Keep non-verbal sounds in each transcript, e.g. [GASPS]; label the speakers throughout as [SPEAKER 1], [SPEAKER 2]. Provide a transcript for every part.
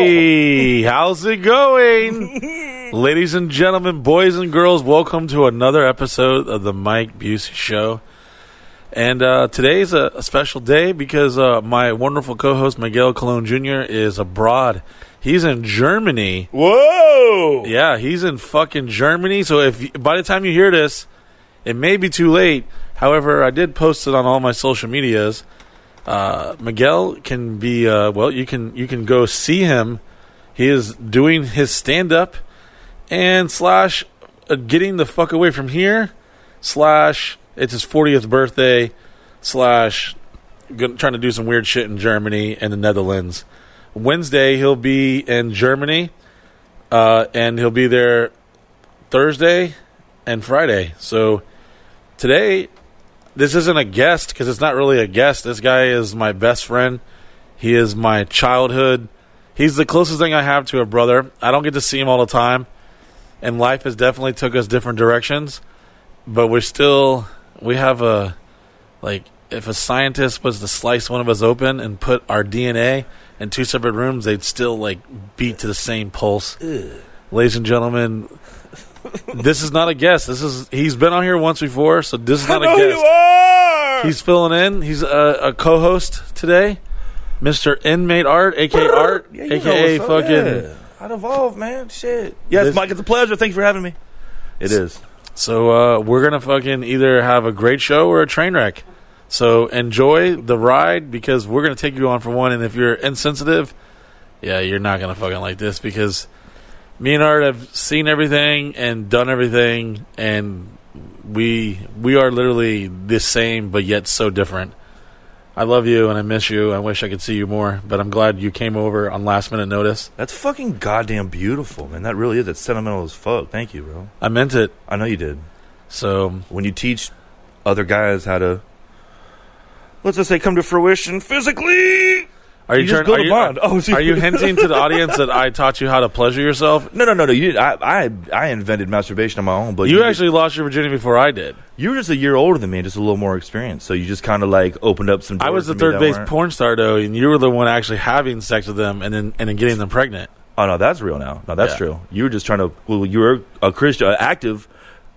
[SPEAKER 1] Hey, how's it going? Ladies and gentlemen, boys and girls, welcome to another episode of the Mike Busey Show. And uh, today's a, a special day because uh, my wonderful co host, Miguel Colon Jr., is abroad. He's in Germany.
[SPEAKER 2] Whoa!
[SPEAKER 1] Yeah, he's in fucking Germany. So if you- by the time you hear this, it may be too late. However, I did post it on all my social medias. Uh, Miguel can be uh, well. You can you can go see him. He is doing his stand up and slash uh, getting the fuck away from here. Slash it's his 40th birthday. Slash go- trying to do some weird shit in Germany and the Netherlands. Wednesday he'll be in Germany uh, and he'll be there Thursday and Friday. So today, this isn't a guest because it's not really a guest. This guy is my best friend. He is my childhood. He's the closest thing I have to a brother. I don't get to see him all the time, and life has definitely took us different directions. But we're still we have a like if a scientist was to slice one of us open and put our DNA in two separate rooms, they'd still like beat to the same pulse ladies and gentlemen. this is not a guest. This is he's been on here once before, so this is
[SPEAKER 2] [LAUGHS] I
[SPEAKER 1] not a
[SPEAKER 2] know who you
[SPEAKER 1] guest.
[SPEAKER 2] are.
[SPEAKER 1] He's filling in. He's a, a co-host today, Mister Inmate Art, aka Art,
[SPEAKER 2] Yeah, you know
[SPEAKER 1] aka
[SPEAKER 2] what's up,
[SPEAKER 1] fucking.
[SPEAKER 2] yeah. I'd evolve, man. Shit. Yes,
[SPEAKER 1] This-
[SPEAKER 2] Mike. It's a pleasure. Thank you for having me. It is.
[SPEAKER 1] So uh, we're gonna fucking either have a great show or a train wreck. So enjoy the ride because we're gonna take you on for one. And if you're insensitive, yeah, you're not gonna fucking like this because me and Art have seen everything and done everything, and we we are literally the same but yet so different. I love you and I miss you. I wish I could see you more, but I'm glad you came over on last minute notice.
[SPEAKER 2] That's fucking goddamn beautiful, man. That really is. That's sentimental as fuck. Thank you, bro.
[SPEAKER 1] I meant it.
[SPEAKER 2] I know you did.
[SPEAKER 1] So
[SPEAKER 2] When you teach other guys how to, let's just say, come to fruition physically.
[SPEAKER 1] Are you,
[SPEAKER 2] You just
[SPEAKER 1] turn-
[SPEAKER 2] build
[SPEAKER 1] are
[SPEAKER 2] a
[SPEAKER 1] you, [LAUGHS]
[SPEAKER 2] bond. [LAUGHS]
[SPEAKER 1] Are,
[SPEAKER 2] Oh, geez.
[SPEAKER 1] you hinting to the audience that I taught you how to pleasure yourself?
[SPEAKER 2] No, no, no, no. You did. I, I, I invented masturbation on my own, but
[SPEAKER 1] you
[SPEAKER 2] did-
[SPEAKER 1] actually lost your virginity before I did.
[SPEAKER 2] you were just a year older than me, just a little more experience. So you just kind of like opened up some. Doors
[SPEAKER 1] I was the
[SPEAKER 2] for me
[SPEAKER 1] third
[SPEAKER 2] that
[SPEAKER 1] base
[SPEAKER 2] weren't-
[SPEAKER 1] porn star though, and you were the one actually having sex with them and then and then getting them pregnant.
[SPEAKER 2] Oh no, that's real now. No, that's
[SPEAKER 1] Yeah.
[SPEAKER 2] true. You were just trying to. Well, you were a Christian, an active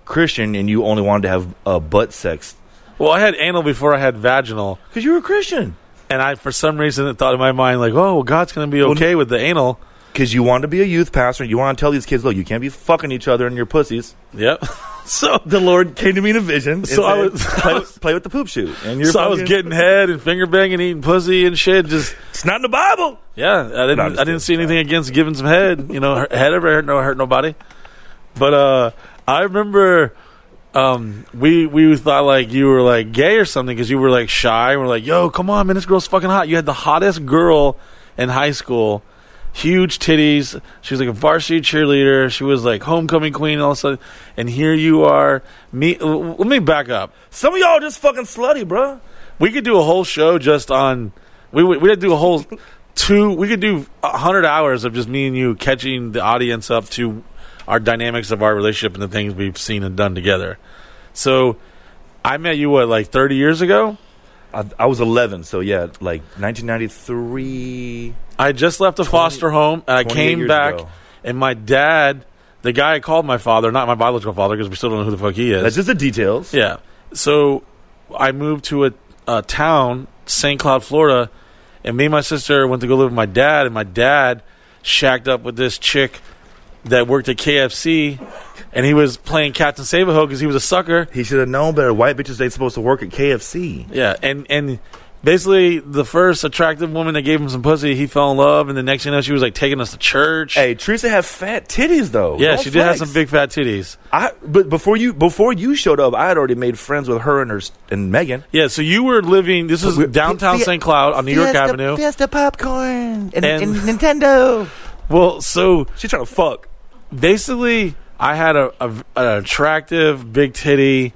[SPEAKER 2] Christian, and you only wanted to have uh, butt sex
[SPEAKER 1] Well, I had anal before I had vaginal,
[SPEAKER 2] because you were a Christian.
[SPEAKER 1] and I for some reason it thought in my mind like, oh, well, God's going to be
[SPEAKER 2] Well,
[SPEAKER 1] okay with the anal.
[SPEAKER 2] Because you wanted to be a youth pastor, and you want to tell these kids, look, you can't be fucking each other in your pussies.
[SPEAKER 1] [LAUGHS] Yep.
[SPEAKER 2] So the Lord came to me in a vision. and
[SPEAKER 1] So [LAUGHS] I
[SPEAKER 2] said,
[SPEAKER 1] was-
[SPEAKER 2] play, with- play with the poop shoot, and you're
[SPEAKER 1] so I was getting head and finger banging, eating pussy and shit. Just
[SPEAKER 2] It's not in the Bible.
[SPEAKER 1] yeah, I didn't
[SPEAKER 2] No, I'm just
[SPEAKER 1] I didn't
[SPEAKER 2] kidding.
[SPEAKER 1] see anything against giving some head. You know, hurt- head ever hurt no hurt nobody. But uh, I remember um, we we thought like you were like gay or something because you were like shy. and We're like, yo, come on, man, this girl's fucking hot. You had the hottest girl in high school, huge titties. She was like a varsity cheerleader. She was like homecoming queen. And all of a sudden, and here you are. Me, l- let me back up.
[SPEAKER 2] Some of y'all just fucking slutty, bro.
[SPEAKER 1] We could do a whole show just on. We we we could do a
[SPEAKER 2] [LAUGHS]
[SPEAKER 1] whole two. We could do a hundred hours of just me and you catching the audience up to our dynamics of our relationship and the things we've seen and done together. So, I met you what like thirty years ago.
[SPEAKER 2] I, I was 11, so yeah, like 1993.
[SPEAKER 1] I just left a foster home and I
[SPEAKER 2] 28
[SPEAKER 1] came
[SPEAKER 2] years
[SPEAKER 1] back,
[SPEAKER 2] ago.
[SPEAKER 1] and my dad, the guy I called my father, not my biological father, because we still don't know who the fuck he is.
[SPEAKER 2] That's just the details.
[SPEAKER 1] Yeah. So I moved to a, a town, St. Cloud, Florida, and me and my sister went to go live with my dad, and my dad shacked up with this chick that worked at KFC, and he was playing Captain Save-A-Ho because he was a sucker.
[SPEAKER 2] He should have known better. White bitches ain't supposed to work at KFC.
[SPEAKER 1] Yeah, and and basically the first attractive woman that gave him some pussy, he fell in love, and the next thing you know, she was like taking us to church.
[SPEAKER 2] Hey, Teresa had fat titties though.
[SPEAKER 1] yeah,
[SPEAKER 2] Don't
[SPEAKER 1] she did have
[SPEAKER 2] flex.
[SPEAKER 1] some big fat titties.
[SPEAKER 2] I but before you before you showed up, I had already made friends with her and her s- and Megan.
[SPEAKER 1] Yeah, so you were living. This is
[SPEAKER 2] We're-
[SPEAKER 1] downtown
[SPEAKER 2] Fie-
[SPEAKER 1] St. Cloud on New York Avenue.
[SPEAKER 2] Fiesta popcorn
[SPEAKER 1] [LAUGHS]
[SPEAKER 2] and,
[SPEAKER 1] and
[SPEAKER 2] Nintendo.
[SPEAKER 1] Well, so
[SPEAKER 2] She's trying to fuck.
[SPEAKER 1] basically I had a, a- an attractive big titty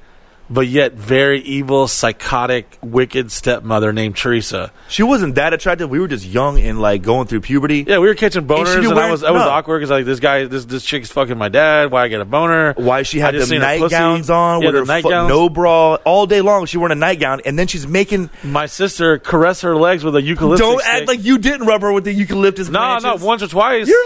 [SPEAKER 1] but yet very evil, psychotic, wicked stepmother named Teresa.
[SPEAKER 2] She wasn't that attractive. We were just young and like going through puberty.
[SPEAKER 1] Yeah, we were catching boners,
[SPEAKER 2] be
[SPEAKER 1] and, I
[SPEAKER 2] wearing-
[SPEAKER 1] was I was
[SPEAKER 2] no.
[SPEAKER 1] awkward because like this guy, this this chick's fucking my dad. Why I get a boner?
[SPEAKER 2] Why she
[SPEAKER 1] I
[SPEAKER 2] had the
[SPEAKER 1] just seen her pussy.
[SPEAKER 2] nightgowns on
[SPEAKER 1] Yeah,
[SPEAKER 2] with
[SPEAKER 1] the
[SPEAKER 2] her fu-
[SPEAKER 1] nightgowns.
[SPEAKER 2] no bra all day long. She wearing a nightgown and then she's making.
[SPEAKER 1] My sister caressed her legs with a eucalyptus.
[SPEAKER 2] Don't
[SPEAKER 1] stick.
[SPEAKER 2] act like you didn't rub her with the eucalyptus
[SPEAKER 1] no,
[SPEAKER 2] branches.
[SPEAKER 1] no, once or twice.
[SPEAKER 2] You're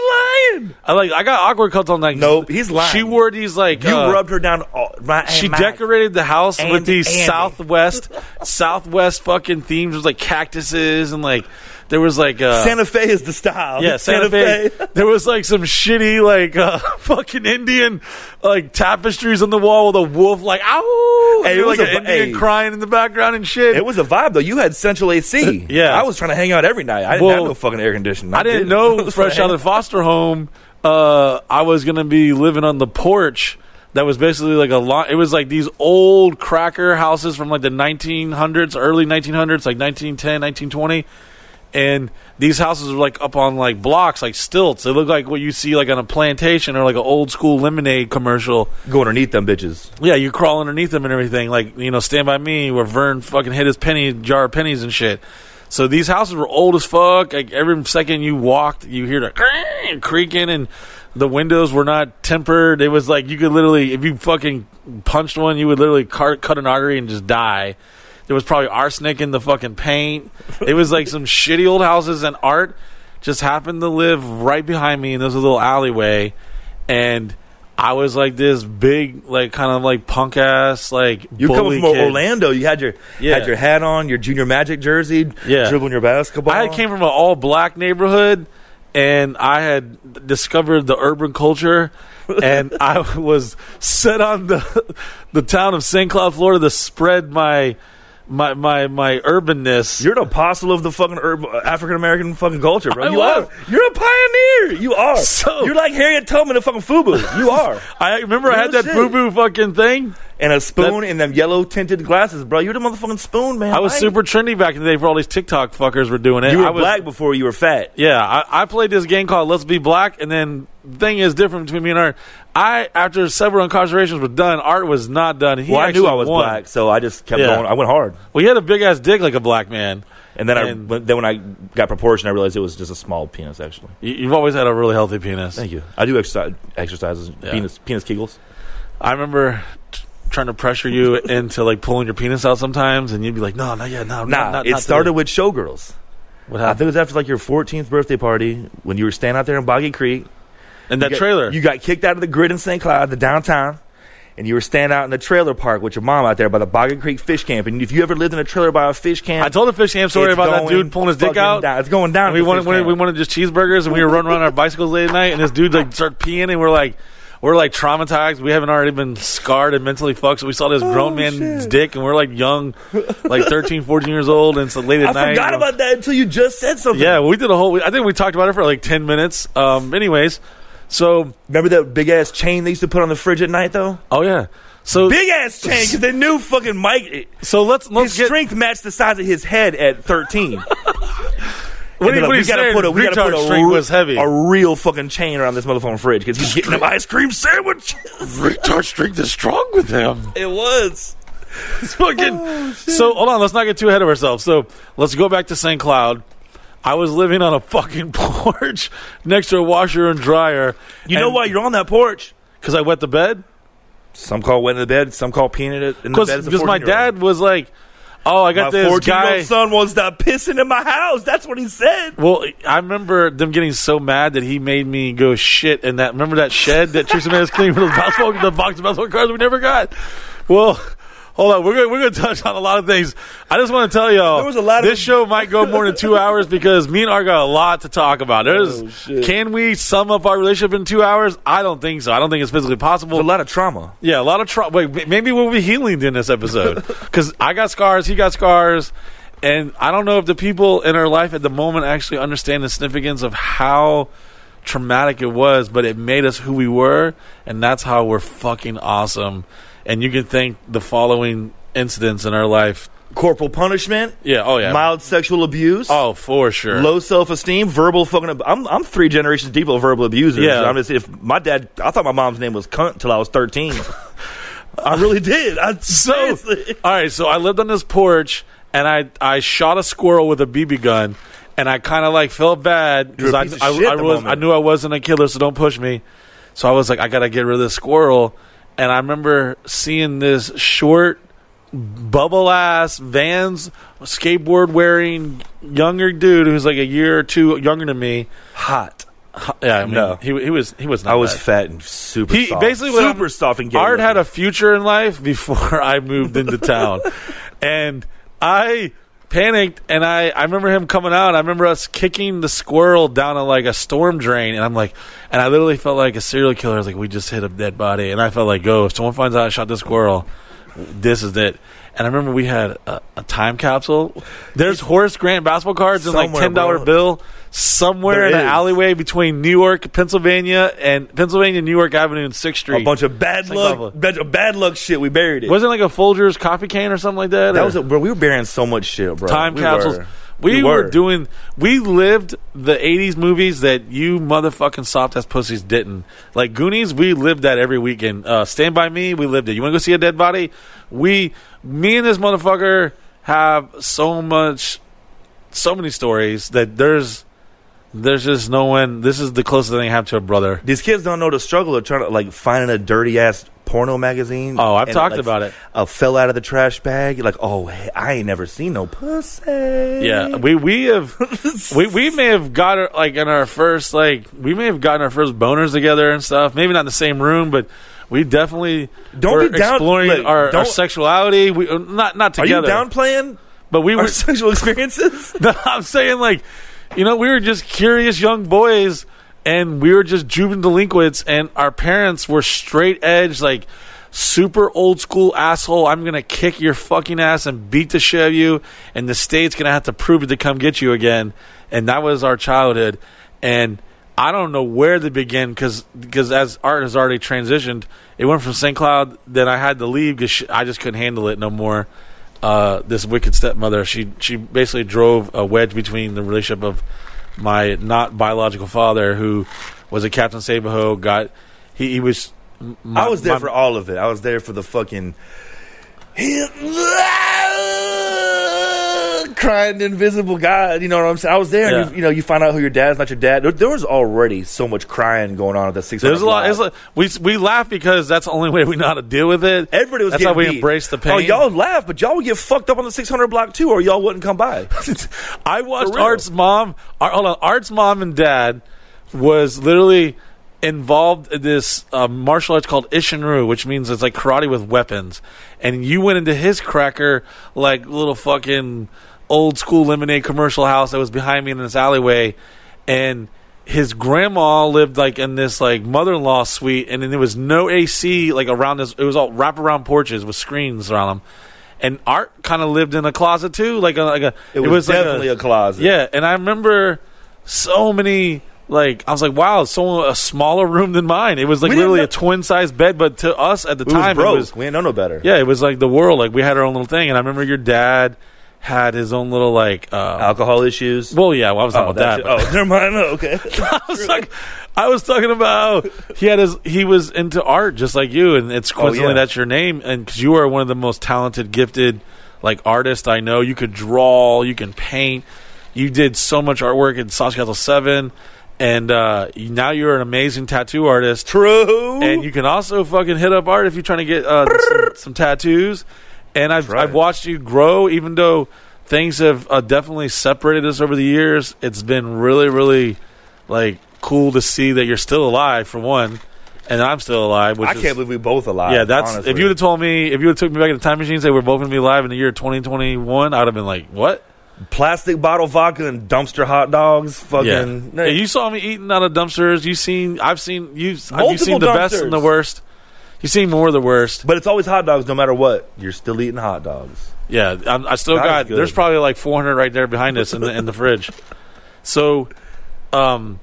[SPEAKER 2] lying.
[SPEAKER 1] I like I got awkward cuts on that.
[SPEAKER 2] Nope, he's lying.
[SPEAKER 1] She wore these like
[SPEAKER 2] You
[SPEAKER 1] uh,
[SPEAKER 2] rubbed her down. All, my,
[SPEAKER 1] She
[SPEAKER 2] my-
[SPEAKER 1] decorated the house with
[SPEAKER 2] And-
[SPEAKER 1] these
[SPEAKER 2] and-
[SPEAKER 1] southwest, southwest fucking themes. with like cactuses and like there was like uh,
[SPEAKER 2] Santa Fe is the style.
[SPEAKER 1] yeah, Santa, Fe. There was like some shitty like uh, [LAUGHS] fucking Indian like tapestries on the wall with a wolf like ow,
[SPEAKER 2] Hey,
[SPEAKER 1] and
[SPEAKER 2] it
[SPEAKER 1] like
[SPEAKER 2] was
[SPEAKER 1] an
[SPEAKER 2] a-
[SPEAKER 1] Indian
[SPEAKER 2] hey.
[SPEAKER 1] crying in the background and shit.
[SPEAKER 2] It was a vibe though. You had Central AC.
[SPEAKER 1] [LAUGHS] Yeah.
[SPEAKER 2] I was trying to hang out every night. I didn't
[SPEAKER 1] Well,
[SPEAKER 2] have no fucking air conditioning.
[SPEAKER 1] I didn't [LAUGHS]
[SPEAKER 2] [LAUGHS]
[SPEAKER 1] know
[SPEAKER 2] was
[SPEAKER 1] fresh
[SPEAKER 2] trying
[SPEAKER 1] out
[SPEAKER 2] to
[SPEAKER 1] of foster home, uh, I was gonna be living on the porch. That was basically like a lot. It was like these old cracker houses from like the 1900s, early 1900s, like 1910, 1920. And these houses were like up on like blocks, like stilts. They look like what you see like on a plantation or like an old school lemonade commercial.
[SPEAKER 2] go underneath them bitches.
[SPEAKER 1] Yeah, you crawl underneath them and everything. Like, you know, Stand By Me, where Vern fucking hid his penny jar of pennies and shit. So these houses were old as fuck. Like, every second you walked, you hear the creaking, and the windows were not tempered. It was like you could literally, if you fucking punched one, you would literally car- cut an artery and just die. There was probably arsenic in the fucking paint. It was like some [LAUGHS] shitty old houses, and art just happened to live right behind me, and there's a little alleyway and I was like this big, like kind of like punk ass, like
[SPEAKER 2] You come
[SPEAKER 1] bully
[SPEAKER 2] from
[SPEAKER 1] kid.
[SPEAKER 2] Orlando. You had your
[SPEAKER 1] Yeah.
[SPEAKER 2] had your hat on, your Junior Magic jersey,
[SPEAKER 1] Yeah.
[SPEAKER 2] dribbling your basketball.
[SPEAKER 1] I came from an all black neighborhood, and I had discovered the urban
[SPEAKER 2] [LAUGHS]
[SPEAKER 1] culture, and I was set on the the town of St. Cloud, Florida, to spread my my my my urbanness.
[SPEAKER 2] You're an apostle of the fucking African American fucking culture, bro.
[SPEAKER 1] I
[SPEAKER 2] you
[SPEAKER 1] was.
[SPEAKER 2] are. You're a pioneer. You are.
[SPEAKER 1] So-
[SPEAKER 2] You're like Harriet Tubman of fucking FUBU.
[SPEAKER 1] [LAUGHS]
[SPEAKER 2] You are.
[SPEAKER 1] I remember I had
[SPEAKER 2] No
[SPEAKER 1] that
[SPEAKER 2] shit.
[SPEAKER 1] boo boo fucking thing.
[SPEAKER 2] and a spoon and them yellow tinted glasses, bro. You're the motherfucking spoon, man.
[SPEAKER 1] I was
[SPEAKER 2] Like,
[SPEAKER 1] super trendy back in the day for all these TikTok fuckers were doing it.
[SPEAKER 2] You were
[SPEAKER 1] I was,
[SPEAKER 2] black before you were fat.
[SPEAKER 1] Yeah, I, I played this game called Let's Be Black, and then thing is different between me and Art. I after several incarcerations were done, Art was not done. He
[SPEAKER 2] Well, I knew
[SPEAKER 1] actually
[SPEAKER 2] I was
[SPEAKER 1] won.
[SPEAKER 2] black, so I just kept
[SPEAKER 1] Yeah.
[SPEAKER 2] going. I went hard.
[SPEAKER 1] Well, he had a big ass dick like a black man.
[SPEAKER 2] And then
[SPEAKER 1] And-
[SPEAKER 2] I when- then when I got proportion, I realized it was just a small penis. Actually,
[SPEAKER 1] You, you've always had a really healthy penis.
[SPEAKER 2] thank you. I do exercise exercises,
[SPEAKER 1] Yeah.
[SPEAKER 2] penis penis kegels.
[SPEAKER 1] I remember t- trying to pressure you [LAUGHS] into like pulling your penis out sometimes, and you'd be like, "No, not yet, no,
[SPEAKER 2] Nah,
[SPEAKER 1] not, not,
[SPEAKER 2] it
[SPEAKER 1] not
[SPEAKER 2] started
[SPEAKER 1] today."
[SPEAKER 2] with showgirls.
[SPEAKER 1] What
[SPEAKER 2] I
[SPEAKER 1] happened?
[SPEAKER 2] think it was after like your 14th birthday party when you were standing out there in Boggy Creek.
[SPEAKER 1] And
[SPEAKER 2] You
[SPEAKER 1] that
[SPEAKER 2] got-
[SPEAKER 1] trailer.
[SPEAKER 2] You got kicked out of the grid in St. Cloud, the downtown, and you were standing out in the trailer park with your mom out there by the Boggy Creek Fish Camp. And if you ever lived in a trailer by a fish camp,
[SPEAKER 1] I told the fish ham story
[SPEAKER 2] it's
[SPEAKER 1] about that
[SPEAKER 2] going
[SPEAKER 1] dude pulling his dick
[SPEAKER 2] fucking
[SPEAKER 1] out.
[SPEAKER 2] down. It's going down.
[SPEAKER 1] And
[SPEAKER 2] at
[SPEAKER 1] we
[SPEAKER 2] the
[SPEAKER 1] wanted
[SPEAKER 2] fish
[SPEAKER 1] we,
[SPEAKER 2] camp.
[SPEAKER 1] we wanted just cheeseburgers, and we were running around our bicycles late at night. And this dude like started peeing, and we're like, we're like traumatized. We haven't already been scarred and mentally fucked. So we saw this grown
[SPEAKER 2] Oh,
[SPEAKER 1] man's
[SPEAKER 2] shit.
[SPEAKER 1] dick, and we're like young,
[SPEAKER 2] [LAUGHS]
[SPEAKER 1] like 13, 14 years old, and so late at
[SPEAKER 2] I
[SPEAKER 1] night.
[SPEAKER 2] forgot
[SPEAKER 1] you know.
[SPEAKER 2] about that until you just said something.
[SPEAKER 1] Yeah, we did a whole. I think we talked about it for like ten minutes. Um, anyways, so
[SPEAKER 2] Remember that big ass chain they used to put on the fridge at night, though?
[SPEAKER 1] oh yeah, so
[SPEAKER 2] Big ass chain, because they knew fucking Mike. eh,
[SPEAKER 1] so let's let's
[SPEAKER 2] His
[SPEAKER 1] get.
[SPEAKER 2] strength matched the size of his head at
[SPEAKER 1] [LAUGHS]
[SPEAKER 2] 13.
[SPEAKER 1] What, he-
[SPEAKER 2] And they're like,
[SPEAKER 1] what
[SPEAKER 2] we
[SPEAKER 1] he's
[SPEAKER 2] gotta
[SPEAKER 1] saying
[SPEAKER 2] put a
[SPEAKER 1] is
[SPEAKER 2] we gotta
[SPEAKER 1] retard
[SPEAKER 2] put a,
[SPEAKER 1] string
[SPEAKER 2] re-
[SPEAKER 1] was heavy.
[SPEAKER 2] a real fucking chain around this motherfucking fridge because he's getting an ice cream sandwich. [LAUGHS]
[SPEAKER 1] retard strength is strong with him.
[SPEAKER 2] it was.
[SPEAKER 1] [LAUGHS] fucking.
[SPEAKER 2] Oh,
[SPEAKER 1] so hold on, let's not get too ahead of ourselves. So let's go back to St. Cloud. I was living on a fucking [LAUGHS] porch next to a washer and dryer.
[SPEAKER 2] You know why you're on that porch?
[SPEAKER 1] Because I wet the bed.
[SPEAKER 2] Some call wet in the bed. Some call peeing in it in the bed. as a
[SPEAKER 1] Because my
[SPEAKER 2] 14-year-old.
[SPEAKER 1] dad was like, "Oh, I
[SPEAKER 2] my
[SPEAKER 1] got this
[SPEAKER 2] 14 year
[SPEAKER 1] guy."
[SPEAKER 2] old son won't stop pissing in my house. That's what he said.
[SPEAKER 1] Well, I remember them getting so mad that he made me go shit in that. Remember that shed that Teresa made us clean with those basketball, the box of basketball cards we never got. Well, hold on, we're gonna, we're gonna touch on a lot of things. I just want to tell y'all
[SPEAKER 2] There was a lot of-
[SPEAKER 1] this show might go more than two hours because me and Art got a lot to talk about. There's
[SPEAKER 2] Oh, shit.
[SPEAKER 1] can we sum up our relationship in two hours? I don't think so. I don't think it's physically possible.
[SPEAKER 2] A lot of trauma.
[SPEAKER 1] Yeah, a lot of trauma. Wait, ma- maybe we'll be healing in this episode because I got scars, he got scars, and I don't know if the people in our life at the moment actually understand the significance of how traumatic it was, but it made us who we were, and that's how we're fucking awesome. And you can thank the following incidents in our life.
[SPEAKER 2] Corporal punishment.
[SPEAKER 1] Yeah. Oh yeah.
[SPEAKER 2] Mild sexual abuse.
[SPEAKER 1] oh, for sure.
[SPEAKER 2] Low self esteem, verbal fucking. Ab- I'm I'm three generations deep of verbal abusers.
[SPEAKER 1] Yeah. [LAUGHS]
[SPEAKER 2] I'm just if my dad, I thought my mom's name was cunt till I was 13. I really did. I
[SPEAKER 1] So,
[SPEAKER 2] seriously.
[SPEAKER 1] all right, so I lived on this porch and I, I shot a squirrel with a BB gun and I kind of like felt bad
[SPEAKER 2] You're a
[SPEAKER 1] I,
[SPEAKER 2] piece of
[SPEAKER 1] I,
[SPEAKER 2] shit
[SPEAKER 1] I
[SPEAKER 2] at the
[SPEAKER 1] was,
[SPEAKER 2] moment.
[SPEAKER 1] I knew I wasn't a killer, so don't push me. So I was like, I got to get rid of this squirrel. And I remember seeing this short, bubble ass, vans, skateboard wearing younger dude who's like a year or two younger than me.
[SPEAKER 2] hot.
[SPEAKER 1] Yeah, I mean,
[SPEAKER 2] No.
[SPEAKER 1] he, he was he was not
[SPEAKER 2] I was
[SPEAKER 1] bad.
[SPEAKER 2] fat and super
[SPEAKER 1] He-
[SPEAKER 2] soft.
[SPEAKER 1] basically what
[SPEAKER 2] super
[SPEAKER 1] I'm-
[SPEAKER 2] soft and gay.
[SPEAKER 1] Art had a
[SPEAKER 2] looking.
[SPEAKER 1] future in life before [LAUGHS] I moved into town. and I panicked and I, I remember him coming out. I remember us kicking the squirrel down a, like a storm drain and I'm like and I literally felt like a serial killer. I was like, we just hit a dead body and I felt like, go, if someone finds out I shot this squirrel, this is it. And I remember we had a, a time capsule. There's Horace Grant basketball cards and like
[SPEAKER 2] Somewhere,
[SPEAKER 1] ten dollar
[SPEAKER 2] bro.
[SPEAKER 1] bill somewhere
[SPEAKER 2] There
[SPEAKER 1] in
[SPEAKER 2] is.
[SPEAKER 1] an alleyway between New York, Pennsylvania, and Pennsylvania, New York Avenue and Sixth Street.
[SPEAKER 2] a bunch of bad
[SPEAKER 1] like
[SPEAKER 2] luck,
[SPEAKER 1] lava.
[SPEAKER 2] bunch of bad luck shit. We buried it.
[SPEAKER 1] Wasn't it like a Folgers coffee can or something like that?
[SPEAKER 2] that
[SPEAKER 1] or
[SPEAKER 2] was it, bro? We were burying so much shit, bro.
[SPEAKER 1] time
[SPEAKER 2] we
[SPEAKER 1] capsules.
[SPEAKER 2] Were.
[SPEAKER 1] We,
[SPEAKER 2] We
[SPEAKER 1] were.
[SPEAKER 2] were.
[SPEAKER 1] doing. We lived the '80s movies that you motherfucking soft ass pussies didn't. Like Goonies, we lived that every weekend. Uh, Stand by Me, we lived it. You want to go see a dead body? We, me and this motherfucker have so much, so many stories that there's, there's just no one. This is the closest thing I have to a brother.
[SPEAKER 2] These kids don't know the struggle of trying to like finding a dirty ass porno magazine.
[SPEAKER 1] Oh, I've
[SPEAKER 2] and,
[SPEAKER 1] talked
[SPEAKER 2] like,
[SPEAKER 1] about it.
[SPEAKER 2] Uh, fell out of the trash bag. You're like, oh, hey, I ain't never seen no pussy.
[SPEAKER 1] Yeah, we we have we we may have got our- like in our first like we may have gotten our first boners together and stuff. Maybe not in the same room, but we definitely
[SPEAKER 2] Don't
[SPEAKER 1] were
[SPEAKER 2] be down-
[SPEAKER 1] exploring
[SPEAKER 2] look,
[SPEAKER 1] our, our
[SPEAKER 2] don't-
[SPEAKER 1] sexuality. We uh, not not
[SPEAKER 2] Are you
[SPEAKER 1] together,
[SPEAKER 2] downplaying
[SPEAKER 1] but we
[SPEAKER 2] our
[SPEAKER 1] were.
[SPEAKER 2] sexual experiences?
[SPEAKER 1] No, I'm saying like, you know, we were just curious young boys, and we were just juvenile delinquents, and our parents were straight edge, like super old school asshole. I'm gonna kick your fucking ass and beat the shit out of you, and the state's gonna have to prove it to come get you again. And that was our childhood, and I don't know where to begin because as art has already transitioned, it went from St. Cloud. Then I had to leave because I just couldn't handle it no more uh, this wicked stepmother. She she basically drove a wedge between the relationship of my not biological father, who was a Captain Sabaho. Got he, he was. m- [LAUGHS] my-
[SPEAKER 2] I was there
[SPEAKER 1] my-
[SPEAKER 2] for all of it. I was there for the fucking [LAUGHS] crying invisible God. You know what I'm saying? I was there. And
[SPEAKER 1] Yeah.
[SPEAKER 2] you, you know, you find out who your dad's not your dad. There, there was already so much crying going on at that six.
[SPEAKER 1] There's a lot. It's like, we we laugh because that's the only way we know how to deal with it.
[SPEAKER 2] Everybody was
[SPEAKER 1] That's
[SPEAKER 2] getting
[SPEAKER 1] how we
[SPEAKER 2] beat.
[SPEAKER 1] embrace the pain.
[SPEAKER 2] Oh, y'all laugh, but y'all would get fucked up on the 600 block too, or y'all wouldn't
[SPEAKER 1] [LAUGHS]
[SPEAKER 2] come by.
[SPEAKER 1] I watched
[SPEAKER 2] For real.
[SPEAKER 1] Art's mom. Ar- Hold on, Art's mom and dad was literally involved in this uh, martial arts called Ishinru, which means it's like karate with weapons. And you went into his cracker like little fucking old school lemonade commercial house that was behind me in this alleyway, and his grandma lived like in this like mother-in-law suite and then there was no AC like around this it was all wraparound porches with screens around them and art kind of lived in a closet too like a, like a
[SPEAKER 2] It was,
[SPEAKER 1] like
[SPEAKER 2] definitely a, closet.
[SPEAKER 1] yeah, and I remember so many. Like I was like, wow, so a smaller room than mine. It was like
[SPEAKER 2] We didn't
[SPEAKER 1] literally
[SPEAKER 2] know-
[SPEAKER 1] a twin size bed, but to us at the
[SPEAKER 2] we
[SPEAKER 1] time,
[SPEAKER 2] was broke.
[SPEAKER 1] it was
[SPEAKER 2] we didn't know no better.
[SPEAKER 1] yeah, it was like the world. Like we had our own little thing, and I remember your dad had his own little like. Uh,
[SPEAKER 2] Alcohol issues.
[SPEAKER 1] well, yeah, well, I was talking
[SPEAKER 2] oh,
[SPEAKER 1] about that.
[SPEAKER 2] shit.
[SPEAKER 1] but-
[SPEAKER 2] oh, [LAUGHS] never mind. Oh,
[SPEAKER 1] [LAUGHS]
[SPEAKER 2] okay.
[SPEAKER 1] I was like, I was talking about he had his he was into art just like you, and it's coincidentally
[SPEAKER 2] Oh, yeah.
[SPEAKER 1] that's your name, and because you are one of the most talented, gifted like artists I know. You could draw, you can paint, you did so much artwork in Sausage Castle Seven, and uh, you- now you're an amazing tattoo artist.
[SPEAKER 2] True.
[SPEAKER 1] And you can also fucking hit up art if you're trying to get uh, some, some tattoos. And I've,
[SPEAKER 2] right.
[SPEAKER 1] I've watched you grow, even though things have uh, definitely separated us over the years. It's been really, really like cool to see that you're still alive for one, and I'm still alive. Which
[SPEAKER 2] I
[SPEAKER 1] is,
[SPEAKER 2] can't believe we both alive.
[SPEAKER 1] yeah, that's
[SPEAKER 2] honestly.
[SPEAKER 1] if you would have told me if you would have took me back in the time machine, and say we're both gonna be alive in the year 2021, I'd have been like, what?
[SPEAKER 2] plastic bottle vodka and dumpster hot dogs.
[SPEAKER 1] Yeah.
[SPEAKER 2] Fucking
[SPEAKER 1] Yeah, you saw me eating out of dumpsters. You seen? I've seen you. You've
[SPEAKER 2] Multiple
[SPEAKER 1] seen the best and the
[SPEAKER 2] dumpsters.
[SPEAKER 1] worst. You seen more of the worst.
[SPEAKER 2] But it's always hot dogs, no matter what. You're still eating hot dogs.
[SPEAKER 1] Yeah, I'm, I still
[SPEAKER 2] That
[SPEAKER 1] got.
[SPEAKER 2] is good.
[SPEAKER 1] There's probably like 400 right there behind us in the in the fridge. So, um,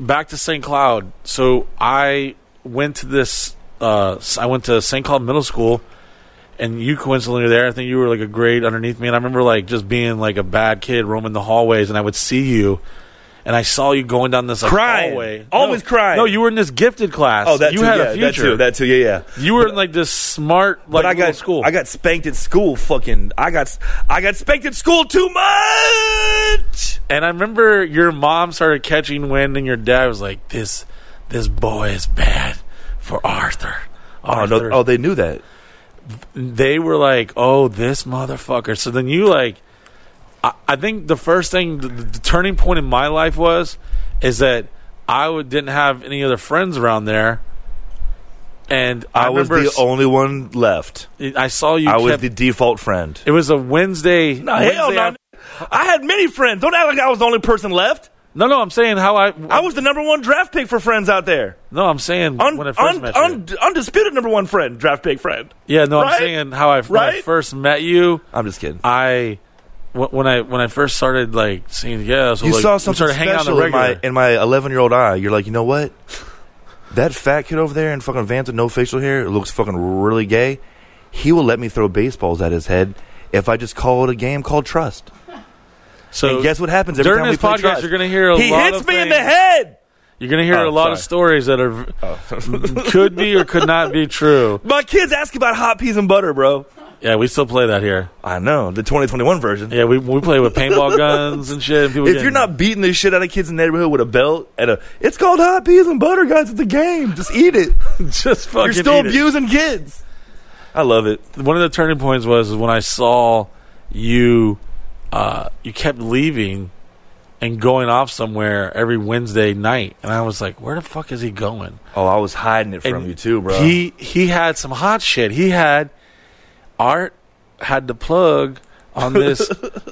[SPEAKER 1] back to St. Cloud. So I went to this. Uh, s- I went to St. Cloud Middle School, and you coincidentally were there. I think you were like a grade underneath me, and I remember like just being like a bad kid roaming the hallways, and I would see you, and I saw you going down this like,
[SPEAKER 2] Crying.
[SPEAKER 1] hallway.
[SPEAKER 2] Always
[SPEAKER 1] No.
[SPEAKER 2] crying.
[SPEAKER 1] No, you were in this gifted class.
[SPEAKER 2] Oh, that
[SPEAKER 1] you
[SPEAKER 2] too,
[SPEAKER 1] had
[SPEAKER 2] yeah,
[SPEAKER 1] a future.
[SPEAKER 2] That too, that too, yeah, yeah.
[SPEAKER 1] you were in like this smart like
[SPEAKER 2] But I
[SPEAKER 1] little
[SPEAKER 2] got
[SPEAKER 1] school.
[SPEAKER 2] I got spanked at school. Fucking, I got I got spanked at school too much.
[SPEAKER 1] and I remember your mom started catching wind, and your dad was like, "This, this boy is bad for Arthur."
[SPEAKER 2] Oh no!
[SPEAKER 1] Arthur."
[SPEAKER 2] Oh, they knew that.
[SPEAKER 1] they were like, "Oh, this motherfucker." So then you like, I, I think the first thing, the, the turning point in my life was, is that I would, didn't have any other friends around there, and I,
[SPEAKER 2] I, was
[SPEAKER 1] remember
[SPEAKER 2] the only one left.
[SPEAKER 1] s- I saw you.
[SPEAKER 2] I was
[SPEAKER 1] kept-
[SPEAKER 2] the default friend.
[SPEAKER 1] it was a Wednesday.
[SPEAKER 2] No, hell
[SPEAKER 1] Wednesday
[SPEAKER 2] no.
[SPEAKER 1] af-
[SPEAKER 2] I had many friends. Don't act like I was the only person left.
[SPEAKER 1] no, no. I'm saying how I.
[SPEAKER 2] I was the number one draft pick for friends out there.
[SPEAKER 1] no, I'm saying
[SPEAKER 2] Un-
[SPEAKER 1] when I first
[SPEAKER 2] un-
[SPEAKER 1] met you.
[SPEAKER 2] un- undisputed number one friend, draft pick friend.
[SPEAKER 1] Yeah, no, I'm
[SPEAKER 2] right?
[SPEAKER 1] saying how I, when I
[SPEAKER 2] Right?
[SPEAKER 1] first met you.
[SPEAKER 2] I'm just kidding.
[SPEAKER 1] I wh- when I when I first started like seeing yeah, so
[SPEAKER 2] you
[SPEAKER 1] like,
[SPEAKER 2] saw
[SPEAKER 1] we
[SPEAKER 2] something
[SPEAKER 1] started hanging out on
[SPEAKER 2] special
[SPEAKER 1] the
[SPEAKER 2] in my
[SPEAKER 1] regular.
[SPEAKER 2] in my 11 year old eye. You're like, you know what? That fat kid over there in fucking Vans with no facial hair looks fucking really gay. He will let me throw baseballs at his head if I just call it a game called trust.
[SPEAKER 1] so
[SPEAKER 2] And guess what happens every
[SPEAKER 1] during
[SPEAKER 2] time we
[SPEAKER 1] this
[SPEAKER 2] play
[SPEAKER 1] podcast,
[SPEAKER 2] trust?
[SPEAKER 1] you're gonna hear a
[SPEAKER 2] he
[SPEAKER 1] lot
[SPEAKER 2] hits
[SPEAKER 1] of
[SPEAKER 2] me in the
[SPEAKER 1] things.
[SPEAKER 2] head.
[SPEAKER 1] You're gonna hear
[SPEAKER 2] Oh,
[SPEAKER 1] a lot of
[SPEAKER 2] sorry. Oh.
[SPEAKER 1] stories that are [LAUGHS] could be or could not be true.
[SPEAKER 2] My kids ask about hot peas and butter, bro.
[SPEAKER 1] Yeah, we still play that here.
[SPEAKER 2] I know the 2021 version.
[SPEAKER 1] Yeah, we we play with paintball guns and shit. And people
[SPEAKER 2] If
[SPEAKER 1] getting-
[SPEAKER 2] you're not beating the shit out of kids in the neighborhood with a belt and a, it's called hot peas and butter, guys. It's a game. Just eat it.
[SPEAKER 1] [LAUGHS] just
[SPEAKER 2] You're
[SPEAKER 1] fucking
[SPEAKER 2] still
[SPEAKER 1] eat it.
[SPEAKER 2] abusing kids. I love it.
[SPEAKER 1] one of the turning points was is when I saw you uh, you kept leaving and going off somewhere every Wednesday night, and I was like, "Where the fuck is he going?"
[SPEAKER 2] Oh, I was hiding it from
[SPEAKER 1] And
[SPEAKER 2] you too, bro.
[SPEAKER 1] He he had some hot shit. He had Art had the plug on
[SPEAKER 2] [LAUGHS]
[SPEAKER 1] this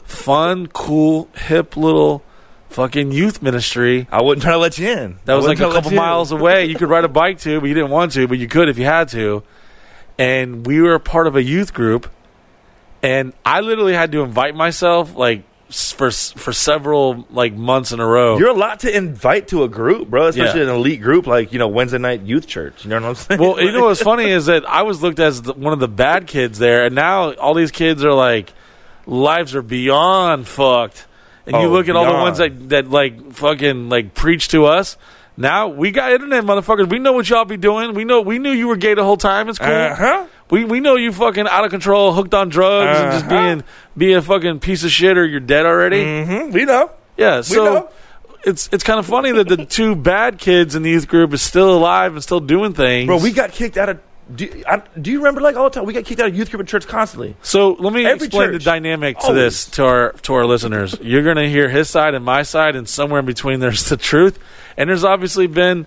[SPEAKER 1] fun, cool, hip little fucking youth ministry
[SPEAKER 2] I wouldn't try to let you in.
[SPEAKER 1] that
[SPEAKER 2] I
[SPEAKER 1] was like
[SPEAKER 2] wouldn't
[SPEAKER 1] a
[SPEAKER 2] try to let
[SPEAKER 1] couple
[SPEAKER 2] you in.
[SPEAKER 1] miles away. You could ride a bike to, but you didn't want to, but you could if you had to. And we were a part of a youth group, and I literally had to invite myself like s- for s- for several like months in a row.
[SPEAKER 2] You're a lot to invite to a group, bro, especially
[SPEAKER 1] Yeah.
[SPEAKER 2] an elite group like you know Wednesday night youth church. You know what I'm
[SPEAKER 1] [LAUGHS]
[SPEAKER 2] saying? [LAUGHS]
[SPEAKER 1] Well, you know what's funny is that I was looked as the, one of the bad kids there, and now all these kids are like, lives are beyond fucked. And you
[SPEAKER 2] Oh,
[SPEAKER 1] look at all the ones
[SPEAKER 2] beyond.
[SPEAKER 1] that that like fucking like preach to us. Now we got internet, motherfuckers. We know what y'all be doing. We know we knew you were gay the whole time. It's cool.
[SPEAKER 2] uh huh.
[SPEAKER 1] We we know you fucking out of control, hooked on drugs, and just
[SPEAKER 2] Uh-huh.
[SPEAKER 1] being being a fucking piece of shit, or you're dead already.
[SPEAKER 2] Mm-hmm. We know.
[SPEAKER 1] Yeah, so
[SPEAKER 2] know.
[SPEAKER 1] it's it's kind of funny that the two [LAUGHS] bad kids in the youth group is still alive and still doing things.
[SPEAKER 2] Bro, we got kicked out of. Do, I, do you remember like all the time we got kicked out of youth group at church constantly?
[SPEAKER 1] So let me
[SPEAKER 2] Every
[SPEAKER 1] explain the
[SPEAKER 2] church.
[SPEAKER 1] dynamic to
[SPEAKER 2] Always.
[SPEAKER 1] this to our to our listeners. You're going to hear his side and my side, and somewhere in between there's the truth. And there's obviously been,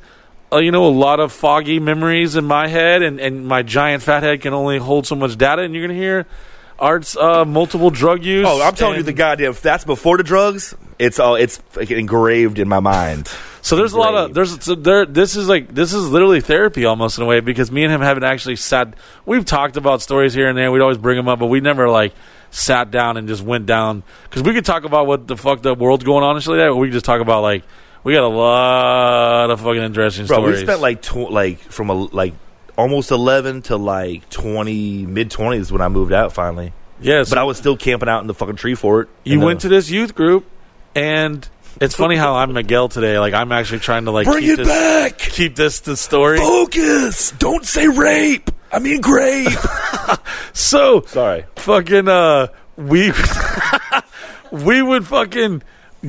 [SPEAKER 1] uh, you know, a lot of foggy memories in my head, and and my giant fat head can only hold so much data. And you're going to hear Art's uh, multiple drug use.
[SPEAKER 2] Oh, I'm telling you,
[SPEAKER 1] and-
[SPEAKER 2] the goddamn. That's before the drugs. It's all. It's like, engraved in my mind.
[SPEAKER 1] So there's a lot of
[SPEAKER 2] grave.
[SPEAKER 1] there's so there. This is like this is literally therapy almost in a way because me and him haven't actually sat. We've talked about stories here and there. We'd always bring them up, but we never like sat down and just went down because we could talk about what the fucked up world's going on and shit like that. But we could just talk about like we got a lot of fucking interesting
[SPEAKER 2] Bro,
[SPEAKER 1] stories.
[SPEAKER 2] we spent like tw- like from a like almost 11 to like 20 mid 20s when I moved out finally.
[SPEAKER 1] yeah, so
[SPEAKER 2] But I was still camping out in the fucking tree fort. uh,
[SPEAKER 1] you went to this youth group, and it's funny how I'm Miguel today. Like I'm actually trying to like
[SPEAKER 2] Bring
[SPEAKER 1] keep
[SPEAKER 2] it
[SPEAKER 1] this,
[SPEAKER 2] back.
[SPEAKER 1] Keep this the story.
[SPEAKER 2] Focus. Don't say rape. I mean grape.
[SPEAKER 1] So
[SPEAKER 2] [LAUGHS] Sorry.
[SPEAKER 1] fucking uh we [LAUGHS] we would fucking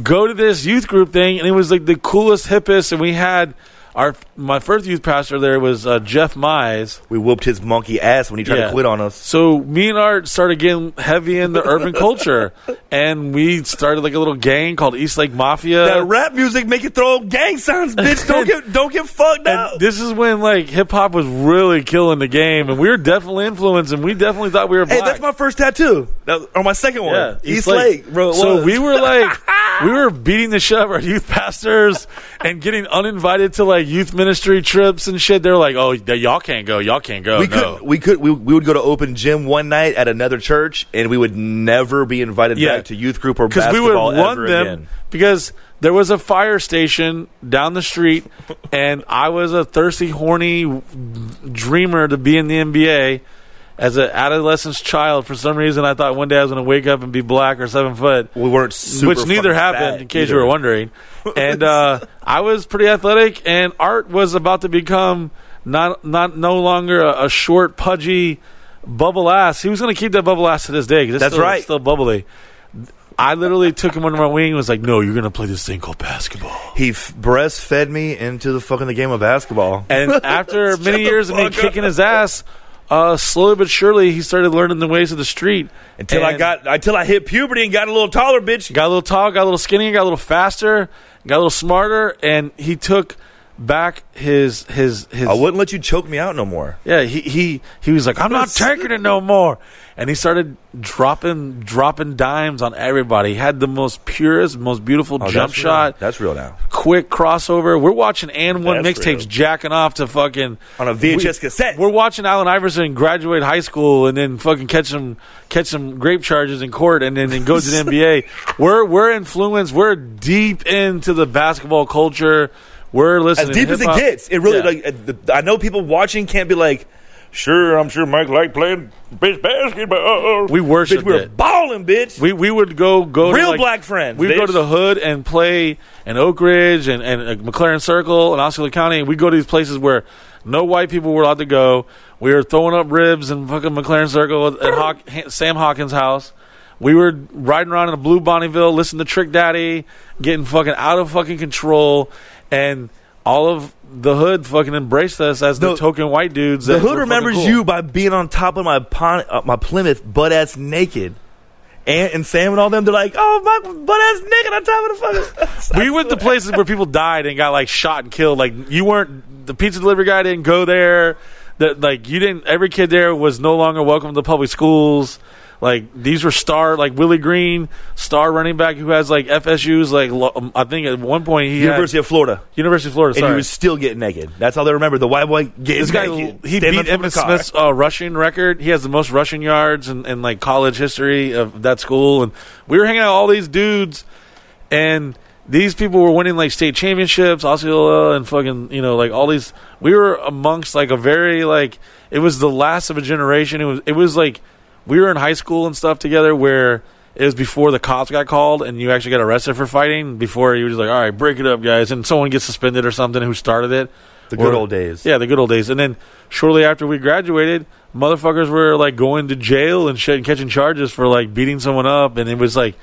[SPEAKER 1] go to this youth group thing and it was like the coolest hippest and we had our my first youth pastor there was uh, Jeff Mize.
[SPEAKER 2] We whooped his monkey ass when he tried
[SPEAKER 1] Yeah.
[SPEAKER 2] to quit on us.
[SPEAKER 1] So me and Art started getting heavy in the
[SPEAKER 2] [LAUGHS]
[SPEAKER 1] urban culture and we started like a little gang called East Lake Mafia.
[SPEAKER 2] That rap music make you throw up gang signs, bitch.
[SPEAKER 1] [LAUGHS]
[SPEAKER 2] Don't get don't get fucked
[SPEAKER 1] and
[SPEAKER 2] up.
[SPEAKER 1] this is when like hip hop was really killing the game and we were definitely influenced and we definitely thought we were
[SPEAKER 2] Hey,
[SPEAKER 1] black.
[SPEAKER 2] that's my first tattoo. That was- or my second one.
[SPEAKER 1] Yeah,
[SPEAKER 2] East, Lake. bro. it
[SPEAKER 1] So
[SPEAKER 2] was.
[SPEAKER 1] we were
[SPEAKER 2] [LAUGHS]
[SPEAKER 1] like, we were beating the shit out of our youth pastors and getting uninvited to like youth ministry trips and shit. They're like, oh, y- y'all can't go, y'all can't go. Oh,
[SPEAKER 2] we
[SPEAKER 1] no.
[SPEAKER 2] could we could we, we would go to open gym one night at another church and we would never be invited
[SPEAKER 1] Yeah.
[SPEAKER 2] back to youth group or
[SPEAKER 1] because we
[SPEAKER 2] basketball
[SPEAKER 1] would run
[SPEAKER 2] ever
[SPEAKER 1] them
[SPEAKER 2] again.
[SPEAKER 1] because there was a fire station down the street, and I was a thirsty, horny dreamer to be in the NBA, as an adolescent child, for some reason, I thought one day I was going to wake up and be black or seven foot,
[SPEAKER 2] We weren't super.
[SPEAKER 1] which neither
[SPEAKER 2] fucking
[SPEAKER 1] happened,
[SPEAKER 2] fat
[SPEAKER 1] in case
[SPEAKER 2] either.
[SPEAKER 1] you were
[SPEAKER 2] [LAUGHS]
[SPEAKER 1] wondering. And uh, I was pretty athletic, and Art was about to become not not no longer a, a short, pudgy bubble ass. He was going to keep that bubble ass to this day. 'cause it's
[SPEAKER 2] That's
[SPEAKER 1] still,
[SPEAKER 2] right.
[SPEAKER 1] it's still bubbly. I literally took him under my wing and was like, "No, you're going to play this thing called
[SPEAKER 2] [LAUGHS]
[SPEAKER 1] basketball."
[SPEAKER 2] He f- breastfed me into the fucking the game of basketball.
[SPEAKER 1] And after many
[SPEAKER 2] the
[SPEAKER 1] years of me
[SPEAKER 2] fuck up.
[SPEAKER 1] kicking his ass, uh, slowly but surely, he started learning the ways of the street.
[SPEAKER 2] Until I
[SPEAKER 1] And-
[SPEAKER 2] got until I hit puberty and got a little taller, bitch.
[SPEAKER 1] Got a little tall, got a little skinnier, got a little faster, got a little smarter, and he took back his his his.
[SPEAKER 2] I wouldn't let you choke me out no more.
[SPEAKER 1] Yeah, he he he was like, I'm not taking it no more, and he started dropping dropping dimes on everybody. He had the most purest, most beautiful
[SPEAKER 2] Oh,
[SPEAKER 1] jump
[SPEAKER 2] that's real.
[SPEAKER 1] shot,
[SPEAKER 2] That's real now.
[SPEAKER 1] quick crossover. We're watching and one
[SPEAKER 2] That's
[SPEAKER 1] mixtapes
[SPEAKER 2] real.
[SPEAKER 1] jacking off to fucking
[SPEAKER 2] On a VHS cassette.
[SPEAKER 1] We're watching Allen Iverson graduate high school and then fucking catch some catch some grape charges in court and then, then go to
[SPEAKER 2] [LAUGHS]
[SPEAKER 1] the NBA. We're we're influenced. We're deep into the basketball culture. We're
[SPEAKER 2] As
[SPEAKER 1] listening
[SPEAKER 2] deep
[SPEAKER 1] to
[SPEAKER 2] as it
[SPEAKER 1] hip-hop.
[SPEAKER 2] gets, it really
[SPEAKER 1] Yeah.
[SPEAKER 2] like uh, the, I know people watching can't be like, sure, I'm sure Mike liked playing bitch basketball. uh,
[SPEAKER 1] We worshiped
[SPEAKER 2] bitch, we were
[SPEAKER 1] it.
[SPEAKER 2] balling, bitch.
[SPEAKER 1] We we would go go to
[SPEAKER 2] Real
[SPEAKER 1] like-
[SPEAKER 2] black friends.
[SPEAKER 1] We'd
[SPEAKER 2] bitch.
[SPEAKER 1] go to the hood and play in Oak Ridge and, and uh, McLaren Circle and Osceola County. And we'd go to these places where no white people were allowed to go. We were throwing up ribs in fucking McLaren Circle at Hawk, Ha- Sam Hawkins' house. We were riding around in a blue Bonneville, listening to Trick Daddy, getting fucking out of fucking control. And all of the hood fucking embraced us as
[SPEAKER 2] No,
[SPEAKER 1] the token white dudes.
[SPEAKER 2] The
[SPEAKER 1] that
[SPEAKER 2] hood
[SPEAKER 1] were fucking
[SPEAKER 2] remembers
[SPEAKER 1] cool.
[SPEAKER 2] you by being on top of my pon- uh, my Plymouth butt ass naked. And, and Sam and all them, they're like, oh, my butt ass naked on top of the fucking. [LAUGHS]
[SPEAKER 1] we went to places where people died and got like shot and killed. Like you weren't the pizza delivery guy didn't go there. That like you didn't. Every kid there was no longer welcome to public schools. Like these were star like Willie Green, star running back who has like FSU's like lo- um, I think at one point he
[SPEAKER 2] University of Florida.
[SPEAKER 1] had University of Florida.
[SPEAKER 2] And
[SPEAKER 1] Sorry.
[SPEAKER 2] you would still get naked. That's how they remember the white boy getting
[SPEAKER 1] this guy
[SPEAKER 2] naked.
[SPEAKER 1] he
[SPEAKER 2] standing
[SPEAKER 1] beat
[SPEAKER 2] on top of
[SPEAKER 1] Emmitt
[SPEAKER 2] the car.
[SPEAKER 1] Smith's uh, rushing record. He has the most rushing yards in, in like college history of that school. And we were hanging out with all these dudes, and these people were winning like state championships, Osceola, and fucking you know like all these. We were amongst like a very like it was the last of a generation. It was it was like we were in high school and stuff together where. It was before the cops got called, and you actually got arrested for fighting. Before you were just like, "All right, break it up, guys," and someone gets suspended or something who started it.
[SPEAKER 2] The good
[SPEAKER 1] Or-
[SPEAKER 2] old days.
[SPEAKER 1] yeah, the good old days. And then shortly after we graduated, motherfuckers were like going to jail and shit and catching charges for like beating someone up. And it was like,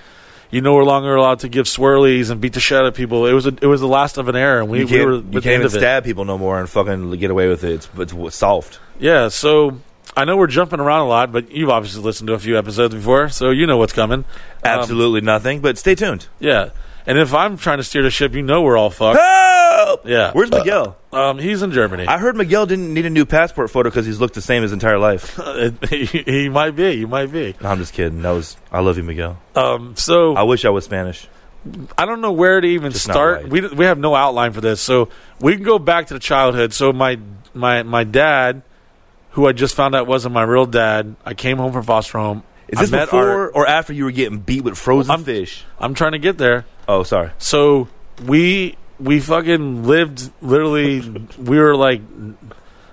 [SPEAKER 1] you no longer allowed to give swirlies and beat the shit out of people. It was a, it was the last of an era, and we,
[SPEAKER 2] You
[SPEAKER 1] we
[SPEAKER 2] can't,
[SPEAKER 1] were
[SPEAKER 2] you
[SPEAKER 1] at the
[SPEAKER 2] can't
[SPEAKER 1] end
[SPEAKER 2] even
[SPEAKER 1] of it.
[SPEAKER 2] stab people no more and fucking get away with it. It's, it's soft.
[SPEAKER 1] Yeah, so I know we're jumping around a lot, but you've obviously listened to a few episodes before, so you know what's coming. Um,
[SPEAKER 2] Absolutely nothing, but stay tuned.
[SPEAKER 1] yeah, and if I'm trying to steer the ship, you know we're all fucked.
[SPEAKER 2] Help!
[SPEAKER 1] Yeah.
[SPEAKER 2] Where's Miguel?
[SPEAKER 1] Um, he's in Germany.
[SPEAKER 2] I heard Miguel didn't need a new passport photo because he's looked the same his entire [LAUGHS] life.
[SPEAKER 1] [LAUGHS] he, he might be. You might be.
[SPEAKER 2] No, I'm just kidding. That was I love you, Miguel.
[SPEAKER 1] Um, so
[SPEAKER 2] I wish I was Spanish.
[SPEAKER 1] I don't know where to even
[SPEAKER 2] Just not
[SPEAKER 1] start.
[SPEAKER 2] right.
[SPEAKER 1] We we have no outline for this, so we can go back to the childhood. So my my my dad, who I just found out wasn't my real dad, I came home from foster home.
[SPEAKER 2] Is
[SPEAKER 1] I
[SPEAKER 2] this
[SPEAKER 1] met
[SPEAKER 2] before
[SPEAKER 1] Art.
[SPEAKER 2] or after you were getting beat with frozen
[SPEAKER 1] I'm-
[SPEAKER 2] fish?
[SPEAKER 1] I'm trying to get there.
[SPEAKER 2] Oh, sorry.
[SPEAKER 1] So we we fucking lived literally. [LAUGHS] we were like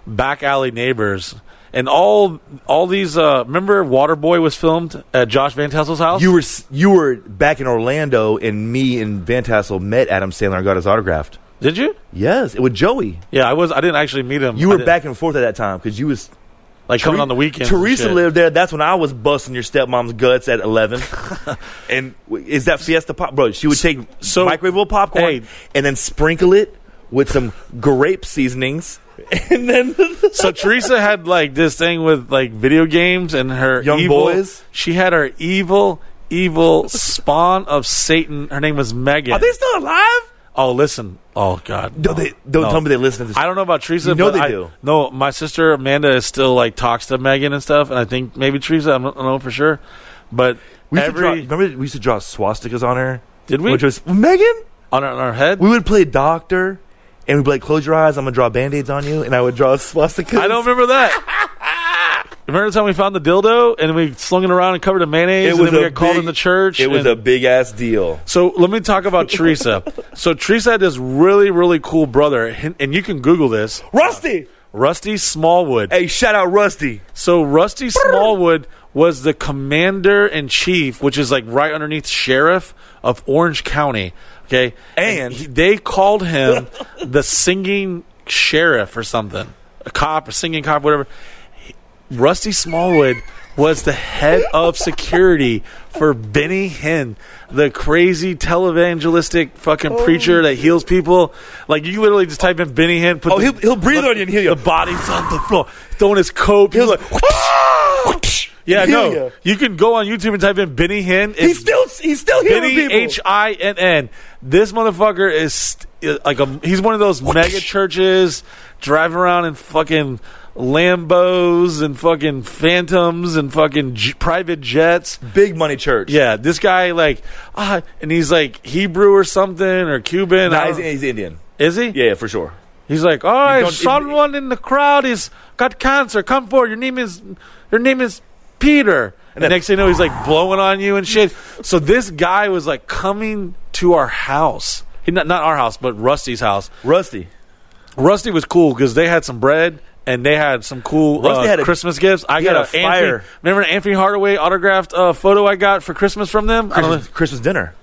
[SPEAKER 1] back alley neighbors, and all all these. Uh, remember, Waterboy was filmed at Josh Van Tassel's house.
[SPEAKER 2] You were s- you were back in Orlando, and me and Van Tassel met Adam Sandler and got his autographed.
[SPEAKER 1] did you?
[SPEAKER 2] Yes, it was Joey.
[SPEAKER 1] Yeah, I was. I didn't actually meet him. I
[SPEAKER 2] You were
[SPEAKER 1] didn't-
[SPEAKER 2] back and forth at that time because you was
[SPEAKER 1] like coming
[SPEAKER 2] Tere-
[SPEAKER 1] on the weekends. and
[SPEAKER 2] Teresa
[SPEAKER 1] shit.
[SPEAKER 2] lived there. That's when I was busting your stepmom's guts
[SPEAKER 1] [LAUGHS]
[SPEAKER 2] at eleven. and w- is that Fiesta pop, bro? She would take
[SPEAKER 1] So-
[SPEAKER 2] microwavable popcorn
[SPEAKER 1] Hey.
[SPEAKER 2] and then sprinkle it with some grape seasonings, [LAUGHS] and then
[SPEAKER 1] So Teresa had like this thing with like video games and her
[SPEAKER 2] Young
[SPEAKER 1] evil-
[SPEAKER 2] boys?
[SPEAKER 1] She had her evil, evil spawn of Satan. Her name was Megan.
[SPEAKER 2] are they still alive?
[SPEAKER 1] oh, listen. Oh God.
[SPEAKER 2] No, they don't
[SPEAKER 1] No.
[SPEAKER 2] tell me they listen to this.
[SPEAKER 1] I don't know about Teresa.
[SPEAKER 2] You know
[SPEAKER 1] but
[SPEAKER 2] they
[SPEAKER 1] I-
[SPEAKER 2] do.
[SPEAKER 1] No, my sister Amanda is still like talks to Megan and stuff, and I think maybe Teresa. I don't I don't know for sure, but
[SPEAKER 2] we used to draw,
[SPEAKER 1] every
[SPEAKER 2] remember we used to draw swastikas on her,
[SPEAKER 1] did we
[SPEAKER 2] which was Megan.
[SPEAKER 1] on our, on our head?
[SPEAKER 2] We would play doctor, and we'd be like, "Close your eyes. I'm gonna draw band aids on you," and I would draw swastikas.
[SPEAKER 1] I don't remember that. Remember the time we found the dildo and we slung it around and covered it in mayonnaise,
[SPEAKER 2] It
[SPEAKER 1] and
[SPEAKER 2] was
[SPEAKER 1] then we
[SPEAKER 2] a
[SPEAKER 1] got called
[SPEAKER 2] big-
[SPEAKER 1] in the church.
[SPEAKER 2] It was
[SPEAKER 1] and-
[SPEAKER 2] a big ass deal.
[SPEAKER 1] So let me talk about Teresa. So Teresa had this really, really cool brother, and and you can Google this,
[SPEAKER 2] Rusty.
[SPEAKER 1] Rusty Smallwood.
[SPEAKER 2] Hey, shout out Rusty.
[SPEAKER 1] So Rusty Smallwood was the commander in chief, which is like right underneath sheriff of Orange County. Okay,
[SPEAKER 2] And-
[SPEAKER 1] he- they called him [LAUGHS] the singing sheriff or something, a cop, a singing cop, whatever. He- Rusty Smallwood was the head of security for Benny Hinn, the crazy televangelistic fucking
[SPEAKER 2] Oh,
[SPEAKER 1] preacher that heals people. Like you literally just type in Benny Hinn, put
[SPEAKER 2] Oh,
[SPEAKER 1] the-
[SPEAKER 2] he'll, he'll breathe on you and heal you.
[SPEAKER 1] the body's on the floor, throwing his coat. People like,
[SPEAKER 2] [GASPS]
[SPEAKER 1] yeah, no.
[SPEAKER 2] Heal ya.
[SPEAKER 1] You can go on YouTube and type in Benny Hinn.
[SPEAKER 2] He's
[SPEAKER 1] It's
[SPEAKER 2] still he's still healing
[SPEAKER 1] Benny
[SPEAKER 2] people.
[SPEAKER 1] H I N N. This motherfucker is st- like a. He's one of those mega churches driving around in fucking Lambos and fucking Phantoms and fucking j- private jets.
[SPEAKER 2] Big money church.
[SPEAKER 1] Yeah, this guy like ah, and he's like Hebrew or something or Cuban. I
[SPEAKER 2] Nah, he's,
[SPEAKER 1] don't-
[SPEAKER 2] he's Indian.
[SPEAKER 1] is he?
[SPEAKER 2] Yeah, for sure.
[SPEAKER 1] He's like, all right,
[SPEAKER 2] don't-
[SPEAKER 1] someone in the crowd is got cancer. Come forward. Your name is your name is Peter. And the
[SPEAKER 2] then-
[SPEAKER 1] next thing you know, he's like blowing on you and shit. So this guy was like coming to our house. He, not not our house, but Rusty's house.
[SPEAKER 2] Rusty.
[SPEAKER 1] Rusty was cool because they had some bread and they had some cool
[SPEAKER 2] Rusty
[SPEAKER 1] uh,
[SPEAKER 2] had a-
[SPEAKER 1] Christmas gifts. I
[SPEAKER 2] he
[SPEAKER 1] got
[SPEAKER 2] had
[SPEAKER 1] a,
[SPEAKER 2] a fire.
[SPEAKER 1] Anthony- remember an Anthony Hardaway autographed uh, photo I got for Christmas from them. I don't know.
[SPEAKER 2] Christmas, Christmas dinner.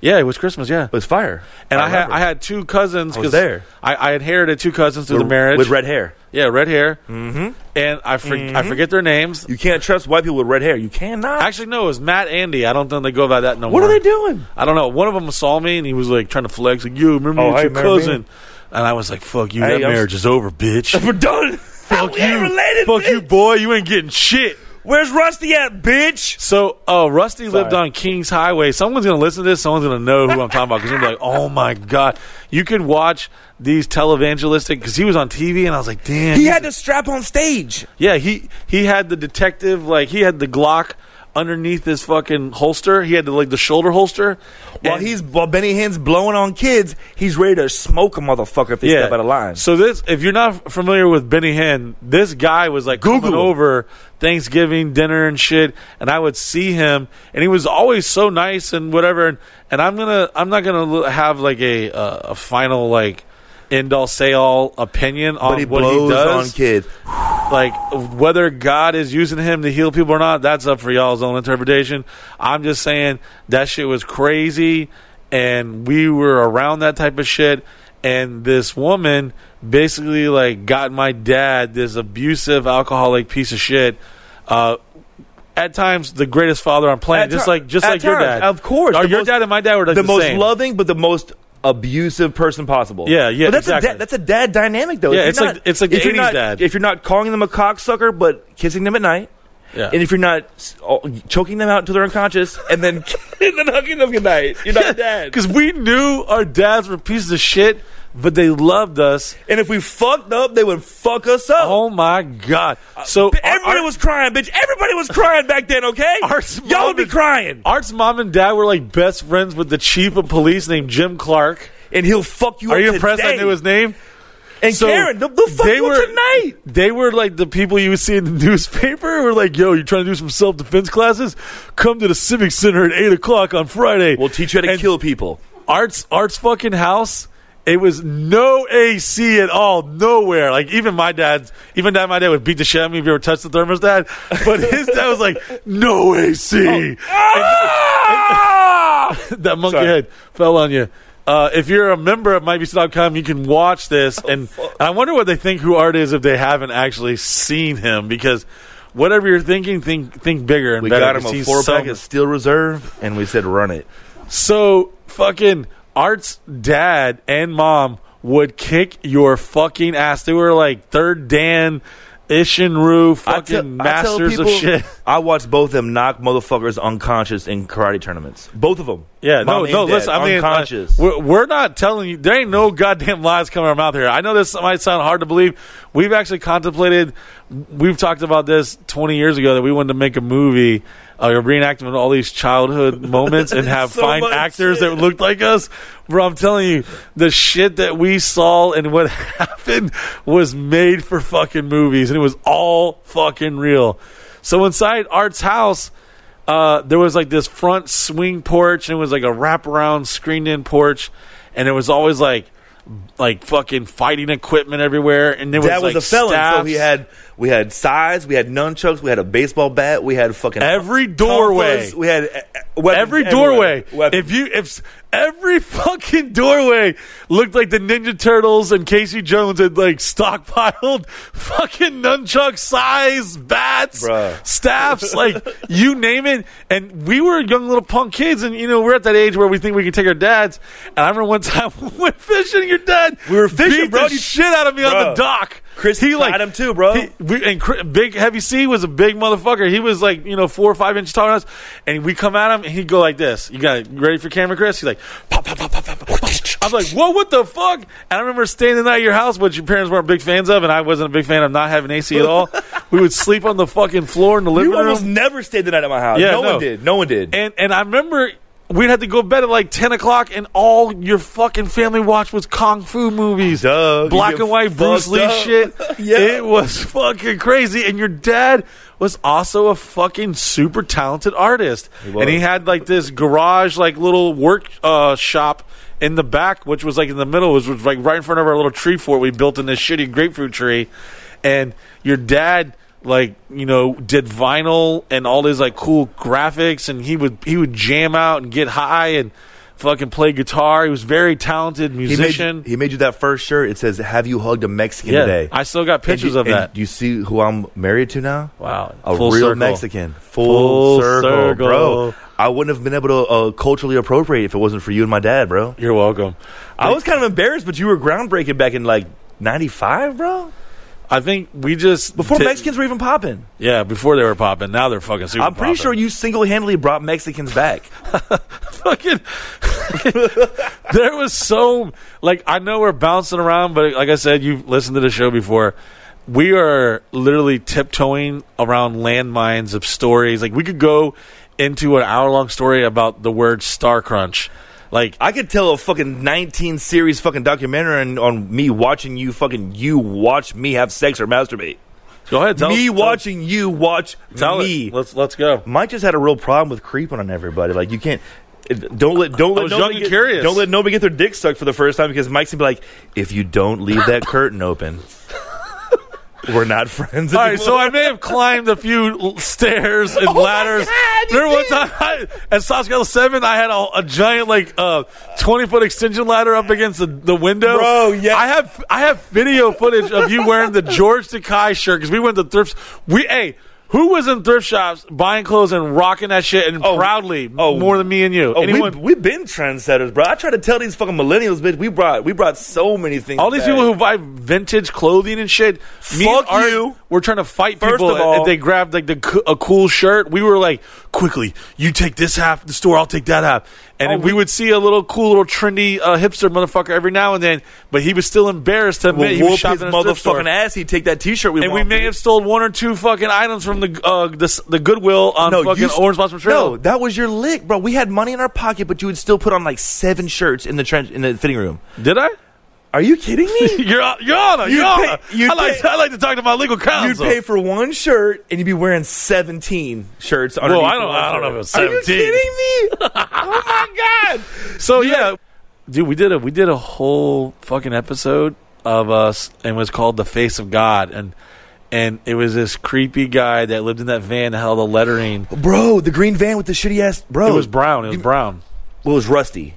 [SPEAKER 1] Yeah, it was Christmas. Yeah,
[SPEAKER 2] It was fire.
[SPEAKER 1] and I, had
[SPEAKER 2] remember.
[SPEAKER 1] I had two cousins
[SPEAKER 2] was
[SPEAKER 1] 'cause
[SPEAKER 2] there.
[SPEAKER 1] I, I inherited two cousins through
[SPEAKER 2] With-
[SPEAKER 1] the marriage
[SPEAKER 2] with red hair.
[SPEAKER 1] Yeah, red hair. Mm-hmm. And I for-
[SPEAKER 2] Mm-hmm.
[SPEAKER 1] I forget their names.
[SPEAKER 2] You can't trust white people with red hair. You cannot.
[SPEAKER 1] Actually, no, it was Matt Andy. I don't think they go by that no more.
[SPEAKER 2] what are they doing?
[SPEAKER 1] I don't know. One of them saw me and he was like trying to flex, like, "You remember
[SPEAKER 2] Oh,
[SPEAKER 1] it's
[SPEAKER 2] hey,
[SPEAKER 1] your
[SPEAKER 2] remember me?
[SPEAKER 1] cousin?" And I was like, "Fuck you!
[SPEAKER 2] Hey,
[SPEAKER 1] that
[SPEAKER 2] I'm s-
[SPEAKER 1] marriage is over,
[SPEAKER 2] [LAUGHS]
[SPEAKER 1] bitch. [LAUGHS]
[SPEAKER 2] We're done.
[SPEAKER 1] Fuck
[SPEAKER 2] We
[SPEAKER 1] you!
[SPEAKER 2] ain't related,
[SPEAKER 1] Fuck
[SPEAKER 2] bitch.
[SPEAKER 1] you, boy! You ain't getting shit."
[SPEAKER 2] Where's Rusty at, bitch?
[SPEAKER 1] So, uh, Rusty lived
[SPEAKER 2] Sorry.
[SPEAKER 1] on Kings Highway. Someone's gonna listen to this. Someone's gonna know who I'm talking about because they're gonna be like, "Oh my god!" You could watch these televangelistic because he was on TV, and I was like, "Damn,
[SPEAKER 2] He
[SPEAKER 1] he's
[SPEAKER 2] had to strap on stage.
[SPEAKER 1] Yeah, he he had the detective like he had the Glock underneath his fucking holster. He had the like the shoulder holster.
[SPEAKER 2] While
[SPEAKER 1] And-
[SPEAKER 2] he's while Benny Hinn's blowing on kids, he's ready to smoke a motherfucker if they
[SPEAKER 1] yeah.
[SPEAKER 2] step out of line.
[SPEAKER 1] So this, if you're not familiar with Benny Hinn, this guy was like
[SPEAKER 2] Google
[SPEAKER 1] coming
[SPEAKER 2] him.
[SPEAKER 1] over Thanksgiving dinner and shit, and I would see him, and he was always so nice and whatever. And, and I'm gonna, I'm not gonna l- have like a uh, a final like end all say all opinion on
[SPEAKER 2] but he
[SPEAKER 1] what
[SPEAKER 2] blows
[SPEAKER 1] he does.
[SPEAKER 2] on kids.
[SPEAKER 1] like whether God is using him to heal people or not, that's up for y'all's own interpretation. I'm just saying that shit was crazy, and we were around that type of shit. And this woman basically like got my dad, this abusive alcoholic piece of shit. Uh, at times, the greatest father on planet,
[SPEAKER 2] At
[SPEAKER 1] just
[SPEAKER 2] ti-
[SPEAKER 1] like just
[SPEAKER 2] at
[SPEAKER 1] like your
[SPEAKER 2] times,
[SPEAKER 1] dad,
[SPEAKER 2] of course.
[SPEAKER 1] Or
[SPEAKER 2] The
[SPEAKER 1] your
[SPEAKER 2] most-
[SPEAKER 1] dad and my dad were like
[SPEAKER 2] the,
[SPEAKER 1] the,
[SPEAKER 2] most
[SPEAKER 1] same.
[SPEAKER 2] loving, but the most abusive person possible.
[SPEAKER 1] Yeah, yeah,
[SPEAKER 2] But that's a
[SPEAKER 1] exactly.
[SPEAKER 2] dad, that's a dad dynamic though.
[SPEAKER 1] Yeah,
[SPEAKER 2] If you're
[SPEAKER 1] it's like-
[SPEAKER 2] not-
[SPEAKER 1] it's like the
[SPEAKER 2] if you're
[SPEAKER 1] 80s
[SPEAKER 2] not-
[SPEAKER 1] dad.
[SPEAKER 2] If you're not calling them a cocksucker, but kissing them at night,
[SPEAKER 1] Yeah. [LAUGHS]
[SPEAKER 2] and if you're not s- all- choking them out until they're unconscious, and then [LAUGHS] and then hugging them goodnight, you're not a dad.
[SPEAKER 1] Because we knew our dads were pieces of shit, but they loved us.
[SPEAKER 2] And if we fucked up, they would fuck us up.
[SPEAKER 1] Oh my god! So
[SPEAKER 2] But
[SPEAKER 1] our-
[SPEAKER 2] Uh, everybody
[SPEAKER 1] our-
[SPEAKER 2] was crying, bitch. Everybody was crying back then, okay?
[SPEAKER 1] Our
[SPEAKER 2] Y'all would be
[SPEAKER 1] small-
[SPEAKER 2] crying.
[SPEAKER 1] Art's mom and dad were like best friends with the chief of police named Jim Clark.
[SPEAKER 2] And he'll fuck you
[SPEAKER 1] Are
[SPEAKER 2] up
[SPEAKER 1] you impressed?
[SPEAKER 2] today.
[SPEAKER 1] I knew his name.
[SPEAKER 2] and
[SPEAKER 1] So
[SPEAKER 2] Karen, they'll, they'll fuck
[SPEAKER 1] they
[SPEAKER 2] you
[SPEAKER 1] were-
[SPEAKER 2] up tonight.
[SPEAKER 1] They were like the people you would see in the [LAUGHS] newspaper. Who were like, "Yo, you trying to do some self defense classes? Come to the civic center at eight o'clock on Friday.
[SPEAKER 2] We'll teach you how to
[SPEAKER 1] And
[SPEAKER 2] kill people.
[SPEAKER 1] Art's Art's fucking house. It was no AC at all, nowhere. Like even my dad's, even dad, my dad would beat the shit out of me if you ever touched the thermostat. But his dad was like, no AC.
[SPEAKER 2] Ah!
[SPEAKER 1] [LAUGHS] that monkey
[SPEAKER 2] Sorry.
[SPEAKER 1] head fell on you. Uh, if you're a member of MyBeast.com, you can watch this.
[SPEAKER 2] Oh,
[SPEAKER 1] and, and I wonder what they think who Art is if they haven't actually seen him because whatever you're thinking, think think bigger and
[SPEAKER 2] we
[SPEAKER 1] better.
[SPEAKER 2] got him
[SPEAKER 1] 'cause
[SPEAKER 2] a
[SPEAKER 1] he's
[SPEAKER 2] four pack
[SPEAKER 1] some-
[SPEAKER 2] of Steel Reserve, and we said, run it.
[SPEAKER 1] So fucking Art's dad and mom would kick your fucking ass. They were like third Dan, Ishinru, fucking masters of [LAUGHS] shit.
[SPEAKER 2] I watched both of them knock motherfuckers unconscious in karate tournaments. Both of them.
[SPEAKER 1] Yeah,
[SPEAKER 2] Mom
[SPEAKER 1] no,
[SPEAKER 2] and
[SPEAKER 1] no.
[SPEAKER 2] dad,
[SPEAKER 1] Listen, I mean, uh,
[SPEAKER 2] unconscious.
[SPEAKER 1] we're, we're not telling you. There ain't no goddamn lies coming out of our mouth here. I know this might sound hard to believe. We've actually contemplated. We've talked about this 20 years ago that we wanted to make a movie, uh, a reenactment of all these childhood moments,
[SPEAKER 2] [LAUGHS]
[SPEAKER 1] and have
[SPEAKER 2] So
[SPEAKER 1] fine
[SPEAKER 2] much
[SPEAKER 1] actors
[SPEAKER 2] shit.
[SPEAKER 1] that looked like us. Bro, I'm telling you, the shit that we saw and what [LAUGHS] happened was made for fucking movies, and it was all fucking real. So inside Art's house uh, there was like this front swing porch and it was like a wraparound screened in porch and it was always like like fucking fighting equipment everywhere, and there was
[SPEAKER 2] Dad was
[SPEAKER 1] like
[SPEAKER 2] a felon, so
[SPEAKER 1] staffs.
[SPEAKER 2] he had we had size, we had nunchucks, we had a baseball bat, we had fucking
[SPEAKER 1] Every
[SPEAKER 2] Tonfas,
[SPEAKER 1] doorway.
[SPEAKER 2] we had uh, uh, weapons
[SPEAKER 1] every
[SPEAKER 2] everywhere.
[SPEAKER 1] doorway.
[SPEAKER 2] Weapons.
[SPEAKER 1] If you if s- every fucking doorway looked like the Ninja Turtles and Casey Jones had like stockpiled [LAUGHS] fucking nunchuck size bats,
[SPEAKER 2] Bruh.
[SPEAKER 1] staffs,
[SPEAKER 2] [LAUGHS]
[SPEAKER 1] like you name it. And we were young little punk kids, and you know we're at that age where we think we can take our dads. And I remember one [LAUGHS] time we went fishing. Your dad
[SPEAKER 2] We were fishing,
[SPEAKER 1] beat
[SPEAKER 2] bro.
[SPEAKER 1] the
[SPEAKER 2] You-
[SPEAKER 1] shit out of me on the
[SPEAKER 2] Bruh.
[SPEAKER 1] dock.
[SPEAKER 2] Chris
[SPEAKER 1] he
[SPEAKER 2] tried
[SPEAKER 1] like
[SPEAKER 2] him too, bro.
[SPEAKER 1] he- we, and Cr- big heavy C was a big motherfucker. He was like you know four or five inches taller than us, and we come at him and he'd go like this. You got it ready for camera, Chris? He's like, pop, pop, pop, pop, pop, pop. I was like, whoa, what the fuck? And I remember staying the night at your house, which your parents weren't big fans of, and I wasn't a big fan of not having AC at
[SPEAKER 2] [LAUGHS]
[SPEAKER 1] all. we would sleep on the fucking floor in the living
[SPEAKER 2] you
[SPEAKER 1] room.
[SPEAKER 2] almost never stayed the night at my house.
[SPEAKER 1] Yeah,
[SPEAKER 2] no,
[SPEAKER 1] no.
[SPEAKER 2] one did. No one did.
[SPEAKER 1] And and I remember we'd have to go to bed at like ten o'clock, and all your fucking family watched was kung fu movies,
[SPEAKER 2] Duh, you
[SPEAKER 1] black
[SPEAKER 2] get
[SPEAKER 1] and white Bruce
[SPEAKER 2] fucked
[SPEAKER 1] Lee
[SPEAKER 2] up.
[SPEAKER 1] shit.
[SPEAKER 2] [LAUGHS] Yeah.
[SPEAKER 1] It was fucking crazy. And your dad was also a fucking super talented artist,
[SPEAKER 2] was.
[SPEAKER 1] and he had like this garage, like little work uh, shop. In the back, which was like in the middle, which was like right in front of our little tree fort we built in this shitty grapefruit tree, and your dad like you know did vinyl and all these like cool graphics and he would he would jam out and get high and fucking play guitar he was very talented
[SPEAKER 2] he
[SPEAKER 1] musician
[SPEAKER 2] made, he made you that first shirt. It says, "Have you hugged a Mexican
[SPEAKER 1] yeah
[SPEAKER 2] today?"
[SPEAKER 1] i still got
[SPEAKER 2] And you-
[SPEAKER 1] pictures of
[SPEAKER 2] and
[SPEAKER 1] that
[SPEAKER 2] Do you see who I'm married to now?
[SPEAKER 1] wow
[SPEAKER 2] A
[SPEAKER 1] Full
[SPEAKER 2] real
[SPEAKER 1] circle.
[SPEAKER 2] Mexican. Full,
[SPEAKER 1] Full
[SPEAKER 2] circle,
[SPEAKER 1] circle.
[SPEAKER 2] bro. I wouldn't have been able to uh, culturally appropriate if it wasn't for you and my dad, bro.
[SPEAKER 1] you're welcome
[SPEAKER 2] I was kind of embarrassed, but you were groundbreaking back in like '95, bro.
[SPEAKER 1] i think we just
[SPEAKER 2] Before
[SPEAKER 1] ti-
[SPEAKER 2] Mexicans were even popping.
[SPEAKER 1] yeah before they were popping now they're fucking super
[SPEAKER 2] I'm pretty
[SPEAKER 1] popping.
[SPEAKER 2] sure you single handedly brought Mexicans back. [LAUGHS]
[SPEAKER 1] fucking [LAUGHS] there was so like I know we're bouncing around, but like I said, you've listened to the show before. We are literally tiptoeing around landmines of stories. Like we could go into an hour long story about the word star crunch. Like
[SPEAKER 2] I could tell a fucking 19 series fucking documentary on, on me watching you fucking you watch me have sex or masturbate.
[SPEAKER 1] go ahead, tell
[SPEAKER 2] me
[SPEAKER 1] tell-
[SPEAKER 2] watching you watch
[SPEAKER 1] tell it.
[SPEAKER 2] me.
[SPEAKER 1] Let's let's go.
[SPEAKER 2] Mike just had a real problem with creeping on everybody. Like you can't. it- Don't let don't
[SPEAKER 1] I
[SPEAKER 2] let
[SPEAKER 1] was young
[SPEAKER 2] nobody
[SPEAKER 1] and
[SPEAKER 2] get,
[SPEAKER 1] curious.
[SPEAKER 2] don't let nobody get their dick sucked for the first time because Mike's gonna be like, if you don't leave that curtain
[SPEAKER 1] [LAUGHS]
[SPEAKER 2] open, we're not friends.
[SPEAKER 1] All
[SPEAKER 2] Anymore.
[SPEAKER 1] right, so I may have climbed a few l- stairs
[SPEAKER 2] [LAUGHS]
[SPEAKER 1] and ladders.
[SPEAKER 2] Oh God, you
[SPEAKER 1] there was time I, at Saskia Seven, I had a, a giant like uh, twenty foot extension ladder up against the, the window.
[SPEAKER 2] Bro, yeah.
[SPEAKER 1] I have I have video footage of you wearing the George Takai shirt because we went to thrifts. We hey. Who was in thrift shops buying clothes and rocking that shit and
[SPEAKER 2] Oh,
[SPEAKER 1] proudly
[SPEAKER 2] oh,
[SPEAKER 1] more than me and you?
[SPEAKER 2] Oh,
[SPEAKER 1] Anyone?
[SPEAKER 2] we, we've been trendsetters, bro. I try to tell these fucking millennials, bitch. We brought we brought so many things.
[SPEAKER 1] all these
[SPEAKER 2] back.
[SPEAKER 1] people who buy vintage clothing and shit. Me
[SPEAKER 2] Fuck
[SPEAKER 1] and Art
[SPEAKER 2] you.
[SPEAKER 1] We're trying to fight
[SPEAKER 2] First
[SPEAKER 1] people.
[SPEAKER 2] of all-
[SPEAKER 1] if they grabbed like the co- a cool shirt, we were like, quickly, you take this half of the store, I'll take that half. And then Oh, we, would see a little cool, little trendy uh, hipster motherfucker every now and then, but he was still embarrassed to
[SPEAKER 2] will
[SPEAKER 1] admit he was
[SPEAKER 2] whoop his
[SPEAKER 1] shopping at a thrift store.
[SPEAKER 2] motherfucking ass. He take that T-shirt. We
[SPEAKER 1] And we
[SPEAKER 2] want,
[SPEAKER 1] may
[SPEAKER 2] bitch.
[SPEAKER 1] have stolen one or two fucking items from the uh, the, s- the Goodwill on fucking
[SPEAKER 2] s-
[SPEAKER 1] Orange Blossom Trail.
[SPEAKER 2] No, that was your lick, bro. We had money in our pocket, but you would still put on like seven shirts in the trench in the fitting room.
[SPEAKER 1] Did I?
[SPEAKER 2] Are you kidding me?
[SPEAKER 1] [LAUGHS] Your, your Honor,
[SPEAKER 2] You
[SPEAKER 1] Your
[SPEAKER 2] pay-
[SPEAKER 1] Honor.
[SPEAKER 2] you
[SPEAKER 1] I, like,
[SPEAKER 2] pay-
[SPEAKER 1] I like to talk to my legal
[SPEAKER 2] You'd
[SPEAKER 1] counsel.
[SPEAKER 2] pay for one shirt and you'd be wearing seventeen shirts.
[SPEAKER 1] Well,
[SPEAKER 2] underneath
[SPEAKER 1] I don't,
[SPEAKER 2] one
[SPEAKER 1] I don't know if
[SPEAKER 2] shirt.
[SPEAKER 1] it was
[SPEAKER 2] Are
[SPEAKER 1] 17.
[SPEAKER 2] you kidding me? oh my god!
[SPEAKER 1] So yeah, dude, we did a we did a whole fucking episode of us, and it was called "The Face of God," and and it was this creepy guy that lived in that van that held the lettering.
[SPEAKER 2] Bro, the green van with the shitty ass. Bro,
[SPEAKER 1] It was brown. It was
[SPEAKER 2] You-
[SPEAKER 1] brown.
[SPEAKER 2] well, it was rusty.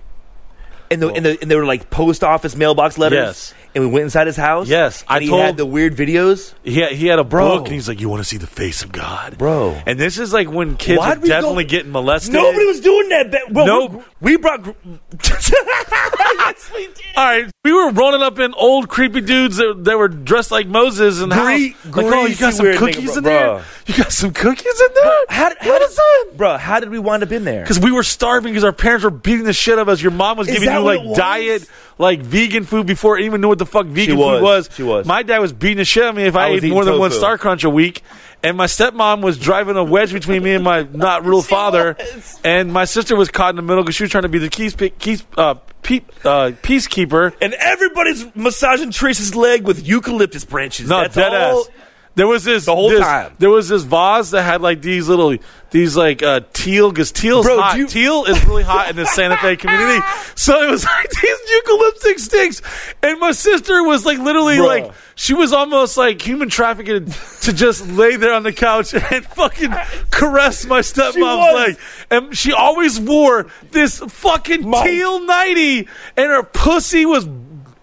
[SPEAKER 2] And, the, and, the, and they were like post office mailbox letters.
[SPEAKER 1] Yes.
[SPEAKER 2] And we went inside his house.
[SPEAKER 1] Yes,
[SPEAKER 2] And
[SPEAKER 1] I
[SPEAKER 2] he
[SPEAKER 1] told-
[SPEAKER 2] had the weird videos.
[SPEAKER 1] He had, he had a
[SPEAKER 2] Bro.
[SPEAKER 1] book, and he's like, "You want to see the face of God,
[SPEAKER 2] Bro.
[SPEAKER 1] And this is like when kids
[SPEAKER 2] Why'd
[SPEAKER 1] are
[SPEAKER 2] we go-
[SPEAKER 1] definitely getting molested.
[SPEAKER 2] Nobody was doing that. Ba- bro,
[SPEAKER 1] Nope.
[SPEAKER 2] we, we brought. gr- [LAUGHS] yes, we did.
[SPEAKER 1] All right, we were rolling up in old creepy dudes that, that were dressed like Moses and how,
[SPEAKER 2] Gre-
[SPEAKER 1] like, oh, you
[SPEAKER 2] greasy
[SPEAKER 1] got some
[SPEAKER 2] weird nigga,
[SPEAKER 1] cookies
[SPEAKER 2] bro-
[SPEAKER 1] in there.
[SPEAKER 2] bruh.
[SPEAKER 1] You got some cookies in there.
[SPEAKER 2] How, did- how
[SPEAKER 1] What
[SPEAKER 2] did-
[SPEAKER 1] is that?
[SPEAKER 2] bro? How did we wind up in there?
[SPEAKER 1] because we were starving because our parents were beating the shit out of us. Your mom was
[SPEAKER 2] Is
[SPEAKER 1] giving
[SPEAKER 2] that
[SPEAKER 1] you
[SPEAKER 2] what it
[SPEAKER 1] like
[SPEAKER 2] was?
[SPEAKER 1] diet, like vegan food before I even knew what the fuck vegan
[SPEAKER 2] was.
[SPEAKER 1] food was.
[SPEAKER 2] She was.
[SPEAKER 1] My dad was beating the shit out of me if I,
[SPEAKER 2] I was
[SPEAKER 1] ate
[SPEAKER 2] eating
[SPEAKER 1] more than one
[SPEAKER 2] tofu.
[SPEAKER 1] Star Crunch a week, and my stepmom was driving a wedge between me and my
[SPEAKER 2] [LAUGHS]
[SPEAKER 1] not real father.
[SPEAKER 2] was.
[SPEAKER 1] And my sister was caught in the middle because she was trying to be the keys, keys, uh, pe- uh, peacekeeper.
[SPEAKER 2] and everybody's massaging Trace's leg with eucalyptus branches.
[SPEAKER 1] No,
[SPEAKER 2] That's
[SPEAKER 1] dead
[SPEAKER 2] all.
[SPEAKER 1] ass. There was this
[SPEAKER 3] The whole
[SPEAKER 1] this-
[SPEAKER 3] time.
[SPEAKER 1] There was this vase that had like these little these like uh, teal because teal's
[SPEAKER 3] Bro, do
[SPEAKER 1] hot.
[SPEAKER 3] you-
[SPEAKER 1] Teal is really hot in the Santa
[SPEAKER 3] [LAUGHS]
[SPEAKER 1] Fe community. So it was like these eucalyptic sticks, and my sister was like literally
[SPEAKER 3] Bro.
[SPEAKER 1] like she was almost like human trafficking to just lay there on the couch and [LAUGHS] fucking caress my stepmom's
[SPEAKER 3] was.
[SPEAKER 1] leg. And she always wore this fucking
[SPEAKER 3] Mom.
[SPEAKER 1] teal nightie, and her pussy was.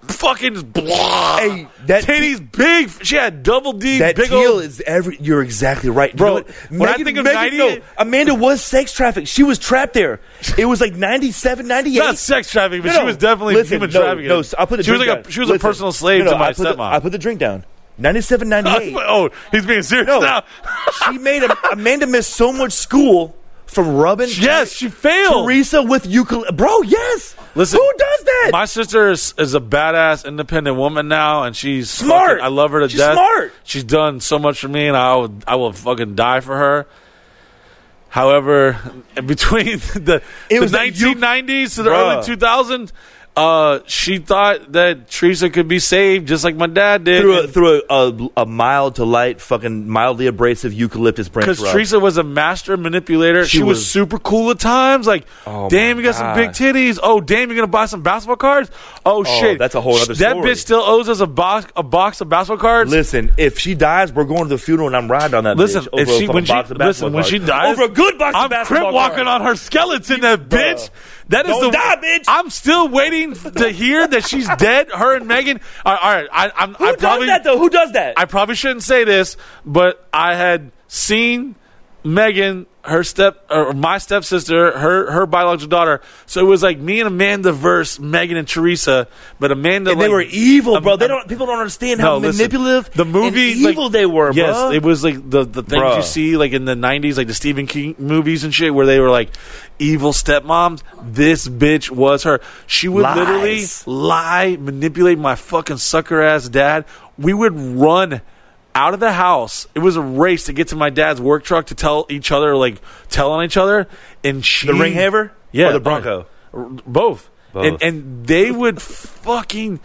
[SPEAKER 1] Fucking just blah.
[SPEAKER 2] Hey, that te-
[SPEAKER 1] titties big. She had double D
[SPEAKER 2] That
[SPEAKER 1] big
[SPEAKER 2] teal
[SPEAKER 1] old.
[SPEAKER 2] is every. You're exactly right,
[SPEAKER 1] Bro,
[SPEAKER 2] You know what?
[SPEAKER 1] when I think of 90
[SPEAKER 2] Amanda was sex trafficked. She was trapped there. It was like 97, 98.
[SPEAKER 1] Not sex trafficking, but
[SPEAKER 2] No,
[SPEAKER 1] she
[SPEAKER 2] no.
[SPEAKER 1] was definitely
[SPEAKER 2] Listen,
[SPEAKER 1] human
[SPEAKER 2] no,
[SPEAKER 1] trafficking.
[SPEAKER 2] No, so I put the
[SPEAKER 1] she was
[SPEAKER 2] drink
[SPEAKER 1] like a,
[SPEAKER 2] down.
[SPEAKER 1] she was a
[SPEAKER 2] Listen,
[SPEAKER 1] personal slave
[SPEAKER 2] no, no,
[SPEAKER 1] to my
[SPEAKER 2] I put The,
[SPEAKER 1] stepmom.
[SPEAKER 2] I put the drink down.
[SPEAKER 1] [LAUGHS]
[SPEAKER 2] 97, 98.
[SPEAKER 1] oh, he's being serious
[SPEAKER 2] No.
[SPEAKER 1] now.
[SPEAKER 2] she made a, Amanda miss so much school from rubbing.
[SPEAKER 1] yes, she failed.
[SPEAKER 2] Teresa with eucalypt. Bro, yes.
[SPEAKER 1] Listen,
[SPEAKER 2] who does that?
[SPEAKER 1] My sister is, is a badass, independent woman now, and she's
[SPEAKER 2] Smart.
[SPEAKER 1] fucking- I love her to
[SPEAKER 2] She's
[SPEAKER 1] death.
[SPEAKER 2] smart.
[SPEAKER 1] She's done so much for me, and I will, I will fucking die for her. However, between [LAUGHS] the,
[SPEAKER 2] It
[SPEAKER 1] the
[SPEAKER 2] was that you-
[SPEAKER 1] 1990s to the
[SPEAKER 2] Bruh.
[SPEAKER 1] early 2000s, uh, she thought that Teresa could be saved just like my dad did.
[SPEAKER 2] through a,
[SPEAKER 1] And-
[SPEAKER 2] through a, a, a mild to light, fucking mildly abrasive eucalyptus branch.
[SPEAKER 1] because
[SPEAKER 2] rub.
[SPEAKER 1] Teresa was a master manipulator. She,
[SPEAKER 2] She
[SPEAKER 1] was,
[SPEAKER 2] was-
[SPEAKER 1] super cool at times. Like,
[SPEAKER 2] Oh,
[SPEAKER 1] damn,
[SPEAKER 2] my
[SPEAKER 1] you got some big
[SPEAKER 2] God.
[SPEAKER 1] titties. Oh, damn, you're gonna buy some basketball cards. Oh, shit,
[SPEAKER 2] that's a whole other
[SPEAKER 1] That
[SPEAKER 2] story.
[SPEAKER 1] bitch still owes us a box, a box of basketball cards.
[SPEAKER 2] Listen, if she dies, we're going to the funeral, and I'm riding on that.
[SPEAKER 1] Listen,
[SPEAKER 2] bitch over
[SPEAKER 1] if she
[SPEAKER 2] a fucking
[SPEAKER 1] when she
[SPEAKER 2] box of
[SPEAKER 1] listen
[SPEAKER 2] basketball
[SPEAKER 1] when she
[SPEAKER 2] cards.
[SPEAKER 1] dies
[SPEAKER 2] over a good box
[SPEAKER 1] I'm
[SPEAKER 2] of basketball
[SPEAKER 1] crip walking
[SPEAKER 2] cards.
[SPEAKER 1] on her skeleton. That bitch. That is the
[SPEAKER 2] Don't die, bitch.
[SPEAKER 1] I'm still waiting to hear that she's dead. Her and Megan. All right, all right I, I'm.
[SPEAKER 2] Who
[SPEAKER 1] I
[SPEAKER 2] does
[SPEAKER 1] probably
[SPEAKER 2] that though? Who does that?
[SPEAKER 1] I probably shouldn't say this, but I had seen Megan, her step or my stepsister, her her biological daughter. So it was like me and Amanda versus Megan and Teresa, but Amanda
[SPEAKER 2] and
[SPEAKER 1] like,
[SPEAKER 2] they were evil,
[SPEAKER 1] um,
[SPEAKER 2] bro. They
[SPEAKER 1] um,
[SPEAKER 2] don't. People don't understand
[SPEAKER 1] no,
[SPEAKER 2] how
[SPEAKER 1] listen.
[SPEAKER 2] manipulative
[SPEAKER 1] the movie
[SPEAKER 2] and evil
[SPEAKER 1] like-
[SPEAKER 2] they were,
[SPEAKER 1] Yes,
[SPEAKER 2] bro.
[SPEAKER 1] it was like the the things
[SPEAKER 2] Bruh.
[SPEAKER 1] you see like in the '90s, like the Stephen King movies and shit, where they were like evil stepmoms. This bitch was her. She would
[SPEAKER 2] Lies.
[SPEAKER 1] literally lie, manipulate my fucking sucker ass dad. We would run out of the house. It was a race to get to my dad's work truck to tell each other, like tell on each other. And she
[SPEAKER 2] the ring haver,
[SPEAKER 1] yeah,
[SPEAKER 2] or the Bronco.
[SPEAKER 1] uh, both. And
[SPEAKER 2] Both.
[SPEAKER 1] and they would fucking.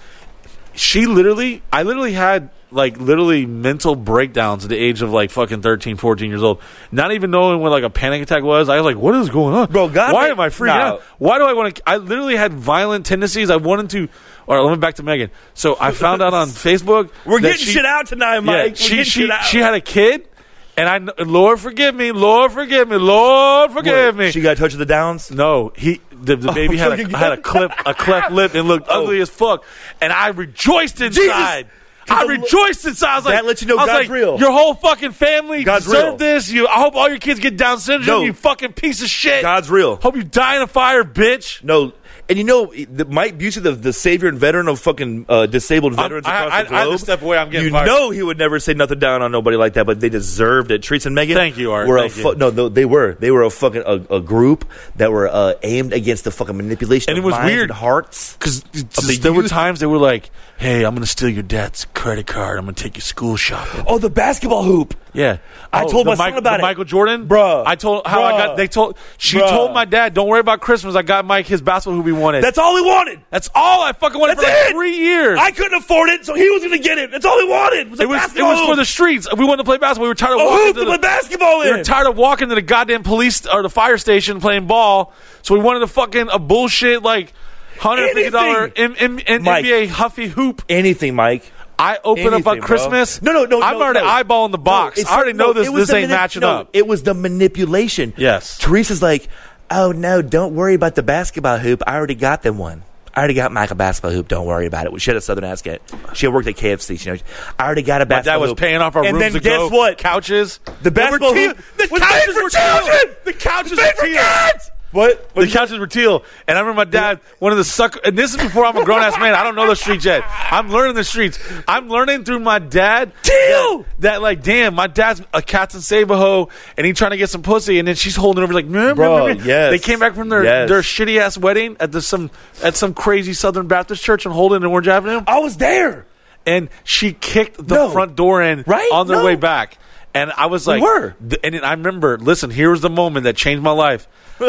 [SPEAKER 1] She literally, I literally had like literally mental breakdowns at the age of like fucking 13, 14 years old. Not even knowing what like a panic attack was. I was like, what is going on,
[SPEAKER 2] Bro, God
[SPEAKER 1] Why
[SPEAKER 2] ma-
[SPEAKER 1] am I freaking
[SPEAKER 2] No.
[SPEAKER 1] out? Why do I want to? I literally had violent tendencies. I wanted to. All right, let me back to Megan. So I found out
[SPEAKER 2] [LAUGHS]
[SPEAKER 1] on Facebook
[SPEAKER 2] We're
[SPEAKER 1] that
[SPEAKER 2] getting
[SPEAKER 1] she-
[SPEAKER 2] shit out tonight, Mike. We're
[SPEAKER 1] she she
[SPEAKER 2] getting shit out.
[SPEAKER 1] she had a kid, and I kn- Lord forgive me, Lord forgive me, Lord forgive me.
[SPEAKER 2] She got a touch of the downs.
[SPEAKER 1] No, he the,
[SPEAKER 2] [LAUGHS] Oh,
[SPEAKER 1] the baby had
[SPEAKER 2] fucking
[SPEAKER 1] a, had a clip a cleft lip and looked
[SPEAKER 2] Oh.
[SPEAKER 1] ugly as fuck, and I rejoiced inside. I
[SPEAKER 2] the-
[SPEAKER 1] rejoiced inside. I was like,
[SPEAKER 2] That lets you know
[SPEAKER 1] I was
[SPEAKER 2] God's
[SPEAKER 1] like,
[SPEAKER 2] real.
[SPEAKER 1] Your whole fucking family
[SPEAKER 2] God's
[SPEAKER 1] deserved
[SPEAKER 2] real.
[SPEAKER 1] this. You, I hope all your kids get Down syndrome.
[SPEAKER 2] No.
[SPEAKER 1] You fucking piece of shit.
[SPEAKER 2] God's real.
[SPEAKER 1] Hope you die in a fire, bitch.
[SPEAKER 2] No, and you know the, Mike Busey, the, the savior and veteran of fucking uh, disabled veterans
[SPEAKER 1] I-
[SPEAKER 2] across
[SPEAKER 1] I-
[SPEAKER 2] the
[SPEAKER 1] I had
[SPEAKER 2] globe.
[SPEAKER 1] to step away. I'm getting
[SPEAKER 2] You
[SPEAKER 1] fired.
[SPEAKER 2] know he would never say nothing down on nobody like that, but they deserved it. Treats and Megan,
[SPEAKER 1] Thank you, Art.
[SPEAKER 2] Were a
[SPEAKER 1] Thank you.
[SPEAKER 2] fu- no, no, they were they were a fucking a, a group that were uh, aimed against the fucking manipulation.
[SPEAKER 1] And
[SPEAKER 2] of
[SPEAKER 1] it was
[SPEAKER 2] minds
[SPEAKER 1] weird.
[SPEAKER 2] and hearts.
[SPEAKER 1] Because
[SPEAKER 2] the
[SPEAKER 1] there were
[SPEAKER 2] youth.
[SPEAKER 1] times they were like, "Hey, I'm gonna steal your dad's credit card. I'm gonna take your school shopping."
[SPEAKER 2] Oh, the basketball hoop.
[SPEAKER 1] Yeah,
[SPEAKER 2] I told
[SPEAKER 1] the
[SPEAKER 2] my son
[SPEAKER 1] Mike-
[SPEAKER 2] about
[SPEAKER 1] the
[SPEAKER 2] it.
[SPEAKER 1] Michael Jordan,
[SPEAKER 2] Bruh.
[SPEAKER 1] I told how I got.
[SPEAKER 2] Bruh.
[SPEAKER 1] They told she
[SPEAKER 2] Bruh.
[SPEAKER 1] told my dad, "Don't worry about Christmas. I got Mike his basketball hoop he wanted."
[SPEAKER 2] That's all he wanted.
[SPEAKER 1] That's all I fucking wanted
[SPEAKER 2] That's
[SPEAKER 1] for like
[SPEAKER 2] it!
[SPEAKER 1] three years.
[SPEAKER 2] I couldn't afford it, so he was going to get it. That's all he wanted. Was a
[SPEAKER 1] it was it
[SPEAKER 2] basketball
[SPEAKER 1] was for the
[SPEAKER 2] hoop.
[SPEAKER 1] streets. We wanted to play basketball. We were tired of
[SPEAKER 2] A
[SPEAKER 1] walking
[SPEAKER 2] hoop
[SPEAKER 1] to
[SPEAKER 2] to
[SPEAKER 1] the,
[SPEAKER 2] play basketball
[SPEAKER 1] we were
[SPEAKER 2] in.
[SPEAKER 1] tired of walking to the goddamn police or the fire station playing ball. So we wanted a fucking a bullshit like hundred fifty dollar M- M- M-
[SPEAKER 2] Mike.
[SPEAKER 1] NBA huffy hoop.
[SPEAKER 2] Anything, Mike.
[SPEAKER 1] I open up on
[SPEAKER 2] Anything, bro.
[SPEAKER 1] Christmas.
[SPEAKER 2] No, no, no.
[SPEAKER 1] I'm
[SPEAKER 2] no,
[SPEAKER 1] already
[SPEAKER 2] no.
[SPEAKER 1] eyeballing the
[SPEAKER 2] No,
[SPEAKER 1] box.
[SPEAKER 2] it's-
[SPEAKER 1] I already
[SPEAKER 2] no,
[SPEAKER 1] know this.
[SPEAKER 2] it was
[SPEAKER 1] This
[SPEAKER 2] the
[SPEAKER 1] ain't
[SPEAKER 2] manip-
[SPEAKER 1] matching
[SPEAKER 2] no,
[SPEAKER 1] up.
[SPEAKER 2] It was the manipulation.
[SPEAKER 1] Yes.
[SPEAKER 2] Teresa's like, oh no, don't worry about the basketball hoop. I already got them one. I already got Mike a basketball hoop. Don't worry about it. She had a Southern accent. She had worked at KFC. She knows. I already got a basketball
[SPEAKER 1] That was
[SPEAKER 2] hoop.
[SPEAKER 1] paying off our
[SPEAKER 2] and
[SPEAKER 1] rooms
[SPEAKER 2] then
[SPEAKER 1] to
[SPEAKER 2] guess
[SPEAKER 1] go.
[SPEAKER 2] what?
[SPEAKER 1] Couches. They
[SPEAKER 2] The
[SPEAKER 1] were
[SPEAKER 2] basketball
[SPEAKER 1] teal-
[SPEAKER 2] hoop was
[SPEAKER 1] couches
[SPEAKER 2] made for
[SPEAKER 1] were teal.
[SPEAKER 2] children!
[SPEAKER 1] The couches
[SPEAKER 2] Made
[SPEAKER 1] were
[SPEAKER 2] for
[SPEAKER 1] teal.
[SPEAKER 2] kids! What?
[SPEAKER 1] The couches were teal, and I remember my dad, one of the sucker, and this is before I'm a grown ass man. I don't know the streets yet. I'm learning the streets. I'm learning through my dad.
[SPEAKER 2] Teal!
[SPEAKER 1] That, that, like, damn, my dad's a cats and Sabaho, and he trying to get some pussy, and then she's holding over like, meh, meh,
[SPEAKER 2] Bro,
[SPEAKER 1] meh, meh.
[SPEAKER 2] yes.
[SPEAKER 1] They came back from their
[SPEAKER 2] Yes.
[SPEAKER 1] their shitty ass wedding at the some at some crazy Southern Baptist church on Holden and Orange Avenue
[SPEAKER 2] I was there.
[SPEAKER 1] and she kicked the
[SPEAKER 2] No.
[SPEAKER 1] front door in
[SPEAKER 2] Right?
[SPEAKER 1] on their
[SPEAKER 2] No.
[SPEAKER 1] way back. And I was like,
[SPEAKER 2] were.
[SPEAKER 1] th- and I remember, listen, here was the moment that changed my life.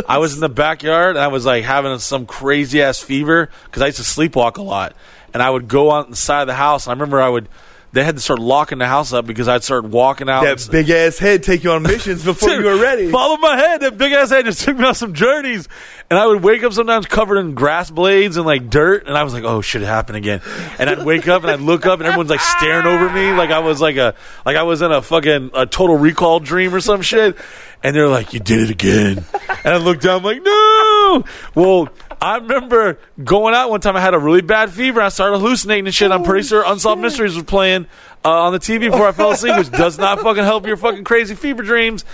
[SPEAKER 1] I was in the backyard and I was like having some crazy ass fever because I used to sleepwalk a lot. And I would go out the side of the house and I remember I would they had to start locking the house up because I'd start walking out. and
[SPEAKER 2] That
[SPEAKER 1] s-
[SPEAKER 2] big ass head take you on missions before
[SPEAKER 1] Dude,
[SPEAKER 2] you were ready.
[SPEAKER 1] Follow my head. That big ass head just took me on some journeys. And I would wake up sometimes covered in grass blades and like dirt. And I was like, oh, shit, it happened again. And I'd wake up and I'd look up and everyone's like staring over me like I was like a, like I was in a fucking a total recall dream or some shit. And they're like, you did it again. And I looked down, I'm like, no. Well, I remember going out one time. I had a really bad fever. I started hallucinating and shit. I'm pretty sure Unsolved Mysteries was playing uh, on the TV before I fell asleep, which does not fucking help your fucking crazy fever dreams.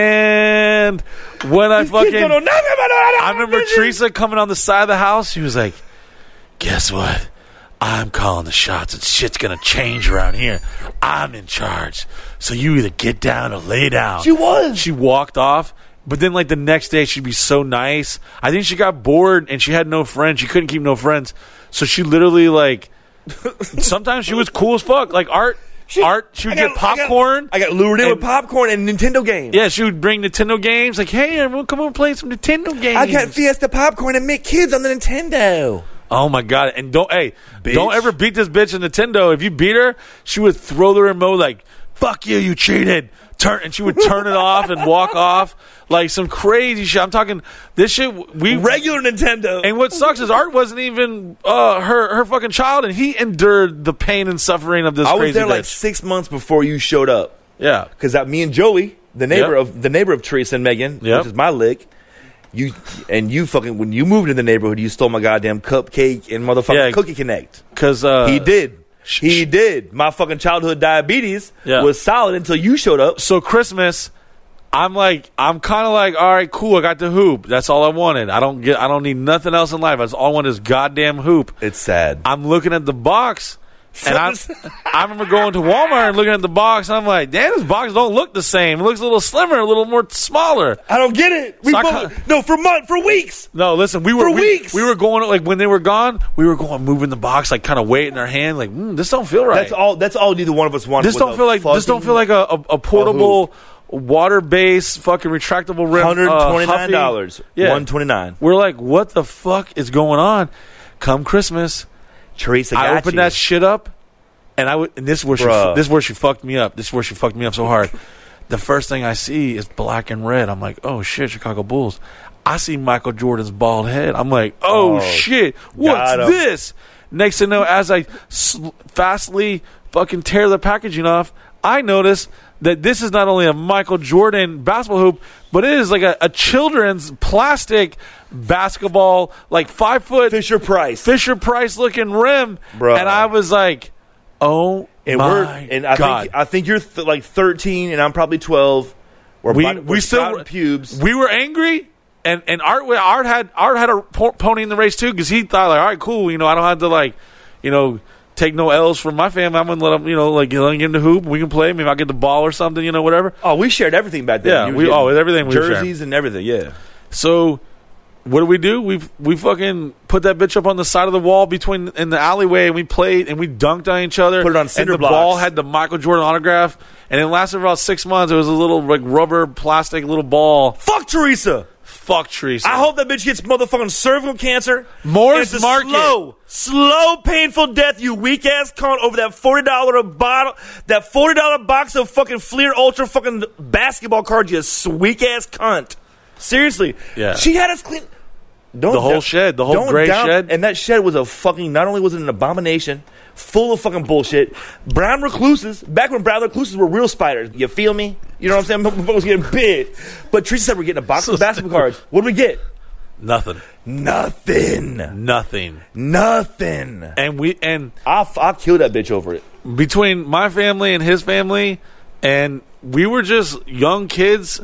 [SPEAKER 1] And when I fucking, I remember Teresa coming on the side of the house. She was like, "Guess what? I'm calling the shots, and shit's gonna change around here. I'm in charge. So you either get down or lay down."
[SPEAKER 2] She was.
[SPEAKER 1] She walked off. But then, like the next day, she'd be so nice. I think she got bored and she had no friends. She couldn't keep no friends, so she literally
[SPEAKER 2] [LAUGHS]
[SPEAKER 1] like. sometimes she was cool as fuck. Like art, art. She would
[SPEAKER 2] I
[SPEAKER 1] get
[SPEAKER 2] got- I got-
[SPEAKER 1] popcorn.
[SPEAKER 2] I got lured in
[SPEAKER 1] and-
[SPEAKER 2] with popcorn and Nintendo games.
[SPEAKER 1] Yeah, she would bring Nintendo games. Like, hey, everyone, come over and play some Nintendo games.
[SPEAKER 2] I got Fiesta popcorn and make kids on the Nintendo.
[SPEAKER 1] Oh my god! And don't hey,
[SPEAKER 2] Bitch.
[SPEAKER 1] don't ever beat this bitch in Nintendo. If you beat her, she would throw the remote like "fuck you, you cheated." Turn and she would turn it off and walk
[SPEAKER 2] [LAUGHS]
[SPEAKER 1] off like some crazy shit. I'm talking this shit. We
[SPEAKER 2] Regular Nintendo.
[SPEAKER 1] and what sucks is Art wasn't even uh, her her fucking child, and he endured the pain and suffering of this.
[SPEAKER 2] I was
[SPEAKER 1] crazy
[SPEAKER 2] there like
[SPEAKER 1] bitch.
[SPEAKER 2] six months before you showed up.
[SPEAKER 1] yeah,
[SPEAKER 2] because me and Joey, the neighbor
[SPEAKER 1] Yep.
[SPEAKER 2] of the neighbor of Teresa and Megan,
[SPEAKER 1] Yep.
[SPEAKER 2] which is my lick, you and you fucking when you moved in the neighborhood, you stole my goddamn cupcake and motherfucking
[SPEAKER 1] Yeah.
[SPEAKER 2] cookie connect.
[SPEAKER 1] because uh,
[SPEAKER 2] he did.
[SPEAKER 1] sh-
[SPEAKER 2] He
[SPEAKER 1] sh-
[SPEAKER 2] did. My fucking childhood diabetes
[SPEAKER 1] Yeah.
[SPEAKER 2] was solid until you showed up.
[SPEAKER 1] so Christmas, I'm like, I'm kind of like, all right, cool. I got the hoop. That's all I wanted. I don't get, I don't need nothing else in life. That's all I want is goddamn hoop.
[SPEAKER 2] It's sad.
[SPEAKER 1] I'm looking at the box, and
[SPEAKER 2] [LAUGHS]
[SPEAKER 1] I, I remember going to Walmart and looking at the box. And I'm like, damn, this box don't look the same. It looks a little slimmer, a little more smaller.
[SPEAKER 2] I don't get it. We
[SPEAKER 1] So I
[SPEAKER 2] both-
[SPEAKER 1] ca-
[SPEAKER 2] no for month for weeks.
[SPEAKER 1] No, listen, we were
[SPEAKER 2] For
[SPEAKER 1] we,
[SPEAKER 2] weeks.
[SPEAKER 1] we were going like when they were gone, we were going moving the box, like kind of weight in our hand, like mm, this don't feel right.
[SPEAKER 2] That's all. That's all. Neither one of us wanted.
[SPEAKER 1] This don't feel like this don't feel like a, a, a portable water based fucking retractable rim. uh,
[SPEAKER 2] Hundred twenty nine dollars.
[SPEAKER 1] Huffy. yeah.
[SPEAKER 2] One twenty nine.
[SPEAKER 1] We're like, what the fuck is going on? Come Christmas,
[SPEAKER 2] Teresa, got
[SPEAKER 1] I opened
[SPEAKER 2] you.
[SPEAKER 1] that shit up, and I would, and this is where she,
[SPEAKER 2] Bruh.
[SPEAKER 1] this is where she fucked me up. This is where she fucked me up so hard. the first thing I see is black and red. I'm like, oh shit, Chicago Bulls. I see Michael Jordan's bald head. I'm like, oh,
[SPEAKER 2] Oh,
[SPEAKER 1] shit,
[SPEAKER 2] got
[SPEAKER 1] what's
[SPEAKER 2] him.
[SPEAKER 1] this? Next to know, as I sl- fastly fucking tear the packaging off, I notice that this is not only a Michael Jordan basketball hoop, but it is like a, a children's plastic basketball, like five foot
[SPEAKER 2] Fisher Price.
[SPEAKER 1] Fisher Price looking rim,
[SPEAKER 2] Bruh.
[SPEAKER 1] and I was like, "Oh
[SPEAKER 2] and
[SPEAKER 1] my
[SPEAKER 2] we're and I
[SPEAKER 1] god!"
[SPEAKER 2] think I think you're th- like 13 and I'm probably 12. We're
[SPEAKER 1] we
[SPEAKER 2] about-
[SPEAKER 1] we
[SPEAKER 2] we're
[SPEAKER 1] still
[SPEAKER 2] sprouting pubes.
[SPEAKER 1] We were angry, and and Art Art had Art had a po- pony in the race too because he thought like, "All right, cool, you know, I don't have to like, you know." Take no L's from my family. I'm gonna let them, you know, like let him get in the hoop. We can play. Maybe I'll get the ball or something, you know, whatever.
[SPEAKER 2] oh, we shared everything back then.
[SPEAKER 1] Yeah,
[SPEAKER 2] You were
[SPEAKER 1] we-
[SPEAKER 2] getting
[SPEAKER 1] oh, everything we shared.
[SPEAKER 2] jerseys and everything. Yeah,
[SPEAKER 1] So, what do we do? We we fucking put that bitch up on the side of the wall between in the alleyway, and we played and we dunked on each other.
[SPEAKER 2] Put it on
[SPEAKER 1] and
[SPEAKER 2] cinder
[SPEAKER 1] the
[SPEAKER 2] blocks.
[SPEAKER 1] ball had the Michael Jordan autograph, and it lasted about six months. It was a little like rubber plastic little ball.
[SPEAKER 2] fuck Teresa.
[SPEAKER 1] Fuck Teresa.
[SPEAKER 2] I hope that bitch gets motherfucking cervical cancer.
[SPEAKER 1] Morris
[SPEAKER 2] it's a
[SPEAKER 1] Market.
[SPEAKER 2] slow, slow, painful death. You weak ass cunt over that forty dollar bottle, that forty dollar box of fucking Fleer Ultra fucking basketball cards. You weak ass cunt. Seriously.
[SPEAKER 1] Yeah.
[SPEAKER 2] She had us clean. Don't
[SPEAKER 1] The whole
[SPEAKER 2] dou-
[SPEAKER 1] shed, the whole
[SPEAKER 2] don't
[SPEAKER 1] gray
[SPEAKER 2] doubt-
[SPEAKER 1] shed.
[SPEAKER 2] and that shed was a fucking. Not only was it an abomination, full of fucking bullshit. Brown recluses. Back when brown recluses were real spiders. You feel me? You know what I'm saying? [LAUGHS] Motherfuckers was getting bit. But Teresa said we're getting
[SPEAKER 1] [LAUGHS]
[SPEAKER 2] a box of basketball cards. What do we get?
[SPEAKER 1] nothing,
[SPEAKER 2] Nothing.
[SPEAKER 1] nothing,
[SPEAKER 2] Nothing.
[SPEAKER 1] and we and
[SPEAKER 2] I f- I killed that bitch over it.
[SPEAKER 1] between my family and his family, and we were just young kids.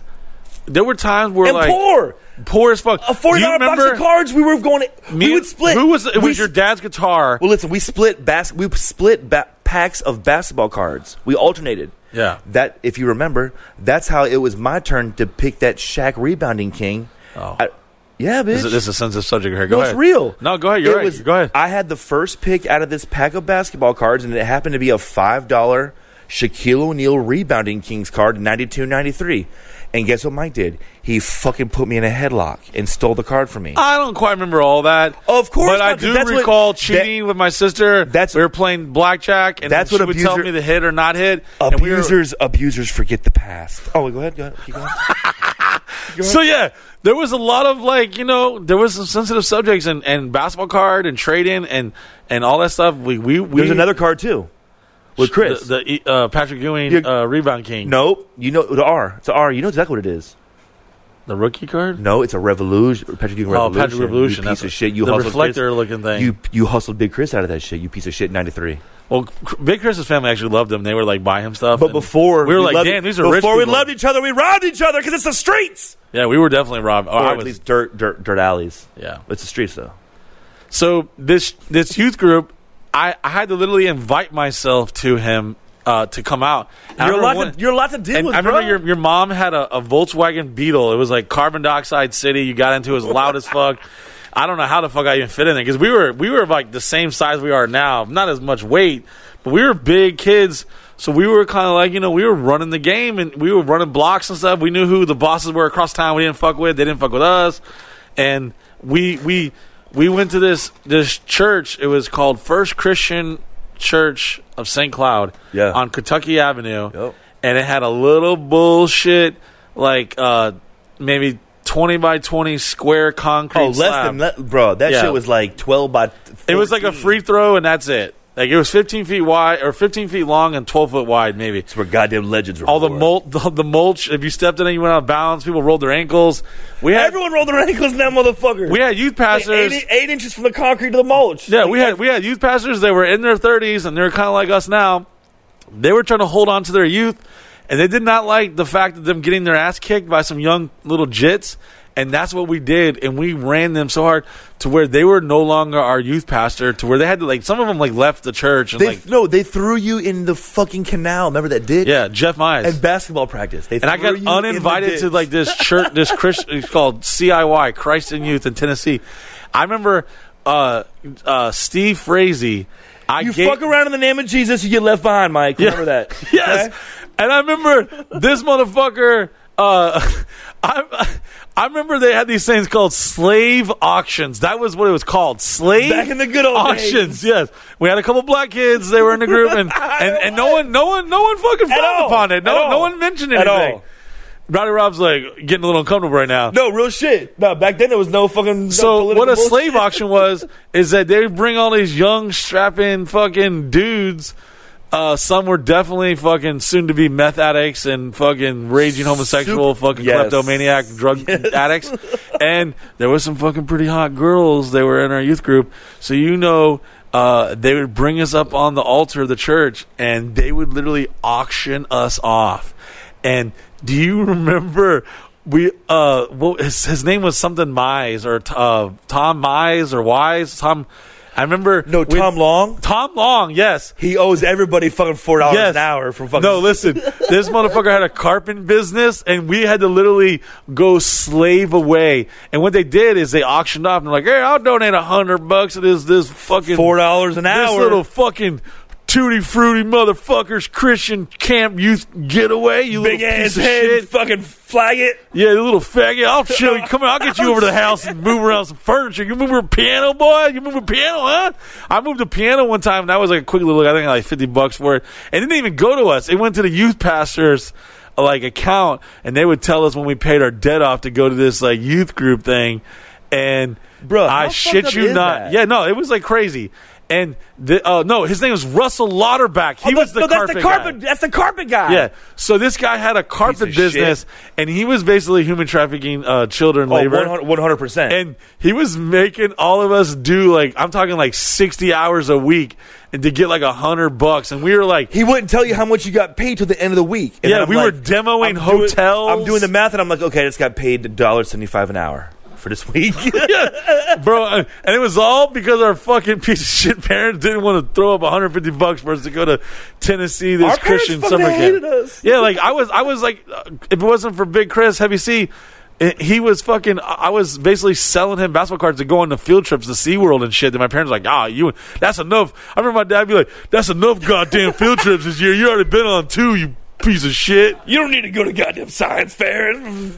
[SPEAKER 1] There were times where
[SPEAKER 2] And
[SPEAKER 1] like
[SPEAKER 2] poor.
[SPEAKER 1] poor as fuck.
[SPEAKER 2] A forty
[SPEAKER 1] Do you
[SPEAKER 2] dollar box
[SPEAKER 1] remember
[SPEAKER 2] of cards. We were going.
[SPEAKER 1] me
[SPEAKER 2] we
[SPEAKER 1] and-
[SPEAKER 2] would split.
[SPEAKER 1] Who was it?
[SPEAKER 2] we
[SPEAKER 1] Was your
[SPEAKER 2] sp-
[SPEAKER 1] dad's guitar?
[SPEAKER 2] Well, listen. We split. Bas- we split ba- packs of basketball cards. We alternated.
[SPEAKER 1] Yeah.
[SPEAKER 2] That if you remember, that's how it was my turn to pick that Shaq rebounding king.
[SPEAKER 1] Oh.
[SPEAKER 2] I- yeah, bitch.
[SPEAKER 1] This is, this is a sensitive subject here. Go
[SPEAKER 2] No,
[SPEAKER 1] ahead.
[SPEAKER 2] it's real.
[SPEAKER 1] No, go ahead. You're
[SPEAKER 2] It
[SPEAKER 1] right.
[SPEAKER 2] was-
[SPEAKER 1] go ahead.
[SPEAKER 2] I had the first pick out of this pack of basketball cards, and it happened to be a five dollar Shaquille O'Neal rebounding Kings card, ninety two ninety three. And guess what Mike did? He fucking put me in a headlock and stole the card from me.
[SPEAKER 1] I don't quite remember all that.
[SPEAKER 2] Of course
[SPEAKER 1] but I
[SPEAKER 2] not, 'cause
[SPEAKER 1] do
[SPEAKER 2] that's what-
[SPEAKER 1] recall
[SPEAKER 2] that-
[SPEAKER 1] cheating with my sister.
[SPEAKER 2] That's-
[SPEAKER 1] we were playing blackjack, and
[SPEAKER 2] That's
[SPEAKER 1] she
[SPEAKER 2] what
[SPEAKER 1] would tell
[SPEAKER 2] abuser-
[SPEAKER 1] me to hit or not hit. and we were-
[SPEAKER 2] abusers, abusers forget the past. Oh, go ahead. Go ahead. Keep going.
[SPEAKER 1] so yeah, there was a lot of like you know there was some sensitive subjects and, and basketball card and trading and and all that stuff. We we, we
[SPEAKER 2] There's another card too with Chris.
[SPEAKER 1] the, the uh, Patrick Ewing
[SPEAKER 2] You-
[SPEAKER 1] uh, rebound king.
[SPEAKER 2] nope. You know the R. It's a R. You know exactly what it is.
[SPEAKER 1] the rookie card.
[SPEAKER 2] No, it's a revolution. Patrick Ewing
[SPEAKER 1] Oh,
[SPEAKER 2] revolution.
[SPEAKER 1] Patrick Revolution.
[SPEAKER 2] You piece
[SPEAKER 1] that's
[SPEAKER 2] of shit. You
[SPEAKER 1] the
[SPEAKER 2] hustled
[SPEAKER 1] reflector looking thing.
[SPEAKER 2] Chris. You you hustled Big Chris out of that shit. You piece of shit. Ninety three.
[SPEAKER 1] well, C- Big Chris's family actually loved him. They were like buy him stuff.
[SPEAKER 2] But
[SPEAKER 1] and-
[SPEAKER 2] before
[SPEAKER 1] we were like,
[SPEAKER 2] loved-
[SPEAKER 1] damn, these are
[SPEAKER 2] before
[SPEAKER 1] rich
[SPEAKER 2] we
[SPEAKER 1] people.
[SPEAKER 2] loved each other, we robbed each other because it's the streets.
[SPEAKER 1] yeah, we were definitely robbed. Oh,
[SPEAKER 2] Or
[SPEAKER 1] I
[SPEAKER 2] at
[SPEAKER 1] was,
[SPEAKER 2] least dirt dirt dirt alleys.
[SPEAKER 1] yeah.
[SPEAKER 2] It's the streets though.
[SPEAKER 1] So this this youth group, I, I had to literally invite myself to him uh, to come out. And I
[SPEAKER 2] You're a
[SPEAKER 1] remember
[SPEAKER 2] lot.
[SPEAKER 1] one-
[SPEAKER 2] To, you're a lot to deal
[SPEAKER 1] and
[SPEAKER 2] with,
[SPEAKER 1] I remember
[SPEAKER 2] bro. Oh,
[SPEAKER 1] your your mom had a, a Volkswagen Beetle. It was like carbon dioxide city. You got into it, it was loud as fuck. I don't know how the fuck I even fit in there because we were we were like the same size we are now, not as much weight, but we were big kids. So we were kind of like you know we were running the game and we were running blocks and stuff. We knew who the bosses were across town. We didn't fuck with. They didn't fuck with us. And we we we went to this this church. It was called First Christian Church of St. Cloud
[SPEAKER 2] Yeah.
[SPEAKER 1] on Kentucky Avenue
[SPEAKER 2] Yep.
[SPEAKER 1] and it had a little bullshit like uh maybe 20 by 20 square concrete
[SPEAKER 2] Oh, less
[SPEAKER 1] slab.
[SPEAKER 2] than le- bro. That
[SPEAKER 1] Yeah.
[SPEAKER 2] shit was like twelve by.
[SPEAKER 1] it was like a
[SPEAKER 2] 14.
[SPEAKER 1] free throw and that's it like it was 15 feet wide or 15 feet long and 12 foot wide maybe
[SPEAKER 2] It's where goddamn legends were.
[SPEAKER 1] all the
[SPEAKER 2] born.
[SPEAKER 1] mul- [LAUGHS] the, the mulch if you stepped in it you went out of bounds people rolled their ankles we had
[SPEAKER 2] Everyone rolled their ankles in that motherfucker.
[SPEAKER 1] we had youth
[SPEAKER 2] Like,
[SPEAKER 1] pastors
[SPEAKER 2] eight, eight inches from the concrete to the mulch.
[SPEAKER 1] Yeah, we had we had youth pastors that were in their 30s and they're kind of like us now. They were trying to hold on to their youth, and they did not like the fact of them getting their ass kicked by some young little jits. And that's what we did, and we ran them so hard to where they were no longer our youth pastor. To where they had to like some of them like left the church and
[SPEAKER 2] They,
[SPEAKER 1] like
[SPEAKER 2] no, they threw you in the fucking canal. Remember that ditch?
[SPEAKER 1] yeah, Jeff Mize.
[SPEAKER 2] And basketball practice. They
[SPEAKER 1] and I got uninvited to like this church, this Christian, it's called CIY, Christ in Youth in Tennessee. I remember uh, uh, Steve Frazee. I
[SPEAKER 2] You
[SPEAKER 1] gave,
[SPEAKER 2] fuck around in the name of Jesus, you get left behind, Mike.
[SPEAKER 1] [LAUGHS]
[SPEAKER 2] Remember that? [LAUGHS]
[SPEAKER 1] Yes.
[SPEAKER 2] Okay?
[SPEAKER 1] And I remember this motherfucker. Uh, [LAUGHS] I I remember they had these things called slave auctions. That was what it was called. Slave
[SPEAKER 2] Back in the good old
[SPEAKER 1] auctions. Yes, we had a couple black kids. They were in the group,
[SPEAKER 2] [LAUGHS]
[SPEAKER 1] and and, and no one, no one, no one fucking
[SPEAKER 2] At
[SPEAKER 1] frowned
[SPEAKER 2] all.
[SPEAKER 1] upon it.
[SPEAKER 2] At
[SPEAKER 1] No,
[SPEAKER 2] all.
[SPEAKER 1] no one mentioned
[SPEAKER 2] At
[SPEAKER 1] anything.
[SPEAKER 2] all.
[SPEAKER 1] Rowdy Rob's like getting a little uncomfortable right now.
[SPEAKER 2] No, real shit. No, back then there was no fucking. no
[SPEAKER 1] So
[SPEAKER 2] political
[SPEAKER 1] what a
[SPEAKER 2] bullshit.
[SPEAKER 1] slave auction
[SPEAKER 2] [LAUGHS]
[SPEAKER 1] was is that they bring all these young strapping fucking dudes. Uh, some were definitely fucking soon to be meth addicts and fucking raging homosexual, fucking
[SPEAKER 2] Yes.
[SPEAKER 1] kleptomaniac
[SPEAKER 2] [LAUGHS]
[SPEAKER 1] drug addicts, and there was some fucking pretty hot girls. They were in our youth group, so you know uh, they would bring us up on the altar of the church, and they would literally auction us off. And do you [LAUGHS] remember we uh what, his, his name was something Mize or uh, Tom Mize or Wise Tom? I remember
[SPEAKER 2] No,
[SPEAKER 1] we-
[SPEAKER 2] Tom Long.
[SPEAKER 1] Tom Long, yes.
[SPEAKER 2] He owes everybody fucking four dollars
[SPEAKER 1] Yes.
[SPEAKER 2] an hour from fucking.
[SPEAKER 1] No, listen. This motherfucker had a carpet business, and we had to literally go slave away. And what they did is they auctioned off, and they're like, "Hey, I'll donate a hundred bucks to this this fucking
[SPEAKER 2] four dollars an
[SPEAKER 1] this
[SPEAKER 2] hour.
[SPEAKER 1] little fucking tutti frutti motherfuckers Christian camp youth getaway. You
[SPEAKER 2] big
[SPEAKER 1] little
[SPEAKER 2] ass
[SPEAKER 1] piece of
[SPEAKER 2] head,
[SPEAKER 1] shit.
[SPEAKER 2] fucking flag it.
[SPEAKER 1] Yeah, you little faggot. I'll show you. Come here. I'll get you over to the house and move around some furniture. You move a piano, boy? You move a piano, huh? I moved a piano one time, and that was like a quick little, I think like 50 bucks for it. It didn't even go to us. It went to the youth pastor's like account, and they would tell us when we paid our debt off to go to this like youth group thing. And
[SPEAKER 2] Bruh, how
[SPEAKER 1] I
[SPEAKER 2] fucked
[SPEAKER 1] shit
[SPEAKER 2] up
[SPEAKER 1] you
[SPEAKER 2] is
[SPEAKER 1] not.
[SPEAKER 2] that?
[SPEAKER 1] Yeah, no, it was like crazy. And the, uh, no, his name was Russell Lauterbach. He
[SPEAKER 2] Oh,
[SPEAKER 1] was the
[SPEAKER 2] no,
[SPEAKER 1] carpet.
[SPEAKER 2] That's the
[SPEAKER 1] guy.
[SPEAKER 2] carpet. That's the carpet guy.
[SPEAKER 1] Yeah. So this guy had a carpet
[SPEAKER 2] Piece of
[SPEAKER 1] business, and he was basically human trafficking uh, children
[SPEAKER 2] Oh,
[SPEAKER 1] labor.
[SPEAKER 2] 100 percent.
[SPEAKER 1] and he was making all of us do like I'm talking like 60 hours a week, and to get like a hundred bucks, and we were like,
[SPEAKER 2] he wouldn't tell you how much you got paid till the end of the week. And
[SPEAKER 1] Yeah,
[SPEAKER 2] then I'm
[SPEAKER 1] we
[SPEAKER 2] like,
[SPEAKER 1] were demoing
[SPEAKER 2] I'm doing-
[SPEAKER 1] hotels.
[SPEAKER 2] I'm doing the math, and I'm like, okay, I just got paid $1.75 an hour for this week. [LAUGHS]
[SPEAKER 1] [LAUGHS] bro, uh, and it was all because our fucking piece of shit parents didn't want to throw up 150 bucks for us to go to Tennessee this
[SPEAKER 2] Our parents
[SPEAKER 1] Christian
[SPEAKER 2] fucking
[SPEAKER 1] summer
[SPEAKER 2] hated
[SPEAKER 1] camp.
[SPEAKER 2] us.
[SPEAKER 1] Yeah, like I was, I was like, uh, if it wasn't for Big Chris, Heavy C. it- eh, He was fucking. I I was basically selling him basketball cards to go on the field trips to SeaWorld and shit. That my parents were like, ah, you, that's enough. I remember my dad be like, that's enough goddamn field trips this year. You already been on two, you piece of shit.
[SPEAKER 2] You don't need to go to goddamn science fair.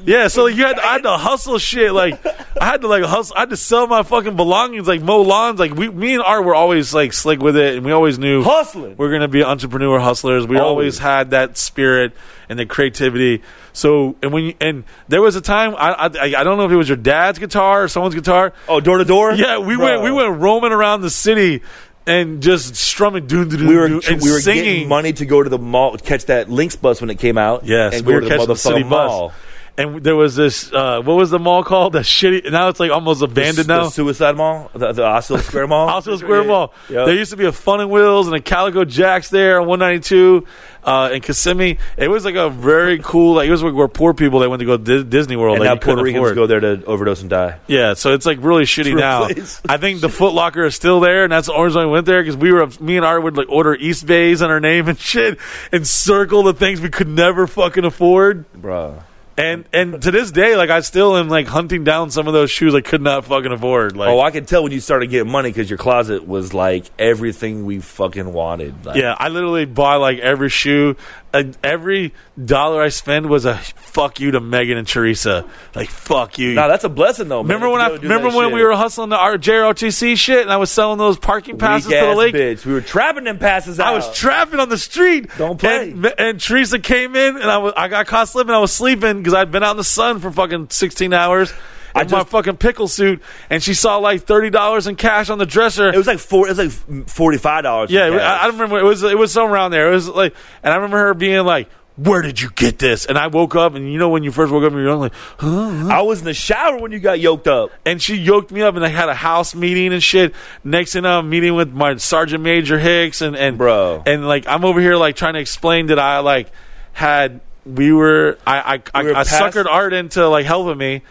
[SPEAKER 1] Yeah, so like, you had I had to hustle shit. Like I had to like hustle. I had to sell my fucking belongings. Like mow lawns. Like we, me and Art were always like slick with it, and we always knew
[SPEAKER 2] Hustling.
[SPEAKER 1] we're gonna be entrepreneur hustlers. We always,
[SPEAKER 2] Always.
[SPEAKER 1] had that spirit and the creativity. So and when you, and there was a time I, I I don't know if it was your dad's guitar or someone's guitar.
[SPEAKER 2] Oh, door to door.
[SPEAKER 1] Yeah, we went we went roaming around the city and just strumming doom doom
[SPEAKER 2] We were
[SPEAKER 1] doom and
[SPEAKER 2] we were
[SPEAKER 1] singing.
[SPEAKER 2] getting money to go to the mall, catch that Lynx bus when it came out.
[SPEAKER 1] Yes,
[SPEAKER 2] and go to the
[SPEAKER 1] catching
[SPEAKER 2] motherfucking mall.
[SPEAKER 1] bus. And there was this, uh, what was the mall called? That shitty. Now it's like almost abandoned
[SPEAKER 2] the,
[SPEAKER 1] now.
[SPEAKER 2] the Suicide Mall, the, the Osceola Square Mall.
[SPEAKER 1] Osceola Square Mall.
[SPEAKER 2] Yeah.
[SPEAKER 1] There used to be a Fun and Wheels and a Calico Jacks there on 192 uh, in Kissimmee. It was like a
[SPEAKER 2] [LAUGHS]
[SPEAKER 1] very cool. Like it was where, where poor people that went to go to Dis- Disney World.
[SPEAKER 2] and
[SPEAKER 1] like,
[SPEAKER 2] now
[SPEAKER 1] you couldn't
[SPEAKER 2] Puerto Ricans
[SPEAKER 1] afford.
[SPEAKER 2] go there to overdose and die.
[SPEAKER 1] Yeah, so it's like really shitty now.
[SPEAKER 2] replace-
[SPEAKER 1] I think the Foot Locker is still there, and that's the orange line we went there because we were me and Art would like order East Bays on our name and [LAUGHS] shit, and circle the things we could never fucking afford.
[SPEAKER 2] Bruh.
[SPEAKER 1] And and to this day, like I still am like hunting down some of those shoes I could not fucking afford. Like,
[SPEAKER 2] Oh, I could tell when you started getting money because your closet was like everything we fucking wanted. Like,
[SPEAKER 1] yeah, I literally buy like every shoe. Uh, every dollar I spend was a fuck you to Megan and Teresa. Like fuck you.
[SPEAKER 2] Nah, that's a blessing though. Man.
[SPEAKER 1] remember when
[SPEAKER 2] To
[SPEAKER 1] I
[SPEAKER 2] go do
[SPEAKER 1] remember
[SPEAKER 2] that
[SPEAKER 1] when
[SPEAKER 2] shit.
[SPEAKER 1] we were hustling the our JROTC shit, and I was selling those parking passes to the
[SPEAKER 2] Weak-ass
[SPEAKER 1] lake.
[SPEAKER 2] bitch. We were trapping them passes out.
[SPEAKER 1] I was trapping on the street.
[SPEAKER 2] Don't play.
[SPEAKER 1] And, and Teresa came in, and I was I got caught slipping. I was sleeping because I'd been out in the sun for fucking sixteen hours.
[SPEAKER 2] I
[SPEAKER 1] In my
[SPEAKER 2] just-
[SPEAKER 1] fucking pickle suit, and she saw like thirty dollars in cash on the dresser.
[SPEAKER 2] it was like four. It was like forty five dollars.
[SPEAKER 1] yeah, I, I don't remember. It was it was somewhere around there. It was like, and I remember her being like, "Where did you get this?" And I woke up, and you know when you first woke up, you're like, huh?
[SPEAKER 2] I was in the shower when you got yoked up.
[SPEAKER 1] and she yoked me up, and I had a house meeting and shit. Next thing I'm meeting with my sergeant major Hicks, and and
[SPEAKER 2] Bro.
[SPEAKER 1] and like I'm over here like trying to explain that I like had we were I I,
[SPEAKER 2] We were
[SPEAKER 1] I, I
[SPEAKER 2] past-
[SPEAKER 1] suckered Art into like helping me.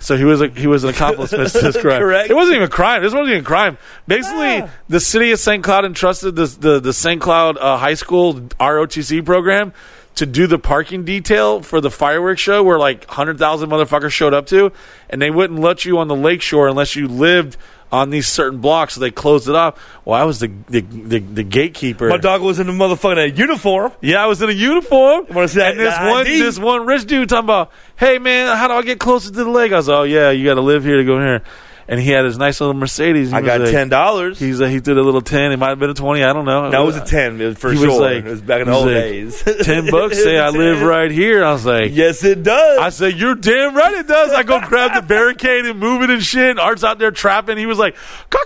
[SPEAKER 1] So he was a, he was an accomplice to
[SPEAKER 2] [LAUGHS]
[SPEAKER 1] this crime.
[SPEAKER 2] Correct.
[SPEAKER 1] It wasn't even a crime. This wasn't even a crime. Basically, the city of St. Cloud entrusted the the, the St. Cloud uh, High School ROTC program to do the parking detail for the fireworks show, where like hundred thousand motherfuckers showed up to, and they wouldn't let you on the lakeshore unless you lived on these certain blocks. So they closed it off. Well, I was the the, the, the gatekeeper.
[SPEAKER 2] My dog was in the motherfucking uniform.
[SPEAKER 1] Yeah, I was in a uniform.
[SPEAKER 2] wanna see that-
[SPEAKER 1] and this
[SPEAKER 2] that
[SPEAKER 1] one,
[SPEAKER 2] ID?
[SPEAKER 1] this one rich dude talking about, "Hey man, how do I get closer to the lake?" I was, "Oh yeah, you got to live here to go here." And he had his nice little Mercedes. He
[SPEAKER 2] I
[SPEAKER 1] was
[SPEAKER 2] got
[SPEAKER 1] like-
[SPEAKER 2] ten dollars.
[SPEAKER 1] He's like, he did a little ten. It might have been a twenty. I don't know.
[SPEAKER 2] No, it was a ten it was for
[SPEAKER 1] He was
[SPEAKER 2] sure.
[SPEAKER 1] like-
[SPEAKER 2] it was back in the
[SPEAKER 1] he's
[SPEAKER 2] old
[SPEAKER 1] like,
[SPEAKER 2] days. [LAUGHS]
[SPEAKER 1] [LAUGHS] ten bucks. Say I live right here. I was like,
[SPEAKER 2] Yes, it does.
[SPEAKER 1] I said, "You're damn right it does." I
[SPEAKER 2] [LAUGHS]
[SPEAKER 1] go grab the barricade and move it and shit. And Art's out there trapping. He was like, "Caca," like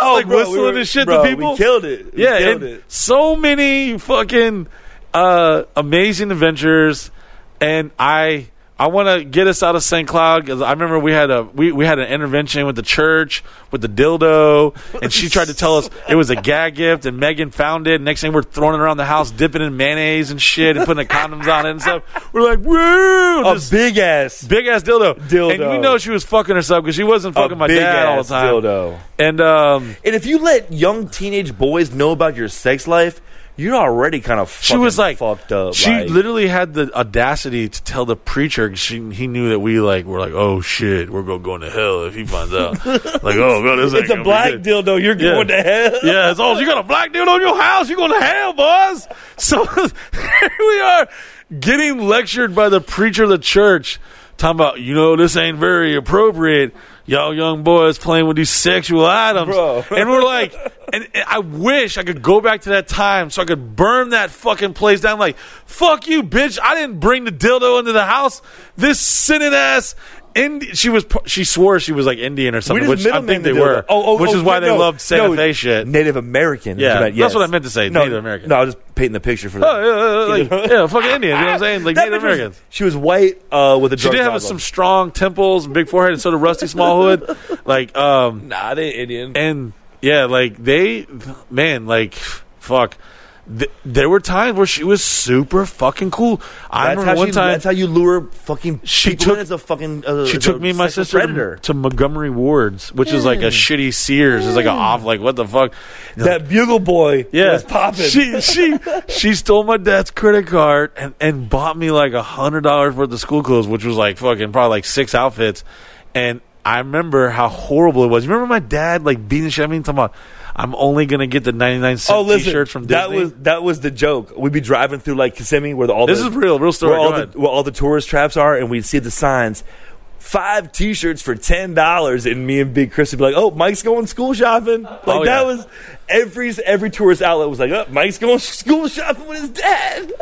[SPEAKER 2] Oh, bro, we
[SPEAKER 1] whistling
[SPEAKER 2] were-
[SPEAKER 1] and shit
[SPEAKER 2] bro,
[SPEAKER 1] to people.
[SPEAKER 2] We killed it. We
[SPEAKER 1] yeah,
[SPEAKER 2] killed
[SPEAKER 1] and
[SPEAKER 2] it.
[SPEAKER 1] so many fucking uh, amazing adventures, and I I want to get us out of St. Cloud because I remember we had a we, we had an intervention with the church with the dildo, and she tried to tell us it was a gag gift, and Megan found it. Next thing we're throwing it around the house, dipping in mayonnaise and shit, and putting the condoms on it and stuff. We're like, woo!
[SPEAKER 2] A
[SPEAKER 1] This
[SPEAKER 2] big ass,
[SPEAKER 1] Big ass dildo.
[SPEAKER 2] Dildo.
[SPEAKER 1] And we know she was fucking herself because she wasn't
[SPEAKER 2] a
[SPEAKER 1] fucking my
[SPEAKER 2] big
[SPEAKER 1] dad all
[SPEAKER 2] ass
[SPEAKER 1] the time.
[SPEAKER 2] dildo.
[SPEAKER 1] And um,
[SPEAKER 2] And if you let young teenage boys know about your sex life, you're already kind of
[SPEAKER 1] she was like
[SPEAKER 2] fucked up.
[SPEAKER 1] She
[SPEAKER 2] like,
[SPEAKER 1] literally had the audacity to tell the preacher 'cause she he knew that we like were like oh shit we're gonna go into hell if he finds
[SPEAKER 2] [LAUGHS]
[SPEAKER 1] out like oh god this ain't
[SPEAKER 2] it's a
[SPEAKER 1] gonna be
[SPEAKER 2] black
[SPEAKER 1] good.
[SPEAKER 2] dildo. You're
[SPEAKER 1] Yeah.
[SPEAKER 2] going to hell.
[SPEAKER 1] [LAUGHS] Yeah, it's all you got a black dude on your house. You're going to hell, boys. [LAUGHS] So here we are getting lectured by the preacher of the church, talking about, you know, this ain't very appropriate. Y'all young boys playing with these sexual items.
[SPEAKER 2] Bro.
[SPEAKER 1] And we're like, and, and I wish I could go back to that time so I could burn that fucking place down. Like, fuck you, bitch. I didn't bring the dildo into the house. This sinning ass. Indi- she was. par- She swore she was like Indian or something,
[SPEAKER 2] [LAUGHS] We
[SPEAKER 1] which
[SPEAKER 2] just
[SPEAKER 1] I think
[SPEAKER 2] middlemen the
[SPEAKER 1] they
[SPEAKER 2] dildo.
[SPEAKER 1] were.
[SPEAKER 2] Oh, oh,
[SPEAKER 1] which
[SPEAKER 2] oh,
[SPEAKER 1] is why they
[SPEAKER 2] no,
[SPEAKER 1] loved Santa
[SPEAKER 2] no,
[SPEAKER 1] Fe shit.
[SPEAKER 2] Native American. is
[SPEAKER 1] Yeah,
[SPEAKER 2] what I-
[SPEAKER 1] that's what I meant to say, Native American.
[SPEAKER 2] No, I was just painting the picture for that.
[SPEAKER 1] Oh, yeah, yeah, yeah, like, yeah, fucking Indian. You know what I'm saying? Like
[SPEAKER 2] That
[SPEAKER 1] Native
[SPEAKER 2] bitch was-
[SPEAKER 1] Americans.
[SPEAKER 2] She was white uh, with a.
[SPEAKER 1] She did have some strong temples, big forehead, and so did Rusty
[SPEAKER 2] [LAUGHS]
[SPEAKER 1] Smallwood. like, um,
[SPEAKER 2] Nah, they Indian.
[SPEAKER 1] and yeah, like they, man, like, fuck. Th- there were times where she was super fucking cool. I
[SPEAKER 2] That's
[SPEAKER 1] remember
[SPEAKER 2] how,
[SPEAKER 1] one
[SPEAKER 2] she,
[SPEAKER 1] time
[SPEAKER 2] that's how you lure fucking
[SPEAKER 1] She
[SPEAKER 2] people
[SPEAKER 1] took-
[SPEAKER 2] in as a fucking uh,
[SPEAKER 1] she
[SPEAKER 2] as
[SPEAKER 1] took
[SPEAKER 2] a
[SPEAKER 1] me and my
[SPEAKER 2] sexual
[SPEAKER 1] sister to,
[SPEAKER 2] predator. Hmm.
[SPEAKER 1] to Montgomery Ward's, which is like a shitty Sears. It's like an off, like what the fuck.
[SPEAKER 2] that bugle boy
[SPEAKER 1] Yeah,
[SPEAKER 2] was popping.
[SPEAKER 1] She she she stole my dad's credit card and and bought me like a hundred dollars worth of school clothes, which was like fucking probably like six outfits. And I remember how horrible it was. You remember my dad like beating the shit out of me, and talking about. I'm only gonna get the 99 cent
[SPEAKER 2] Oh, listen,
[SPEAKER 1] T-shirts from Disney.
[SPEAKER 2] that was that was the joke. We'd be driving through like Kissimmee, where the, all
[SPEAKER 1] this
[SPEAKER 2] the,
[SPEAKER 1] is real, real story.
[SPEAKER 2] where all
[SPEAKER 1] Go
[SPEAKER 2] the
[SPEAKER 1] ahead.
[SPEAKER 2] where all the tourist traps are, and we'd see the signs. Five T-shirts for ten dollars, and me and Big Chris would be like, "Oh, Mike's going school shopping." Like
[SPEAKER 1] Oh,
[SPEAKER 2] that
[SPEAKER 1] yeah.
[SPEAKER 2] was every every tourist outlet was like, "Oh, Mike's going school shopping with his dad."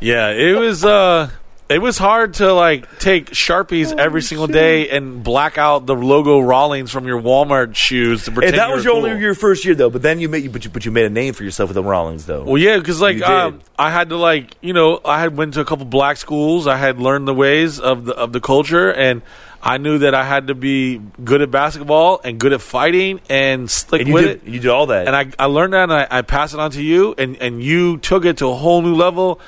[SPEAKER 1] Yeah, it was uh it was hard to like take Sharpies
[SPEAKER 2] Oh,
[SPEAKER 1] every single day and black out the logo Rawlings from your Walmart shoes to
[SPEAKER 2] And
[SPEAKER 1] pretend.
[SPEAKER 2] that
[SPEAKER 1] you
[SPEAKER 2] was
[SPEAKER 1] were
[SPEAKER 2] your
[SPEAKER 1] cool.
[SPEAKER 2] only your first year though. But then you made you but you, but you made a name for yourself with the Rollins though.
[SPEAKER 1] Well, yeah, because like
[SPEAKER 2] You did.
[SPEAKER 1] um, I had to like you know I had went to a couple black schools. I had learned the ways of the of the culture, and I knew that I had to be good at basketball and good at fighting and slick
[SPEAKER 2] and you
[SPEAKER 1] with
[SPEAKER 2] did
[SPEAKER 1] it.
[SPEAKER 2] you did all that.
[SPEAKER 1] and I, I learned that and I, I pass it on to you and, and you took it to a whole new level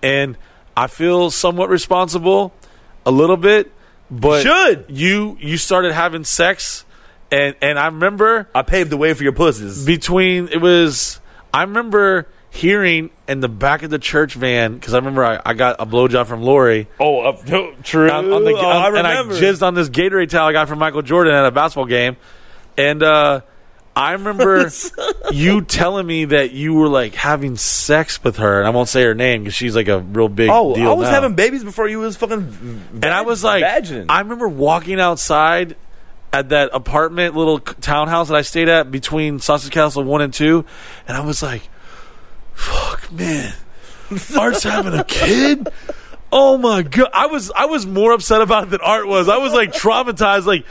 [SPEAKER 1] and I feel somewhat responsible a little bit but
[SPEAKER 2] Should.
[SPEAKER 1] you you started having sex and and I remember
[SPEAKER 2] I paved the way for your pussies.
[SPEAKER 1] between it was I remember hearing in the back of the church van because I remember I, I got a blowjob from Lori
[SPEAKER 2] Oh, uh, no, true.
[SPEAKER 1] on, on the,
[SPEAKER 2] oh, I
[SPEAKER 1] on- and I
[SPEAKER 2] remember.
[SPEAKER 1] jizzed on this Gatorade towel I got from Michael Jordan at a basketball game, and uh, I
[SPEAKER 2] [LAUGHS]
[SPEAKER 1] remember you telling me that you were like having sex with her, and I won't say her name because she's like a real big
[SPEAKER 2] oh,
[SPEAKER 1] deal.
[SPEAKER 2] I was
[SPEAKER 1] now.
[SPEAKER 2] having babies before you was fucking. Vag-
[SPEAKER 1] and I was like,
[SPEAKER 2] vagining.
[SPEAKER 1] I remember walking outside at that apartment little c- townhouse that I stayed at between Sausage Castle one and two, and I was like, fuck, man, Art's having a kid. Oh my god! I was I was more upset about it than Art was. I was like traumatized. Like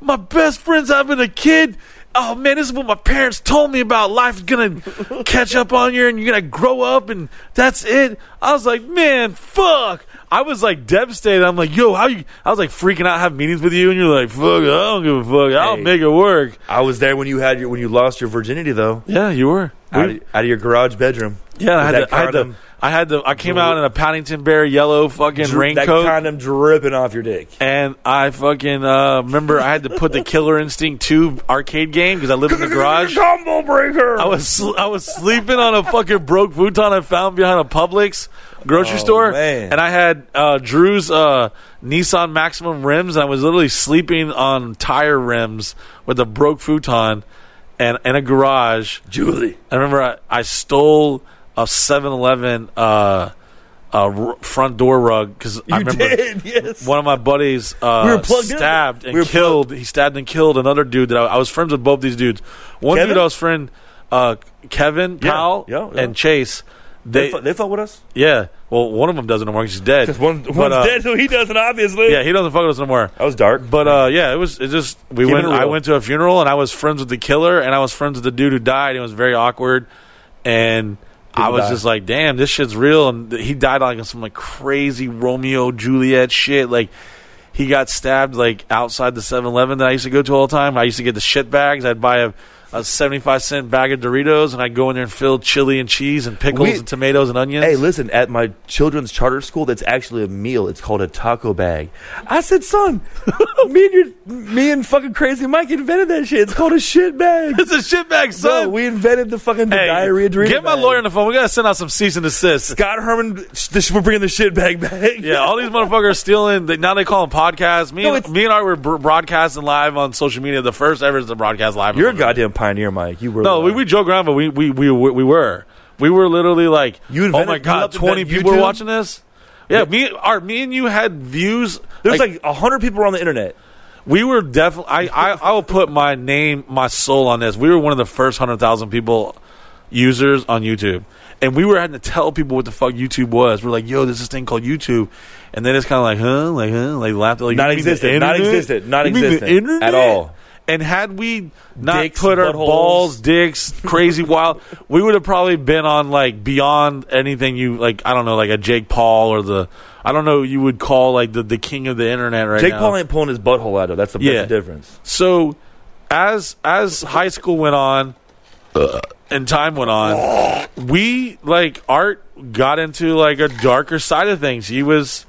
[SPEAKER 1] my best friend's having a kid. Oh man, this is what my parents told me about. Life's gonna catch up on you, and you're gonna grow up, and that's it. I was like, man, fuck. I was like devastated. I'm like, yo, how you? I was like freaking out, have meetings with you, and you're like, fuck, I don't give a fuck. I'll
[SPEAKER 2] Hey.
[SPEAKER 1] make it work.
[SPEAKER 2] I was there when you had your when you lost your virginity though.
[SPEAKER 1] Yeah, you were.
[SPEAKER 2] Out of, out of your garage bedroom.
[SPEAKER 1] yeah, I
[SPEAKER 2] With
[SPEAKER 1] had,
[SPEAKER 2] that
[SPEAKER 1] to, I had to.
[SPEAKER 2] condom-
[SPEAKER 1] I had to. I came out in a Paddington Bear yellow fucking
[SPEAKER 2] That
[SPEAKER 1] raincoat.
[SPEAKER 2] condom dripping off your dick.
[SPEAKER 1] And I fucking uh, remember I had to put the Killer Instinct 2 arcade game because I lived in the garage.
[SPEAKER 2] [LAUGHS] Combo breaker.
[SPEAKER 1] I was sl- I was sleeping on a fucking broke futon I found behind a Publix grocery
[SPEAKER 2] Oh,
[SPEAKER 1] store,
[SPEAKER 2] man.
[SPEAKER 1] and I had uh, Drew's uh, Nissan Maximum rims, and I was literally sleeping on tire rims with a broke futon and and a garage.
[SPEAKER 2] Julie.
[SPEAKER 1] I remember I, I stole a 7-Eleven uh, uh, r- front door rug because I
[SPEAKER 2] You
[SPEAKER 1] remember
[SPEAKER 2] did. [LAUGHS] Yes.
[SPEAKER 1] one of my buddies uh,
[SPEAKER 2] We were plugged in.
[SPEAKER 1] stabbed and
[SPEAKER 2] We were
[SPEAKER 1] killed. He stabbed and killed another dude that I, I was friends with. Both these dudes. One
[SPEAKER 2] Kevin?
[SPEAKER 1] dude I was friend uh, Kevin
[SPEAKER 2] Yeah,
[SPEAKER 1] Powell
[SPEAKER 2] yeah, yeah.
[SPEAKER 1] and Chase.
[SPEAKER 2] they
[SPEAKER 1] They,
[SPEAKER 2] fu- they fuck with us.
[SPEAKER 1] yeah. Well, one of them doesn't anymore. 'cause He's dead.
[SPEAKER 2] One,
[SPEAKER 1] But,
[SPEAKER 2] one's
[SPEAKER 1] uh,
[SPEAKER 2] dead, so he doesn't obviously.
[SPEAKER 1] Yeah, he doesn't fuck with us anymore.
[SPEAKER 2] That was dark.
[SPEAKER 1] But uh, yeah, it was. It just we
[SPEAKER 2] Keep
[SPEAKER 1] went.
[SPEAKER 2] it
[SPEAKER 1] I
[SPEAKER 2] real.
[SPEAKER 1] went to a funeral and I was friends with the killer and I was friends with the dude who died. It was very awkward, and I was
[SPEAKER 2] die.
[SPEAKER 1] just like, "Damn, this shit's real." And th- he died like on some like crazy Romeo Juliet shit. Like he got stabbed like outside the 7-Eleven that I used to go to all the time. I used to get the shit bags. I'd buy a. A seventy-five cent bag of Doritos, and I'd go in there and fill chili and cheese and pickles
[SPEAKER 2] We-
[SPEAKER 1] and tomatoes and onions.
[SPEAKER 2] Hey, listen, at my children's charter school, that's actually a meal. It's called a taco bag. I said, son, [LAUGHS] me and your, me and fucking crazy Mike invented that shit. It's called a shit bag.
[SPEAKER 1] [LAUGHS] it's a shit bag, [LAUGHS] son.
[SPEAKER 2] No, we invented the fucking the
[SPEAKER 1] Hey,
[SPEAKER 2] diarrhea dream.
[SPEAKER 1] Get my
[SPEAKER 2] bag.
[SPEAKER 1] lawyer on the phone. We gotta send out some cease and desist.
[SPEAKER 2] Scott Herman, this, we're bringing the shit bag back.
[SPEAKER 1] Yeah, all these motherfuckers are stealing. They, now they call them podcasts. Me,
[SPEAKER 2] No,
[SPEAKER 1] and,
[SPEAKER 2] it's-
[SPEAKER 1] me and I were br- broadcasting live on social media. The first ever to broadcast live. on
[SPEAKER 2] You're a
[SPEAKER 1] social media.
[SPEAKER 2] goddamn pioneer, Mike. You were.
[SPEAKER 1] No, we, we joke around, but we we, we we were we were literally like,
[SPEAKER 2] You
[SPEAKER 1] oh
[SPEAKER 2] invented-
[SPEAKER 1] my
[SPEAKER 2] you
[SPEAKER 1] god,
[SPEAKER 2] helped
[SPEAKER 1] twenty
[SPEAKER 2] invent
[SPEAKER 1] people were
[SPEAKER 2] YouTube?
[SPEAKER 1] watching this. Yeah, me our me and you had views.
[SPEAKER 2] There's like a hundred people on the internet.
[SPEAKER 1] we were definitely. I, I I will put my name, my soul on this. We were one of the first hundred thousand people users on YouTube, and we were having to tell people what the fuck YouTube was. We're like, yo, there's this thing called YouTube, and then it's kind of like, huh, like, huh, like laughed, like
[SPEAKER 2] Not
[SPEAKER 1] you mean the
[SPEAKER 2] existent, not
[SPEAKER 1] internet?
[SPEAKER 2] existent, not
[SPEAKER 1] You mean the
[SPEAKER 2] existent at
[SPEAKER 1] internet?
[SPEAKER 2] all.
[SPEAKER 1] And had we not
[SPEAKER 2] Dicks,
[SPEAKER 1] put our
[SPEAKER 2] buttholes.
[SPEAKER 1] balls, dicks,
[SPEAKER 2] [LAUGHS]
[SPEAKER 1] crazy wild, we would have probably been on like beyond anything you like. I don't know, like a Jake Paul or the. I don't know. You would call like the, the king of the internet right
[SPEAKER 2] Jake
[SPEAKER 1] now.
[SPEAKER 2] Paul ain't pulling his butthole out of. That's the
[SPEAKER 1] Yeah.
[SPEAKER 2] best difference.
[SPEAKER 1] So, as as high school went on and time went on, we like Art got into like a darker side of things. He was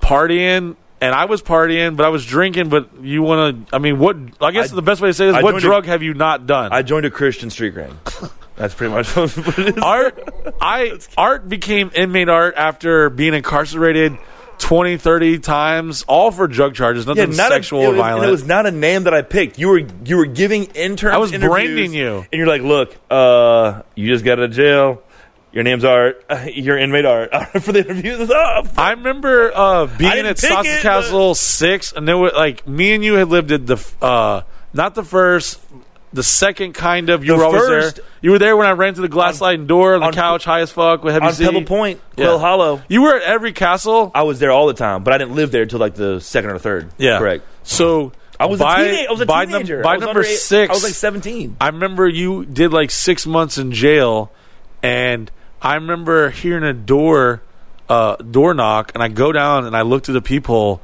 [SPEAKER 1] partying, and I was partying, but I was drinking. But you want to? I mean, what? I guess
[SPEAKER 2] I-
[SPEAKER 1] the best way to say this:
[SPEAKER 2] I
[SPEAKER 1] what
[SPEAKER 2] joined a-
[SPEAKER 1] drug have you not done?
[SPEAKER 2] I joined a Christian street ring. [LAUGHS] That's pretty much [LAUGHS] what it is. [LAUGHS]
[SPEAKER 1] art, I art became inmate art after being incarcerated 20, 30 times, all for drug charges, nothing
[SPEAKER 2] not a-
[SPEAKER 1] sexual
[SPEAKER 2] it
[SPEAKER 1] or
[SPEAKER 2] was- and
[SPEAKER 1] violent.
[SPEAKER 2] It was not a name that I picked. You were you were giving interns.
[SPEAKER 1] I was
[SPEAKER 2] interviews,
[SPEAKER 1] branding you.
[SPEAKER 2] and you're like, "Look, uh, you just got out of jail. Your name's Art. [LAUGHS] Your inmate Art [LAUGHS] for the oh, interviews. It's up.
[SPEAKER 1] I remember uh, being
[SPEAKER 2] didn't
[SPEAKER 1] at
[SPEAKER 2] pick
[SPEAKER 1] Sausage
[SPEAKER 2] it,
[SPEAKER 1] House
[SPEAKER 2] but-
[SPEAKER 1] Little Six, and there were like me and you had lived at the f- uh, not the first, the second kind of. You
[SPEAKER 2] The
[SPEAKER 1] were always
[SPEAKER 2] first-
[SPEAKER 1] there. You were there when I ran to the glass sliding door on the
[SPEAKER 2] on-
[SPEAKER 1] couch, high as fuck with heavy
[SPEAKER 2] On
[SPEAKER 1] Z.
[SPEAKER 2] Pebble Point,
[SPEAKER 1] Yeah.
[SPEAKER 2] Quill Hollow.
[SPEAKER 1] You were at every castle.
[SPEAKER 2] I was there all the time, but I didn't live there until like the second or third.
[SPEAKER 1] yeah,
[SPEAKER 2] correct.
[SPEAKER 1] So
[SPEAKER 2] I was
[SPEAKER 1] by,
[SPEAKER 2] a teenager. I was a
[SPEAKER 1] by num-
[SPEAKER 2] teenager.
[SPEAKER 1] by
[SPEAKER 2] I was
[SPEAKER 1] number
[SPEAKER 2] under eight-
[SPEAKER 1] six,
[SPEAKER 2] I was like 17.
[SPEAKER 1] I remember you did like six months in jail, and I remember hearing a door uh, door knock, and I go down and I look through the peephole,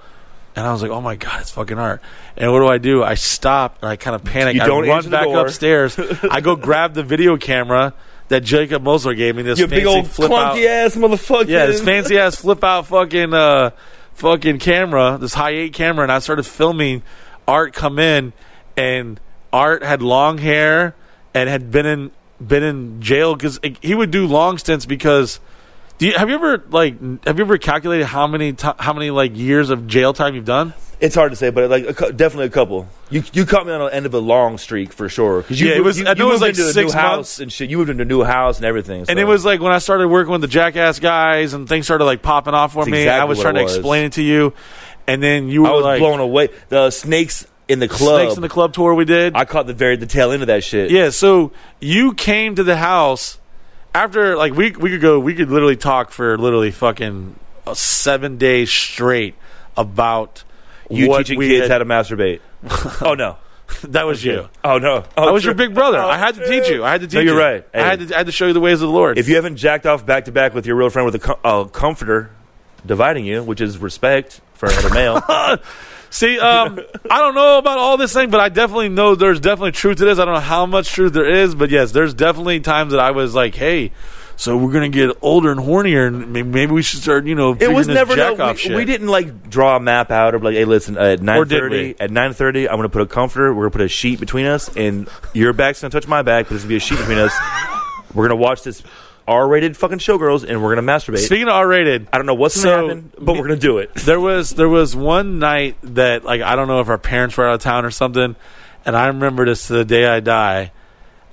[SPEAKER 1] and I was like, "Oh my god, it's fucking art!" And what do I do? I stop and I kind of panic.
[SPEAKER 2] You don't
[SPEAKER 1] I run
[SPEAKER 2] answer the
[SPEAKER 1] back
[SPEAKER 2] door.
[SPEAKER 1] upstairs. I
[SPEAKER 2] [LAUGHS]
[SPEAKER 1] go grab the video camera that Jacob Mosler gave me. This
[SPEAKER 2] You
[SPEAKER 1] fancy
[SPEAKER 2] big old
[SPEAKER 1] flip out.
[SPEAKER 2] clunky ass motherfucker.
[SPEAKER 1] Yeah,
[SPEAKER 2] [LAUGHS]
[SPEAKER 1] this fancy ass flip out fucking uh, fucking camera, this high eight camera, and I started filming Art come in, and Art had long hair and had been in been in jail because he would do long stints because. Do you, have you ever like have you ever calculated how many ti how many like years of jail time you've done?
[SPEAKER 2] It's hard to say, but like a, cou- definitely a couple. You you caught me on the end of a long streak for sure. 'Cause you
[SPEAKER 1] Yeah, it
[SPEAKER 2] moved-
[SPEAKER 1] was-
[SPEAKER 2] You,
[SPEAKER 1] I know
[SPEAKER 2] you
[SPEAKER 1] it was like
[SPEAKER 2] moved into a
[SPEAKER 1] six
[SPEAKER 2] new
[SPEAKER 1] months.
[SPEAKER 2] house and shit. You moved into a new house and everything.
[SPEAKER 1] And
[SPEAKER 2] so.
[SPEAKER 1] it was like when I started working with the jackass guys and things started like popping off for
[SPEAKER 2] That's
[SPEAKER 1] me. I
[SPEAKER 2] exactly
[SPEAKER 1] was
[SPEAKER 2] what
[SPEAKER 1] trying
[SPEAKER 2] it
[SPEAKER 1] to
[SPEAKER 2] was.
[SPEAKER 1] explain it to you, and then you were
[SPEAKER 2] I was
[SPEAKER 1] like
[SPEAKER 2] blown away. The snakes in the club.
[SPEAKER 1] snakes in the club tour we did.
[SPEAKER 2] I caught the very the tail end of that shit.
[SPEAKER 1] Yeah, so you came to the house after like we we could go we could literally talk for literally fucking uh, seven days straight about
[SPEAKER 2] you
[SPEAKER 1] what
[SPEAKER 2] teaching
[SPEAKER 1] we
[SPEAKER 2] kids
[SPEAKER 1] had-
[SPEAKER 2] how
[SPEAKER 1] [LAUGHS]
[SPEAKER 2] to masturbate. oh no.
[SPEAKER 1] that was you.
[SPEAKER 2] Oh no. Oh,
[SPEAKER 1] I was your
[SPEAKER 2] true.
[SPEAKER 1] big brother.
[SPEAKER 2] Oh,
[SPEAKER 1] I had to
[SPEAKER 2] true.
[SPEAKER 1] teach you. I had to teach
[SPEAKER 2] No, you're
[SPEAKER 1] you.
[SPEAKER 2] right.
[SPEAKER 1] I
[SPEAKER 2] Hey.
[SPEAKER 1] had to I had to show you the ways of the Lord.
[SPEAKER 2] If you haven't jacked off back to back with your real friend with a com- uh, comforter dividing you, which is respect for
[SPEAKER 1] [LAUGHS]
[SPEAKER 2] another male.
[SPEAKER 1] See,
[SPEAKER 2] [LAUGHS]
[SPEAKER 1] um, I don't know about all this thing, but I definitely know there's definitely truth to this. I don't know how much truth there is, but yes, there's definitely times that I was like, hey. So we're gonna get older and hornier, and may- maybe we should start, you know.
[SPEAKER 2] It
[SPEAKER 1] figuring this
[SPEAKER 2] was never
[SPEAKER 1] jack
[SPEAKER 2] no,
[SPEAKER 1] off
[SPEAKER 2] we,
[SPEAKER 1] shit.
[SPEAKER 2] we didn't like draw a map out or be like, hey, listen, at nine
[SPEAKER 1] did we?
[SPEAKER 2] thirty, at nine thirty, I'm gonna put a comforter. We're gonna put a sheet between us, and your back's gonna touch my back, but there's gonna be a sheet
[SPEAKER 1] [LAUGHS]
[SPEAKER 2] between us. We're gonna watch this R-rated fucking showgirls, and we're gonna masturbate.
[SPEAKER 1] Speaking of R-rated,
[SPEAKER 2] I don't know what's
[SPEAKER 1] So-
[SPEAKER 2] gonna happen, but we're gonna
[SPEAKER 1] [LAUGHS]
[SPEAKER 2] do it.
[SPEAKER 1] there was there was one night that like I don't know if our parents were out of town or something, and I remember this to the day I die.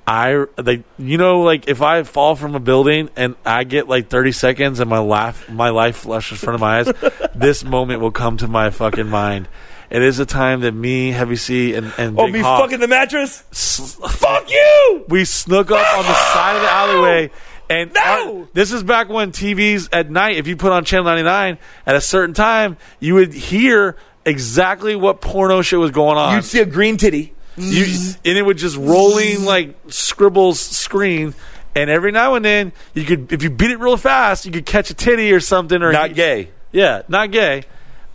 [SPEAKER 1] I like you know like if I fall from a building and I get like thirty seconds and my laugh my life flashes in front of my eyes,
[SPEAKER 2] [LAUGHS]
[SPEAKER 1] this moment will come to my fucking mind. It is a time that me, Heavy C, and and
[SPEAKER 2] Oh,
[SPEAKER 1] Big
[SPEAKER 2] me
[SPEAKER 1] Hawk
[SPEAKER 2] fucking the mattress.
[SPEAKER 1] s-
[SPEAKER 2] Fuck you.
[SPEAKER 1] we snuck up on the side of the alleyway. And
[SPEAKER 2] No!
[SPEAKER 1] our- this is back when TVs at night, if you put on Channel 99 at a certain time, you would hear exactly what porno shit was going on.
[SPEAKER 2] You'd see a green titty.
[SPEAKER 1] You, and it would just rolling like scribbles screen. And every now and then, you could, if you beat it real fast, you could catch a titty or something. Or
[SPEAKER 2] Not gay.
[SPEAKER 1] Yeah, not gay.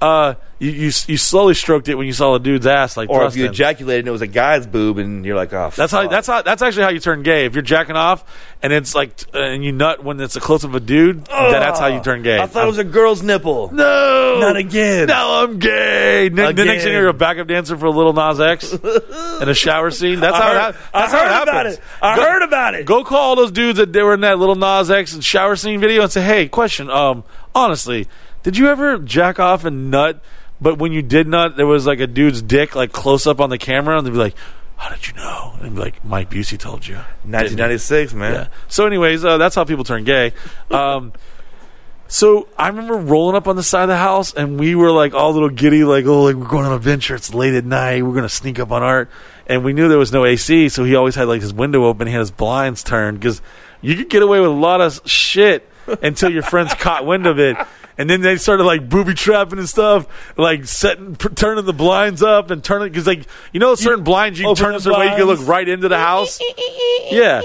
[SPEAKER 1] Uh, you, you you slowly stroked it when you saw the dude's ass like
[SPEAKER 2] Or if you
[SPEAKER 1] thrusting.
[SPEAKER 2] ejaculated and it was a guy's boob, and you're like, oh,
[SPEAKER 1] That's how. That's how. That's actually how you turn gay. If you're jacking off and it's like, t- uh, and you nut when it's a close of a dude, then that's how you turn gay.
[SPEAKER 2] I thought it was a girl's nipple.
[SPEAKER 1] no,
[SPEAKER 2] Not again.
[SPEAKER 1] Now I'm gay. N- The next thing
[SPEAKER 2] Again.
[SPEAKER 1] you're a backup dancer for a little Nas
[SPEAKER 2] [LAUGHS]
[SPEAKER 1] X in a shower scene. That's
[SPEAKER 2] I
[SPEAKER 1] how.
[SPEAKER 2] heard,
[SPEAKER 1] it hap-
[SPEAKER 2] I
[SPEAKER 1] that's how
[SPEAKER 2] heard
[SPEAKER 1] it
[SPEAKER 2] about
[SPEAKER 1] happens.
[SPEAKER 2] it. I
[SPEAKER 1] Go-
[SPEAKER 2] heard about it.
[SPEAKER 1] Go call all those dudes that they were in that little Nas X and shower scene video and say, "Hey, question. Um, honestly, did you ever jack off and nut? But when you did nut, there was like a dude's dick like close up on the camera, and they'd be like." How did you know? And they'd be like, Mike Busey told you.
[SPEAKER 2] 1996, man.
[SPEAKER 3] [LAUGHS]
[SPEAKER 1] Yeah. So, anyways, uh, that's how people turn gay. Um, so I remember rolling up on the side of the house, and we were like all little giddy, like, "Oh, like we're going on a venture. It's late at night. We're gonna sneak up on Art." And we knew there was no AC, so he always had like his window open. He had his blinds turned because you could get away with a lot of shit until your friends caught wind of it. And then they started like booby trapping and stuff, like setting, pr- turning the blinds up and turning because like you know certain blinds you
[SPEAKER 2] open
[SPEAKER 1] turn
[SPEAKER 2] the
[SPEAKER 1] this way you can look
[SPEAKER 2] blinds.
[SPEAKER 1] right into the house. Yeah.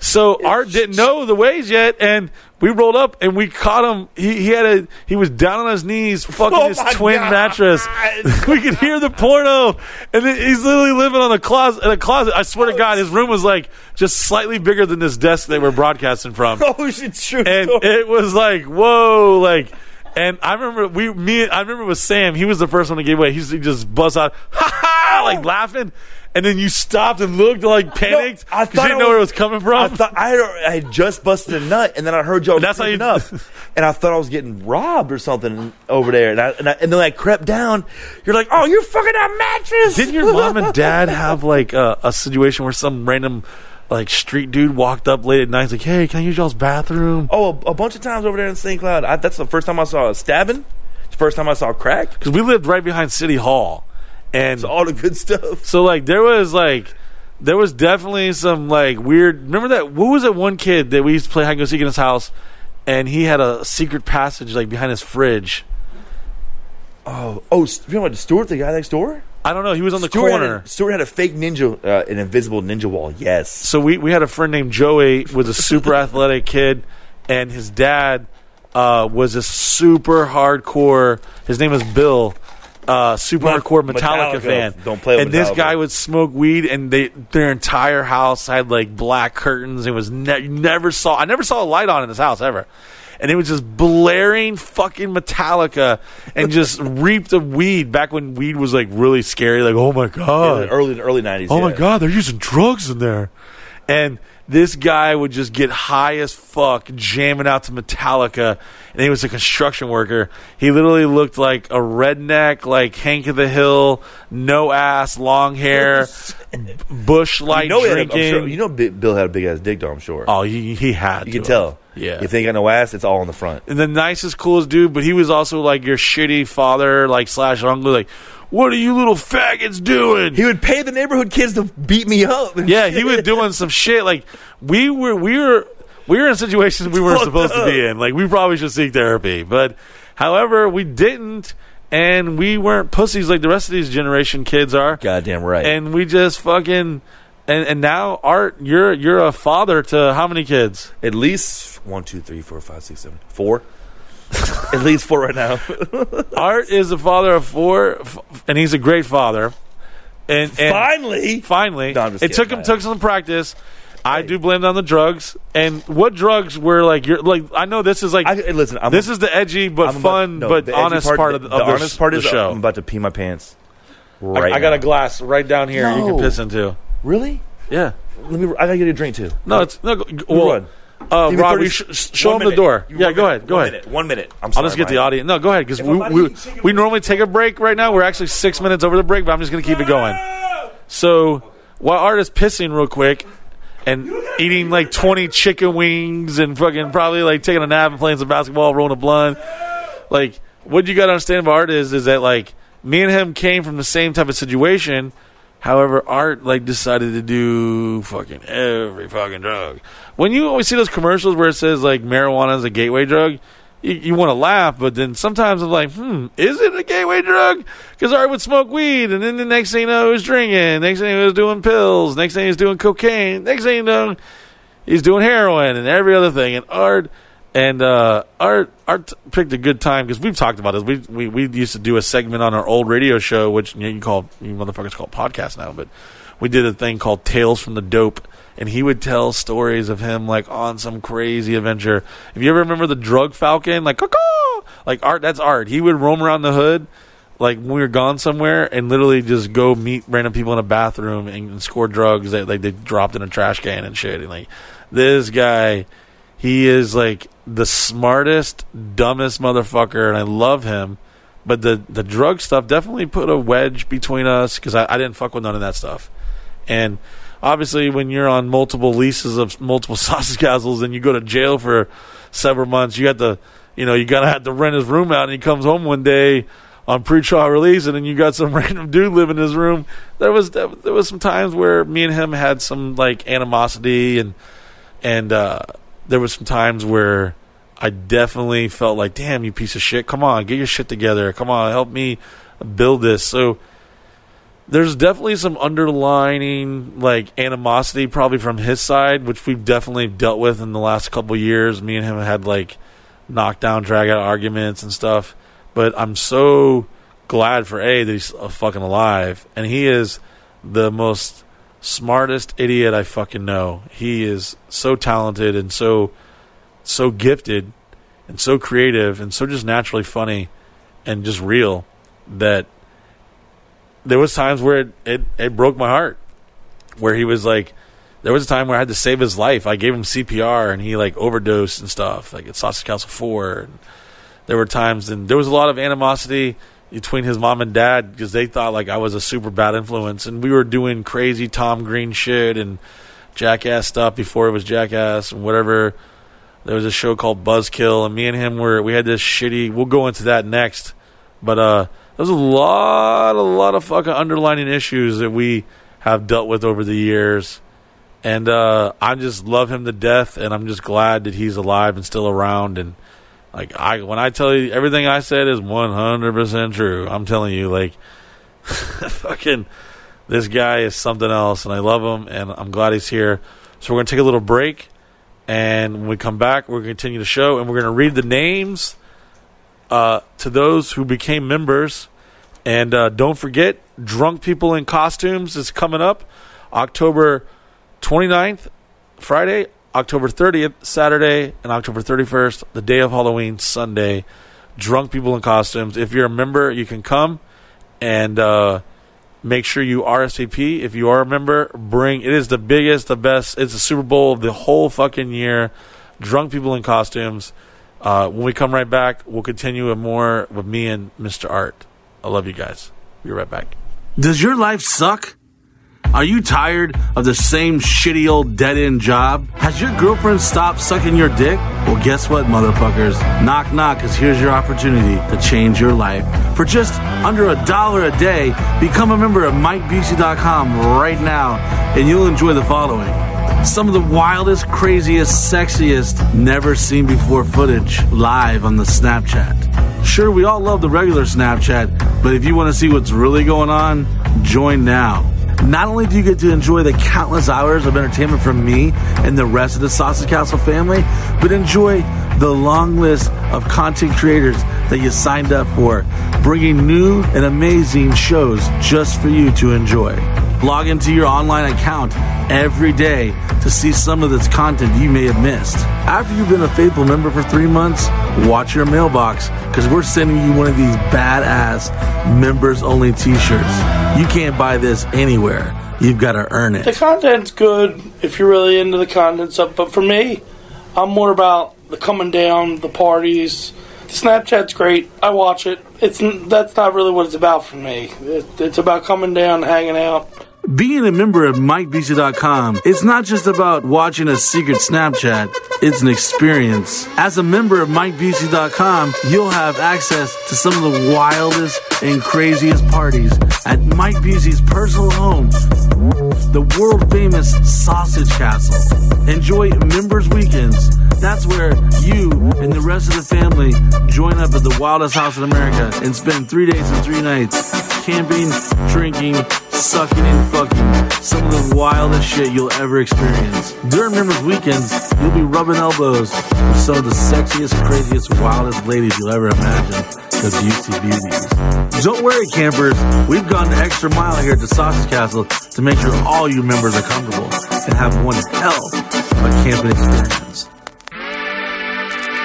[SPEAKER 1] So Art didn't know the ways yet, and we rolled up and we caught him. He, he had a he was down on his
[SPEAKER 2] [LAUGHS]
[SPEAKER 1] knees, fucking
[SPEAKER 2] Oh
[SPEAKER 1] his
[SPEAKER 2] my
[SPEAKER 1] twin
[SPEAKER 2] God.
[SPEAKER 1] mattress. [LAUGHS] we could hear the porno, and then he's literally living on a closet. In a closet, I
[SPEAKER 2] Oh,
[SPEAKER 1] swear to God, his room was like just slightly bigger than this desk they were broadcasting from,
[SPEAKER 3] [LAUGHS]
[SPEAKER 2] Oh, shit, true.
[SPEAKER 1] and
[SPEAKER 2] story.
[SPEAKER 1] it was like whoa, like. And I remember we me I remember with Sam, he was the first one to give away. He used to just buzz out, [LAUGHS] ha ha,
[SPEAKER 3] Oh.
[SPEAKER 1] like laughing. And then you stopped and looked like panicked.
[SPEAKER 3] I
[SPEAKER 1] 'cause you
[SPEAKER 3] thought
[SPEAKER 1] didn't
[SPEAKER 3] I
[SPEAKER 1] know where it
[SPEAKER 3] was-
[SPEAKER 1] was coming from.
[SPEAKER 3] I thought I, had- I had just busted a nut, and then I heard y'all.
[SPEAKER 1] That's how you-
[SPEAKER 3] picking
[SPEAKER 1] [LAUGHS]
[SPEAKER 3] up, and I thought I was getting robbed or something over there. And, I, and, I, and then I crept down. You're like, "Oh, you're fucking that mattress."
[SPEAKER 1] Didn't your mom and dad have like a, a situation where some random like street dude walked up late at night? He's like, hey, can I use y'all's bathroom?
[SPEAKER 3] [LAUGHS] Oh, a, a bunch of times over there in St. Cloud. I, that's the first time I saw a stabbing. It's the first time I saw crack.
[SPEAKER 1] Because we lived right behind City Hall, and so,
[SPEAKER 3] All the good stuff.
[SPEAKER 1] like there was like there was definitely some like weird. Remember that? What was that one kid that we used to play hide and go seek in his house, and he had a secret passage like behind his fridge.
[SPEAKER 3] Oh, oh, you know what? Stuart, the guy next door.
[SPEAKER 1] I don't know. He was on the
[SPEAKER 3] Stuart
[SPEAKER 1] corner.
[SPEAKER 3] Had a, Stuart had a fake ninja, uh, an invisible ninja wall. Yes.
[SPEAKER 1] so we, we had a friend named Joey was
[SPEAKER 3] [LAUGHS]
[SPEAKER 1] a super athletic kid, and his dad uh, was a super hardcore. His name was Bill, uh, super
[SPEAKER 3] Not
[SPEAKER 1] hardcore Metallica,
[SPEAKER 3] Metallica.
[SPEAKER 1] fan.
[SPEAKER 3] Don't play with
[SPEAKER 1] And this
[SPEAKER 3] Metallica.
[SPEAKER 1] guy would smoke weed, and they their entire house had like black curtains. It was ne- you never saw I never saw a light on in this house ever. And it was just blaring fucking Metallica, and just reaped of weed back when weed was like really scary. Like, oh my
[SPEAKER 3] Yeah,
[SPEAKER 1] god,
[SPEAKER 3] the early early nineties.
[SPEAKER 1] Oh my god, they're using drugs in there. And this guy would just get high as fuck, jamming out to Metallica, and he was a construction worker. He literally looked like a redneck, like Hank of the Hill, no ass, long hair, bush
[SPEAKER 3] You
[SPEAKER 1] light
[SPEAKER 3] know, he had a- I'm
[SPEAKER 1] drinking.
[SPEAKER 3] sure- you know, Bi- Bill had a big ass dick, though. I'm sure.
[SPEAKER 1] oh, he, he had.
[SPEAKER 3] you can
[SPEAKER 1] to have.
[SPEAKER 3] tell.
[SPEAKER 1] Yeah.
[SPEAKER 3] If they ain't got no ass, it's all on the front.
[SPEAKER 1] and the nicest, coolest dude, but he was also like your shitty father, like slash uncle, like, what are you little faggots doing?
[SPEAKER 3] He would pay the neighborhood kids to beat me up. and
[SPEAKER 1] [LAUGHS] Yeah,
[SPEAKER 3] shit.
[SPEAKER 1] he was doing some shit. Like we were, we were, we were in situations we weren't
[SPEAKER 3] fucked
[SPEAKER 1] supposed to
[SPEAKER 3] up.
[SPEAKER 1] be in. Like we probably should seek therapy, but however, we didn't, and we weren't pussies like the rest of these generation kids are.
[SPEAKER 3] Goddamn right.
[SPEAKER 1] And we just fucking. And, and now Art, you're you're a father to how many kids?
[SPEAKER 3] At least one, two, three, four, five, six, seven, four. [LAUGHS] At least four right now.
[SPEAKER 1] Art is a father of four, f- and he's a great father. And, [LAUGHS] and
[SPEAKER 3] Finally,
[SPEAKER 1] finally,
[SPEAKER 3] No, I'm just
[SPEAKER 1] it
[SPEAKER 3] kidding.
[SPEAKER 1] took him
[SPEAKER 3] I-
[SPEAKER 1] took some practice. I do blame it on the drugs. And what drugs were like? You're like I know this is like
[SPEAKER 3] I, hey, listen. I'm,
[SPEAKER 1] this is the edgy but
[SPEAKER 3] I'm about-
[SPEAKER 1] fun
[SPEAKER 3] no,
[SPEAKER 1] but
[SPEAKER 3] the edgy
[SPEAKER 1] honest part, of the,
[SPEAKER 3] the
[SPEAKER 1] of the,
[SPEAKER 3] honest part
[SPEAKER 1] the
[SPEAKER 3] is
[SPEAKER 1] show.
[SPEAKER 3] I'm about to pee my pants.
[SPEAKER 1] I-
[SPEAKER 3] Right.
[SPEAKER 1] I, got a
[SPEAKER 3] now.
[SPEAKER 1] glass right down here. You can
[SPEAKER 3] No.
[SPEAKER 1] piss into.
[SPEAKER 3] really.
[SPEAKER 1] Yeah.
[SPEAKER 3] Let me. I gotta get a drink too.
[SPEAKER 1] No, it's no. go-
[SPEAKER 3] You
[SPEAKER 1] Well,
[SPEAKER 3] run.
[SPEAKER 1] uh,
[SPEAKER 3] Give me
[SPEAKER 1] Rob,
[SPEAKER 3] 30
[SPEAKER 1] we sh- sh- show
[SPEAKER 3] one
[SPEAKER 1] him the
[SPEAKER 3] minute.
[SPEAKER 1] door.
[SPEAKER 3] You-
[SPEAKER 1] yeah,
[SPEAKER 3] one
[SPEAKER 1] go
[SPEAKER 3] minute,
[SPEAKER 1] ahead. Go
[SPEAKER 3] one
[SPEAKER 1] ahead.
[SPEAKER 3] Minute, one minute. I'm
[SPEAKER 1] I'll
[SPEAKER 3] sorry,
[SPEAKER 1] just get the
[SPEAKER 3] Ryan.
[SPEAKER 1] audience. No, go ahead because
[SPEAKER 3] If
[SPEAKER 1] we,
[SPEAKER 3] I'm about to
[SPEAKER 1] we,
[SPEAKER 3] eat chicken
[SPEAKER 1] we normally take a break right now. We're actually six minutes over the break, but I'm just going to keep it going.
[SPEAKER 3] Ah!
[SPEAKER 1] So while Art is pissing real quick and eating like 20 chicken wings and fucking probably like taking a nap and playing some basketball, rolling a blunt, like what you got to understand about Art is is that like me and him came from the same type of situation. However, Art like decided to do fucking every fucking drug. When you always see those commercials where it says like marijuana is a gateway drug, you, you want to laugh, but then sometimes I'm like, hmm, is it a gateway drug? Because Art would smoke weed, and then the next thing you know, he was drinking. Next thing he was doing pills. Next thing he was doing cocaine. Next thing you know, he's doing heroin and every other thing. And Art and uh, Art Art picked a good time because we've talked about this. We, we we used to do a segment on our old radio show, which you, know, you call you motherfuckers call podcast now, but we did a thing called Tales from the Dope. And he would tell stories of him like on some crazy adventure. If you ever remember the drug falcon, like caw-caw, like art, that's art. He would roam around the hood, like when we were gone somewhere, and literally just go meet random people in a bathroom and, and score drugs that like they dropped in a trash can and shit. And like this guy, he is like the smartest, dumbest motherfucker, and I love him. But the the drug stuff definitely put a wedge between us because I, I didn't fuck with none of that stuff. And obviously, when you're on multiple leases of multiple [LAUGHS] sausage castles and you go to jail for several months, you have to, you know, you gotta have to rent his room out. And he comes home one day on pretrial release, and then you got some [LAUGHS] random dude living in his room. There was there was some times where me and him had some like animosity, and and uh, there was some times where I definitely felt like, damn, you piece of shit. Come on, get your shit together. Come on, help me build this. So there's definitely some underlining like animosity probably from his side, which we've definitely dealt with in the last couple years. Me and him had like knockdown, drag out arguments and stuff. But I'm so glad for A that he's uh, fucking alive, and he is the most smartest idiot I fucking know. He is so talented and so so gifted, and so creative and so just naturally funny and just real that there was times where it, it, it broke my heart where he was like there was a time where I had to save his life. I gave him CPR and he like overdosed and stuff, like at Sausage Council Four. And there were times and there was a lot of animosity between his mom and dad because they thought like I was a super bad influence, and we were doing crazy Tom Green shit and jackass stuff before it was jackass and whatever. There was a show called Buzzkill, and me and him were we had this shitty. We'll go into that next, but uh, there's a lot, a lot of fucking underlining issues that we have dealt with over the years and uh, I just love him to death, and I'm just glad that he's alive and still around. And like I, when I tell you everything I said is 100 percent true, I'm telling you, like, [LAUGHS] fucking, this guy is something else, and I love him, and I'm glad he's here. So we're gonna take a little break, and when we come back, we're gonna continue the show, and we're gonna read the names uh, to those who became members. And uh, don't forget, Drunk People in Costumes is coming up October 29th, Friday, October 30th, Saturday, and October 31st, the day of Halloween, Sunday. Drunk people in costumes. If you're a member, you can come and uh, make sure you RSVP. If you are a member, bring it is the biggest, the best. It's the Super Bowl of the whole fucking year. Drunk people in costumes. Uh, when we come right back, we'll continue with more with me and Mr. Art. I love you guys. Be right back. Does your life suck? Are you tired of the same shitty old dead end job? Has your girlfriend stopped sucking your dick? Well, guess what, motherfuckers? Knock, knock, because here's your opportunity to change your life. For just under a dollar a day, become a member of MikeBusey.com right now, and you'll enjoy the following. Some of the wildest, craziest, sexiest, never seen before footage live on the Snapchat. Sure, we all love the regular Snapchat, but if you want to see what's really going on, join now. Not only do you get to enjoy the countless hours of entertainment from me and the rest of the Sausage Castle family, but enjoy the long list of content creators that you signed up for, bringing new and amazing shows just for you to enjoy. Log into your online account every day to see some of this content you may have missed. After you've been a faithful member for three months, watch your mailbox because we're sending you one of these badass members only t shirts. You can't buy this anywhere, you've got to earn
[SPEAKER 4] The
[SPEAKER 1] it.
[SPEAKER 4] content's good if you're really into the content stuff, but for me, I'm more about the coming down, the parties. The Snapchat's great. I watch it. It's n- that's not really what it's about for me. It, it's about coming down, hanging out.
[SPEAKER 1] Being a member of MikeBeasy.com, it's not just about watching a secret Snapchat, it's an experience. As a member of MikeBeasy.com, you'll have access to some of the wildest and craziest parties at Mike Busey's personal home the world famous Sausage Castle. Enjoy Members Weekends. That's where you and the rest of the family join up at the wildest house in America and spend three days and three nights camping, drinking, sucking, and fucking some of the wildest shit you'll ever experience. During Members Weekends, you'll be rubbing elbows with some of the sexiest, craziest, wildest ladies you'll ever imagine the Busey Beauties. Don't worry, campers. We've gone the extra mile here at the Sausage Castle to make sure all you members are comfortable and have one hell of a camping experience.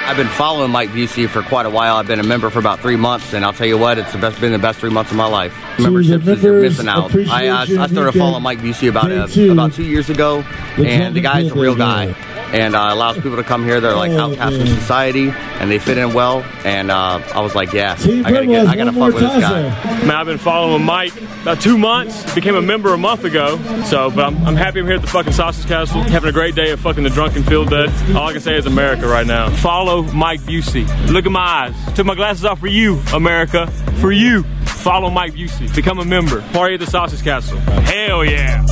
[SPEAKER 5] I've been following Mike Busey for quite a while. I've been a member for about three months, and I'll tell you what, it's the best been the best three months of my life. Memberships is you're
[SPEAKER 6] members,
[SPEAKER 5] missing out. I,
[SPEAKER 6] appreciation
[SPEAKER 5] I, I started
[SPEAKER 6] weekend,
[SPEAKER 5] following Mike Busey about
[SPEAKER 6] day
[SPEAKER 5] uh,
[SPEAKER 6] two,
[SPEAKER 5] about two years ago,
[SPEAKER 6] the
[SPEAKER 5] and the
[SPEAKER 6] Trumpet
[SPEAKER 5] guy's a real guy,
[SPEAKER 6] Birthday
[SPEAKER 5] and uh, allows people to come here. They're like
[SPEAKER 6] Oh,
[SPEAKER 5] outcasts
[SPEAKER 6] man.
[SPEAKER 5] from society, and they fit in well. And uh, I was like, yeah,
[SPEAKER 6] Team
[SPEAKER 5] I gotta
[SPEAKER 6] Purple
[SPEAKER 5] get, I
[SPEAKER 6] has
[SPEAKER 5] gotta
[SPEAKER 6] one more
[SPEAKER 5] fuck with this guy.
[SPEAKER 6] tazo.
[SPEAKER 7] Man, I've been following Mike about two months. Became a member a month ago. So, but I'm, I'm happy I'm here at the fucking Sausage Castle, having a great day of fucking the drunken field dead. All I can say is America right now. Follow Mike Busey. Look at my eyes. Took my glasses off for you, America. For you. Follow Mike Busey. Become a member. Party at the Sausage Castle. Hell yeah.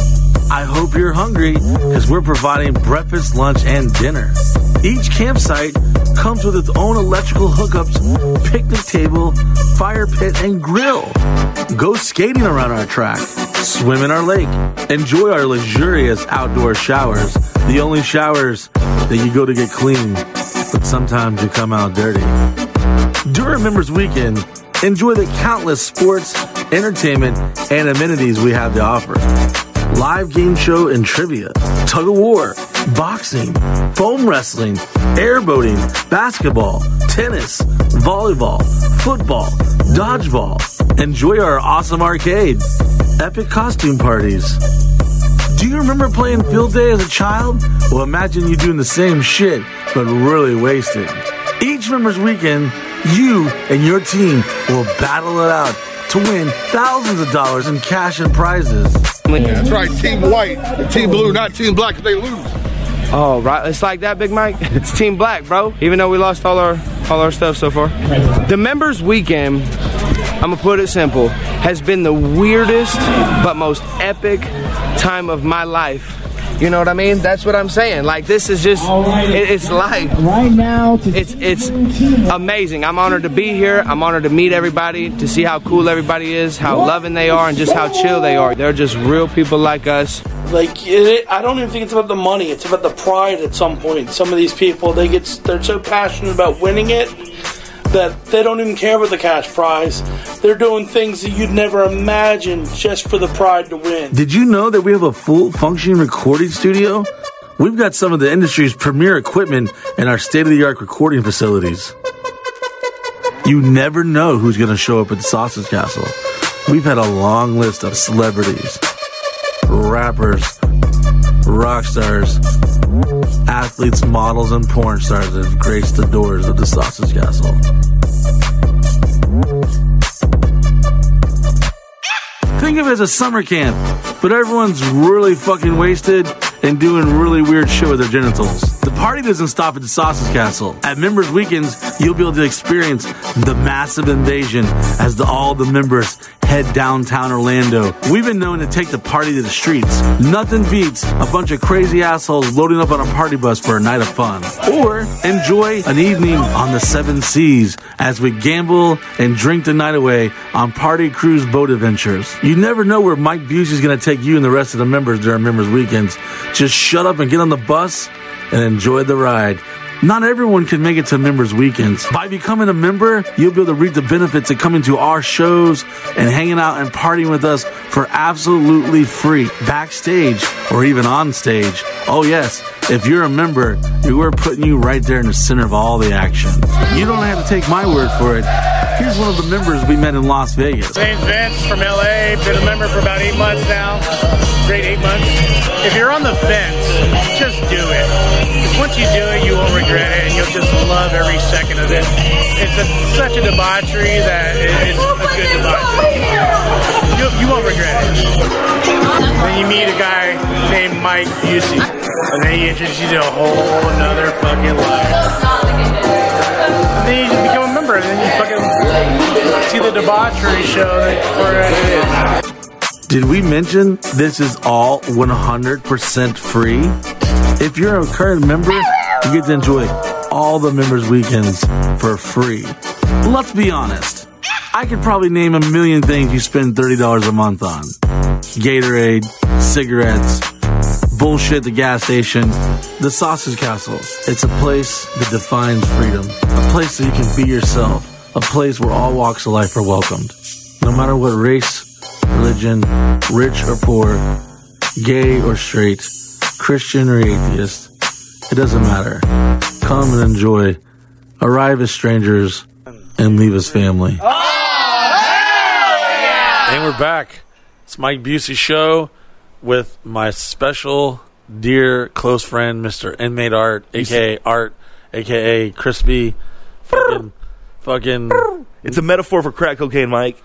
[SPEAKER 1] I hope you're hungry because we're providing breakfast, lunch, and dinner. Each campsite comes with its own electrical hookups, picnic table, fire pit, and grill. Go skating around our track, swim in our lake, enjoy our luxurious outdoor showers, the only showers that you go to get clean, but sometimes you come out dirty. During Members Weekend, enjoy the countless sports, entertainment, and amenities we have to offer. Live game show and trivia, tug of war, boxing, foam wrestling, airboating, basketball, tennis, volleyball, football, dodgeball. Enjoy our awesome arcade, epic costume parties. Do you remember playing field day as a child? Well, imagine you doing the same shit, but really wasted. Each member's weekend, you and your team will battle it out to win thousands of dollars in cash and prizes.
[SPEAKER 6] That's right, Team White, and Team Blue, not Team Black, 'cause they lose.
[SPEAKER 8] Oh, right. It's like that, Big Mike. [LAUGHS] It's Team Black, bro. Even though we lost all our all our stuff so far. The members weekend, I'm gonna put it simple, has been the weirdest but most epic time of my life. You know what I mean? That's what I'm saying. Like this is just it, it's life.
[SPEAKER 9] Right now, to
[SPEAKER 8] It's it's amazing. I'm honored to be here. I'm honored to meet everybody, to see how cool everybody is, how loving they are, and just how chill they are. They're just real people like us.
[SPEAKER 4] Like it, I don't even think it's about the money. It's about the pride. At some point, some of these people they get they're so passionate about winning it that they don't even care about the cash prize. They're doing things that you'd never imagine just for the pride to win.
[SPEAKER 1] Did you know that we have a full functioning recording studio? We've got some of the industry's premier equipment in our state of the art recording facilities. You never know who's going to show up at the Sausage Castle. We've had a long list of celebrities, rappers, rock stars, athletes, models, and porn stars that have graced the doors of the Sausage Castle. Think of it as a summer camp, but everyone's really fucking wasted and doing really weird shit with their genitals. The party doesn't stop at the Sausage Castle. At members' weekends, you'll be able to experience the massive invasion as the, all the members head downtown Orlando. We've been known to take the party to the streets. Nothing beats a bunch of crazy assholes loading up on a party bus for a night of fun. Or enjoy an evening on the seven seas as we gamble and drink the night away on party cruise boat adventures. You never know where Mike Busey is going to take you and the rest of the members during members weekends. Just shut up and get on the bus and enjoy the ride. Not everyone can make it to members weekends. By becoming a member, you'll be able to reap the benefits of coming to our shows and hanging out and partying with us for absolutely free, backstage or even on stage. Oh yes, if you're a member, we're putting you right there in the center of all the action. You don't have to take my word for it. Here's one of the members we met in Las Vegas.
[SPEAKER 10] name's Vince from LA. Been a member for about eight months now. Great eight months. If you're on the fence, just do it. 'Cause Once you do it, you won't regret it, and you'll just love every second of it. It's a, such a debauchery that it, it's a good debauchery. You, you won't regret it. Then you meet a guy named Mike Busey, and then he introduces you to a whole another fucking life. And then you just become a member, and then you fucking see the debauchery show that for it is.
[SPEAKER 1] Did we mention this is all 100% free? If you're a current member, you get to enjoy all the members' weekends for free. Let's be honest. I could probably name a million things you spend $30 a month on Gatorade, cigarettes, bullshit at the gas station, the Sausage Castle. It's a place that defines freedom, a place that you can be yourself, a place where all walks of life are welcomed. No matter what race, religion, rich or poor, gay or straight, Christian or atheist, it doesn't matter. Come and enjoy, arrive as strangers, and leave as family. And we're back. It's Mike Busey show with my special dear close friend, Mr. Inmate Art, aka Art, aka Crispy. Fucking, fucking.
[SPEAKER 2] It's a metaphor for crack cocaine, Mike.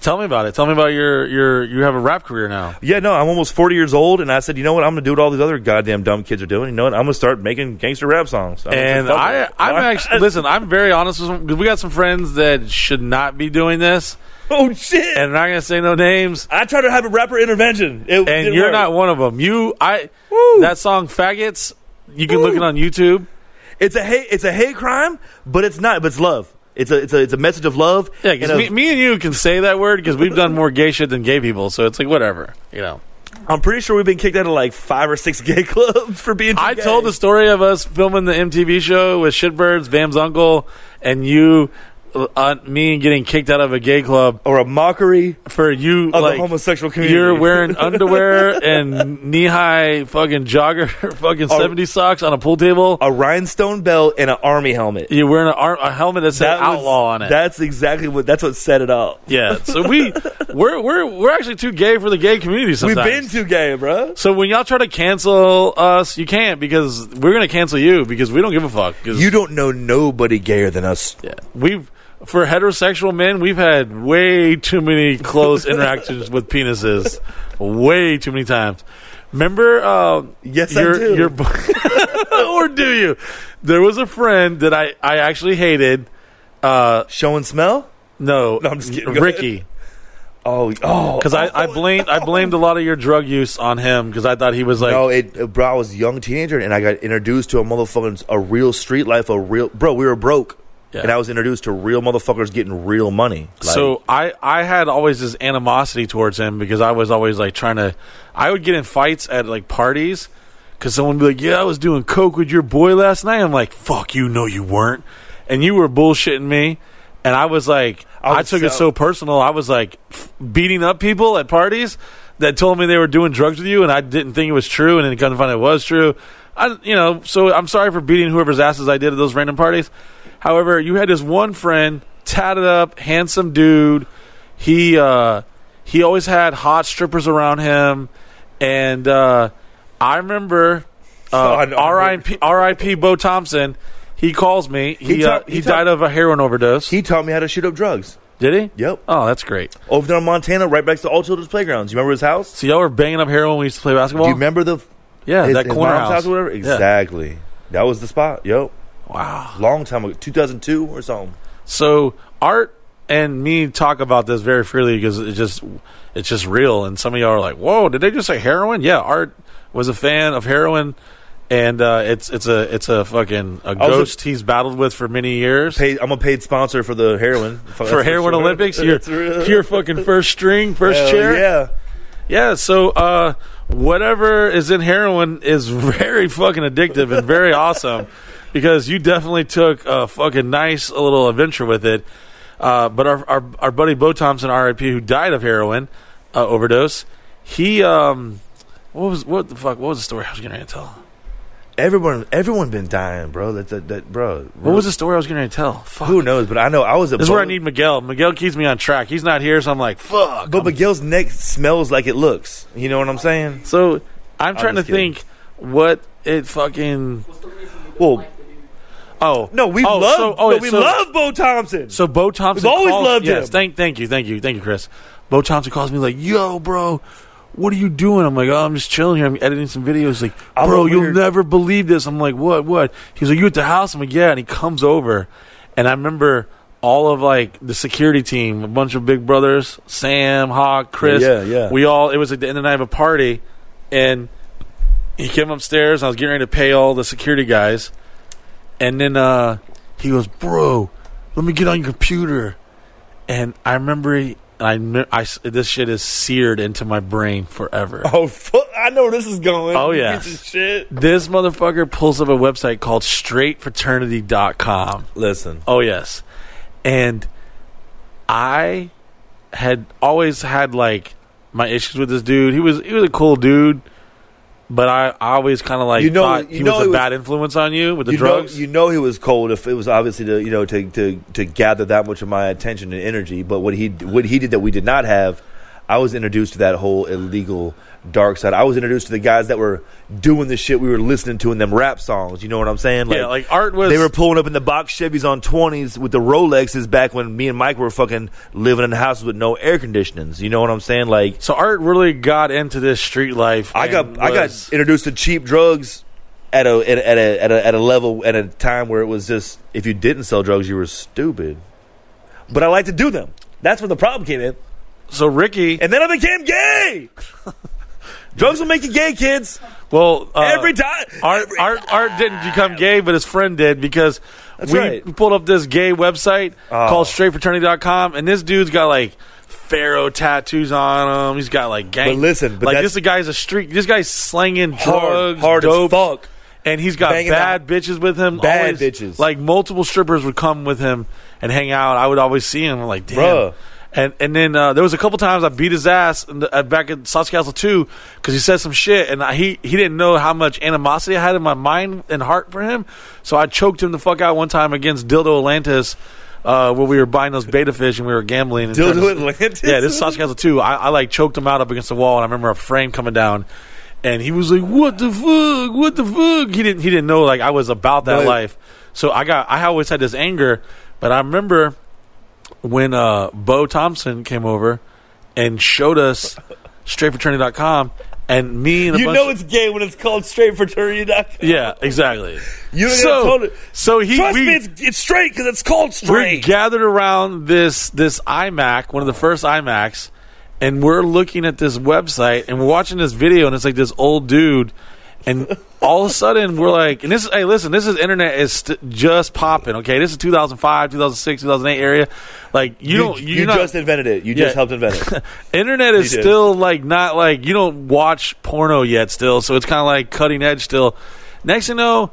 [SPEAKER 1] Tell me about it. Tell me about your your. You have a rap career now.
[SPEAKER 2] Yeah, no, I'm almost 40 years old, and I said, you know what? I'm going to do what all these other goddamn dumb kids are doing. You know what? I'm going to start making gangster rap songs. I'm gonna
[SPEAKER 1] And
[SPEAKER 2] say, fuck
[SPEAKER 1] I,
[SPEAKER 2] it.
[SPEAKER 1] I'm actually listen. I'm very honest with because we got some friends that should not be doing this,
[SPEAKER 2] oh, shit.
[SPEAKER 1] and I'm not gonna say no names.
[SPEAKER 2] I tried to have a rapper intervention. It
[SPEAKER 1] And
[SPEAKER 2] didn't
[SPEAKER 1] you're
[SPEAKER 2] work.
[SPEAKER 1] not one of them. You, I, that song "Faggots." You can look it on YouTube.
[SPEAKER 2] It's a hate. It's a hate crime, but it's not. But it's love. It's a. It's a. It's a message of love.
[SPEAKER 1] Yeah,
[SPEAKER 2] and uh,
[SPEAKER 1] because
[SPEAKER 2] of-
[SPEAKER 1] me, me and you can say that word because we've done more gay shit than gay people. So it's like whatever, you know.
[SPEAKER 2] I'm pretty sure we've been kicked out of like five or six gay [LAUGHS] clubs for being. Too
[SPEAKER 1] I
[SPEAKER 2] gay.
[SPEAKER 1] told the story of us filming the MTV show with Shitbirds, Bam's uncle, and you uh, me getting kicked out of a gay club
[SPEAKER 2] or a mockery
[SPEAKER 1] for you
[SPEAKER 2] of
[SPEAKER 1] like
[SPEAKER 2] the homosexual community.
[SPEAKER 1] you're wearing underwear and knee high fucking jogger [LAUGHS] fucking
[SPEAKER 2] Or-
[SPEAKER 1] 70 socks on a pool table.
[SPEAKER 2] a rhinestone belt and an army helmet.
[SPEAKER 1] You're wearing an arm, a helmet that said
[SPEAKER 2] That was-
[SPEAKER 1] outlaw on it.
[SPEAKER 2] That's exactly what. That's what set it up. [LAUGHS]
[SPEAKER 1] yeah. So we we're we're we're actually too gay for the gay community sometimes.
[SPEAKER 2] We've been too gay, bro.
[SPEAKER 1] so when y'all try to cancel us, you can't because we're gonna cancel you because we don't give a fuck. 'cause
[SPEAKER 2] You don't know nobody gayer than us.
[SPEAKER 1] Yeah. We've for heterosexual men, we've had way too many
[SPEAKER 2] [LAUGHS]
[SPEAKER 1] close interactions with penises, way too many times. Remember? Uh,
[SPEAKER 2] Yes, I
[SPEAKER 1] your,
[SPEAKER 2] do.
[SPEAKER 1] Your, bu- [LAUGHS] or do you? There was a friend that I I actually hated. Uh,
[SPEAKER 2] Show and smell.
[SPEAKER 1] no,
[SPEAKER 2] No, I'm just kidding. Go
[SPEAKER 1] Ricky,
[SPEAKER 2] Oh, oh,
[SPEAKER 1] because I I blamed I blamed a lot of your drug use on him because I thought he was like
[SPEAKER 2] No, it, bro. I was a young teenager and I got introduced to a motherfucking a real street life, a real bro. We were broke,
[SPEAKER 1] Yeah.
[SPEAKER 2] and I was introduced to real motherfuckers getting real money. Like,
[SPEAKER 1] so I, I had always this animosity towards him because I was always like trying to. I would get in fights at like parties because someone would be like, "Yeah, I was doing coke with your boy last night." I'm like, "Fuck you, no, you weren't," and you were bullshitting me, and I was like, I,
[SPEAKER 2] was
[SPEAKER 1] took it
[SPEAKER 2] so-
[SPEAKER 1] so personal. I was like f- beating up people at parties that told me they were doing drugs with you, and I didn't think it was true, and then couldn't find it was true. I, you know, so I'm sorry for beating whoever's asses I did at those random parties. However, you had this one friend, tatted up, handsome dude. He uh, he always had hot strippers around him, and uh, I
[SPEAKER 2] [LAUGHS]
[SPEAKER 1] remember uh,
[SPEAKER 2] I know.
[SPEAKER 1] R.I.P. R.I.P. Bo Thompson. He calls me. He
[SPEAKER 2] He
[SPEAKER 1] he, uh,
[SPEAKER 2] ta-
[SPEAKER 1] he,
[SPEAKER 2] he ta-
[SPEAKER 1] died of a heroin overdose.
[SPEAKER 2] he taught me how to shoot up drugs.
[SPEAKER 1] Did he?
[SPEAKER 2] Yep.
[SPEAKER 1] Oh, that's great.
[SPEAKER 2] Over there in Montana, right next to All Children's Playgrounds. You remember his house?
[SPEAKER 1] So y'all were banging up heroin when we used to play
[SPEAKER 2] Do
[SPEAKER 1] basketball.
[SPEAKER 2] you remember the
[SPEAKER 1] Yeah,
[SPEAKER 2] his,
[SPEAKER 1] that
[SPEAKER 2] his
[SPEAKER 1] corner
[SPEAKER 2] mom's
[SPEAKER 1] house.
[SPEAKER 2] or whatever?
[SPEAKER 1] Yeah.
[SPEAKER 2] Exactly. That was the spot. Yep.
[SPEAKER 1] Wow.
[SPEAKER 2] Long time ago, 2002 or something.
[SPEAKER 1] So Art and me talk about this very freely because it just it's just real. And some of y'all are like, "Whoa, did they just say heroin?" Yeah, Art was a fan of heroin, and uh, it's it's a it's a fucking a
[SPEAKER 2] was a-
[SPEAKER 1] ghost he's battled with for many years.
[SPEAKER 2] Paid, I'm a paid sponsor for the heroin for
[SPEAKER 1] [LAUGHS] for heroin [LAUGHS]
[SPEAKER 2] [LAUGHS]
[SPEAKER 1] Olympics, you're, you're fucking first string, first chair.
[SPEAKER 2] Yeah.
[SPEAKER 1] Yeah, so uh, whatever is in heroin is [LAUGHS] very fucking addictive and very awesome because you definitely took a fucking nice little adventure with it. Uh, but our, our our buddy Bo Thompson, RIP, who died of heroin uh, overdose, he um, what was what the fuck? What was the story I was gonna tell?
[SPEAKER 2] Everyone, everyone been dying, bro. That, that, that bro.
[SPEAKER 1] What was the story I was gonna tell? Fuck.
[SPEAKER 2] Who knows? But I know I was a.
[SPEAKER 1] This is where I
[SPEAKER 2] boat-
[SPEAKER 1] need Miguel. Miguel keeps me on track. He's not here, so I'm like, fuck.
[SPEAKER 2] But Miguel's neck smells like it looks. You know what I'm saying?
[SPEAKER 1] So I'm trying to
[SPEAKER 2] just kidding.
[SPEAKER 1] think what it fucking.
[SPEAKER 2] Well,
[SPEAKER 1] Oh
[SPEAKER 2] no, we
[SPEAKER 1] oh,
[SPEAKER 2] love.
[SPEAKER 1] so- oh,
[SPEAKER 2] no, we
[SPEAKER 1] so-
[SPEAKER 2] love Bo Thompson.
[SPEAKER 1] So Bo Thompson
[SPEAKER 2] We've always
[SPEAKER 1] calls-
[SPEAKER 2] loved
[SPEAKER 1] yes,
[SPEAKER 2] him.
[SPEAKER 1] Thank, thank you, thank you, thank you, Chris. Bo Thompson calls me like, "Yo, bro, what are you doing?" I'm like, "Oh, I'm just chilling here. I'm editing some videos." Like,
[SPEAKER 2] I'm
[SPEAKER 1] bro,
[SPEAKER 2] a
[SPEAKER 1] you'll
[SPEAKER 2] weird-
[SPEAKER 1] never believe this. I'm like, "What? What?" He's like, "You at the house?" I'm like, "Yeah." And he comes over, and I remember all of like the security team, a bunch of big brothers, Sam, Hawk, Chris.
[SPEAKER 2] Yeah, yeah.
[SPEAKER 1] We all. It was like the end of the night of a party, and he came upstairs. And I was getting ready to pay all the security guys. And then uh, he goes, "Bro, let me get on your computer." And I remember, he, and I, kn- I s- this shit is seared into my brain
[SPEAKER 2] [LAUGHS]
[SPEAKER 1] forever.
[SPEAKER 2] oh fuck! I know where this is going.
[SPEAKER 1] Oh,
[SPEAKER 2] You
[SPEAKER 1] yeah.
[SPEAKER 9] [LAUGHS]
[SPEAKER 2] piece of shit.
[SPEAKER 1] [LAUGHS] This motherfucker pulls up a website called straightfraternity.com.
[SPEAKER 2] Listen,
[SPEAKER 1] Oh yes. And I had always had like my issues with this dude. He was he was a cool dude, but I, I always kind of like
[SPEAKER 2] You know-
[SPEAKER 1] thought
[SPEAKER 2] you
[SPEAKER 1] he
[SPEAKER 2] know
[SPEAKER 1] was a
[SPEAKER 2] it was-
[SPEAKER 1] bad influence on you with the
[SPEAKER 2] you
[SPEAKER 1] drugs.
[SPEAKER 2] know, you know he was cold. If it was obviously to you know to, to to gather that much of my attention and energy, but what he what he did that we did not have, I was introduced to that whole illegal dark side. I was introduced to the guys that were doing the shit we were listening to in them rap songs. You know what I'm saying?
[SPEAKER 1] yeah, like art was
[SPEAKER 2] They were pulling up in the box Chevys on 20s with the Rolexes back when me and Mike were fucking living in houses with no air conditionings. You know what I'm saying? Like
[SPEAKER 1] So art really got into this street life.
[SPEAKER 2] I got
[SPEAKER 1] and
[SPEAKER 2] I
[SPEAKER 1] was-
[SPEAKER 2] got introduced to cheap drugs at a at a, at a at a at a level at a time where it was just if you didn't sell drugs you were stupid. But I like to do them. That's when the problem came in.
[SPEAKER 1] so Ricky.
[SPEAKER 2] And then I became gay. [LAUGHS] drugs will make you gay, kids.
[SPEAKER 1] Well, uh,
[SPEAKER 2] every time.
[SPEAKER 1] Art,
[SPEAKER 2] every
[SPEAKER 1] Art,
[SPEAKER 2] time.
[SPEAKER 1] Art didn't become gay, but his friend did because we
[SPEAKER 2] right.
[SPEAKER 1] pulled up this gay website
[SPEAKER 2] Oh.
[SPEAKER 1] called straightfraternity.com, and this dude's got like pharaoh tattoos on him. He's got like gang.
[SPEAKER 2] But listen, but
[SPEAKER 1] like
[SPEAKER 2] that's-
[SPEAKER 1] this guy's a street. This guy's slanging
[SPEAKER 2] Hard,
[SPEAKER 1] drugs,
[SPEAKER 2] hard as
[SPEAKER 1] dope,
[SPEAKER 2] fuck.
[SPEAKER 1] and he's got
[SPEAKER 2] Banging
[SPEAKER 1] bad bitches with him.
[SPEAKER 2] Bad
[SPEAKER 1] always,
[SPEAKER 2] bitches.
[SPEAKER 1] Like multiple strippers would come with him and hang out. I would always see him. I'm like, damn.
[SPEAKER 2] Bruh.
[SPEAKER 1] And and then uh, there was a couple times I beat his ass in the, uh, back at Sauce Castle too because he said some shit and I, he he didn't know how much animosity I had in my mind and heart for him. So I choked him the fuck out one time against Dildo Atlantis. Uh, where we were buying those beta fish and we were gambling. And
[SPEAKER 2] Dildo Atlantis?
[SPEAKER 1] Yeah, this is Sauce Castle too. I, I like choked him out up against the wall, and I remember a frame coming down, and he was like, "What the fuck? What the fuck?" He didn't he didn't know like I was about that
[SPEAKER 2] Right.
[SPEAKER 1] life. So I got I always had this anger, but I remember when uh, Bo Thompson came over and showed us straightfraternity.com and me and a
[SPEAKER 3] You
[SPEAKER 1] bunch
[SPEAKER 3] know it's gay when it's called straight fraternity.com.
[SPEAKER 1] yeah, exactly.
[SPEAKER 3] You ain't
[SPEAKER 1] so,
[SPEAKER 3] told it.
[SPEAKER 1] so he
[SPEAKER 3] Trust
[SPEAKER 1] we-
[SPEAKER 3] me, it's, it's straight because it's called
[SPEAKER 1] we're
[SPEAKER 3] straight.
[SPEAKER 1] gathered around this this iMac, one of the first iMacs, and we're looking at this website and we're watching this video, and it's like this old dude, and [LAUGHS] all of a sudden we're like, and this is hey, listen, this is internet is st- just popping. Okay, this is 2005, 2006, 2008 area. Like you, don't,
[SPEAKER 2] you,
[SPEAKER 1] you're not,
[SPEAKER 2] just invented it. You
[SPEAKER 1] Yeah.
[SPEAKER 2] just helped
[SPEAKER 1] [LAUGHS]
[SPEAKER 2] invent it.
[SPEAKER 1] internet is
[SPEAKER 2] You did.
[SPEAKER 1] still like not like you don't watch porno yet still so it's kind of like cutting edge still next thing you know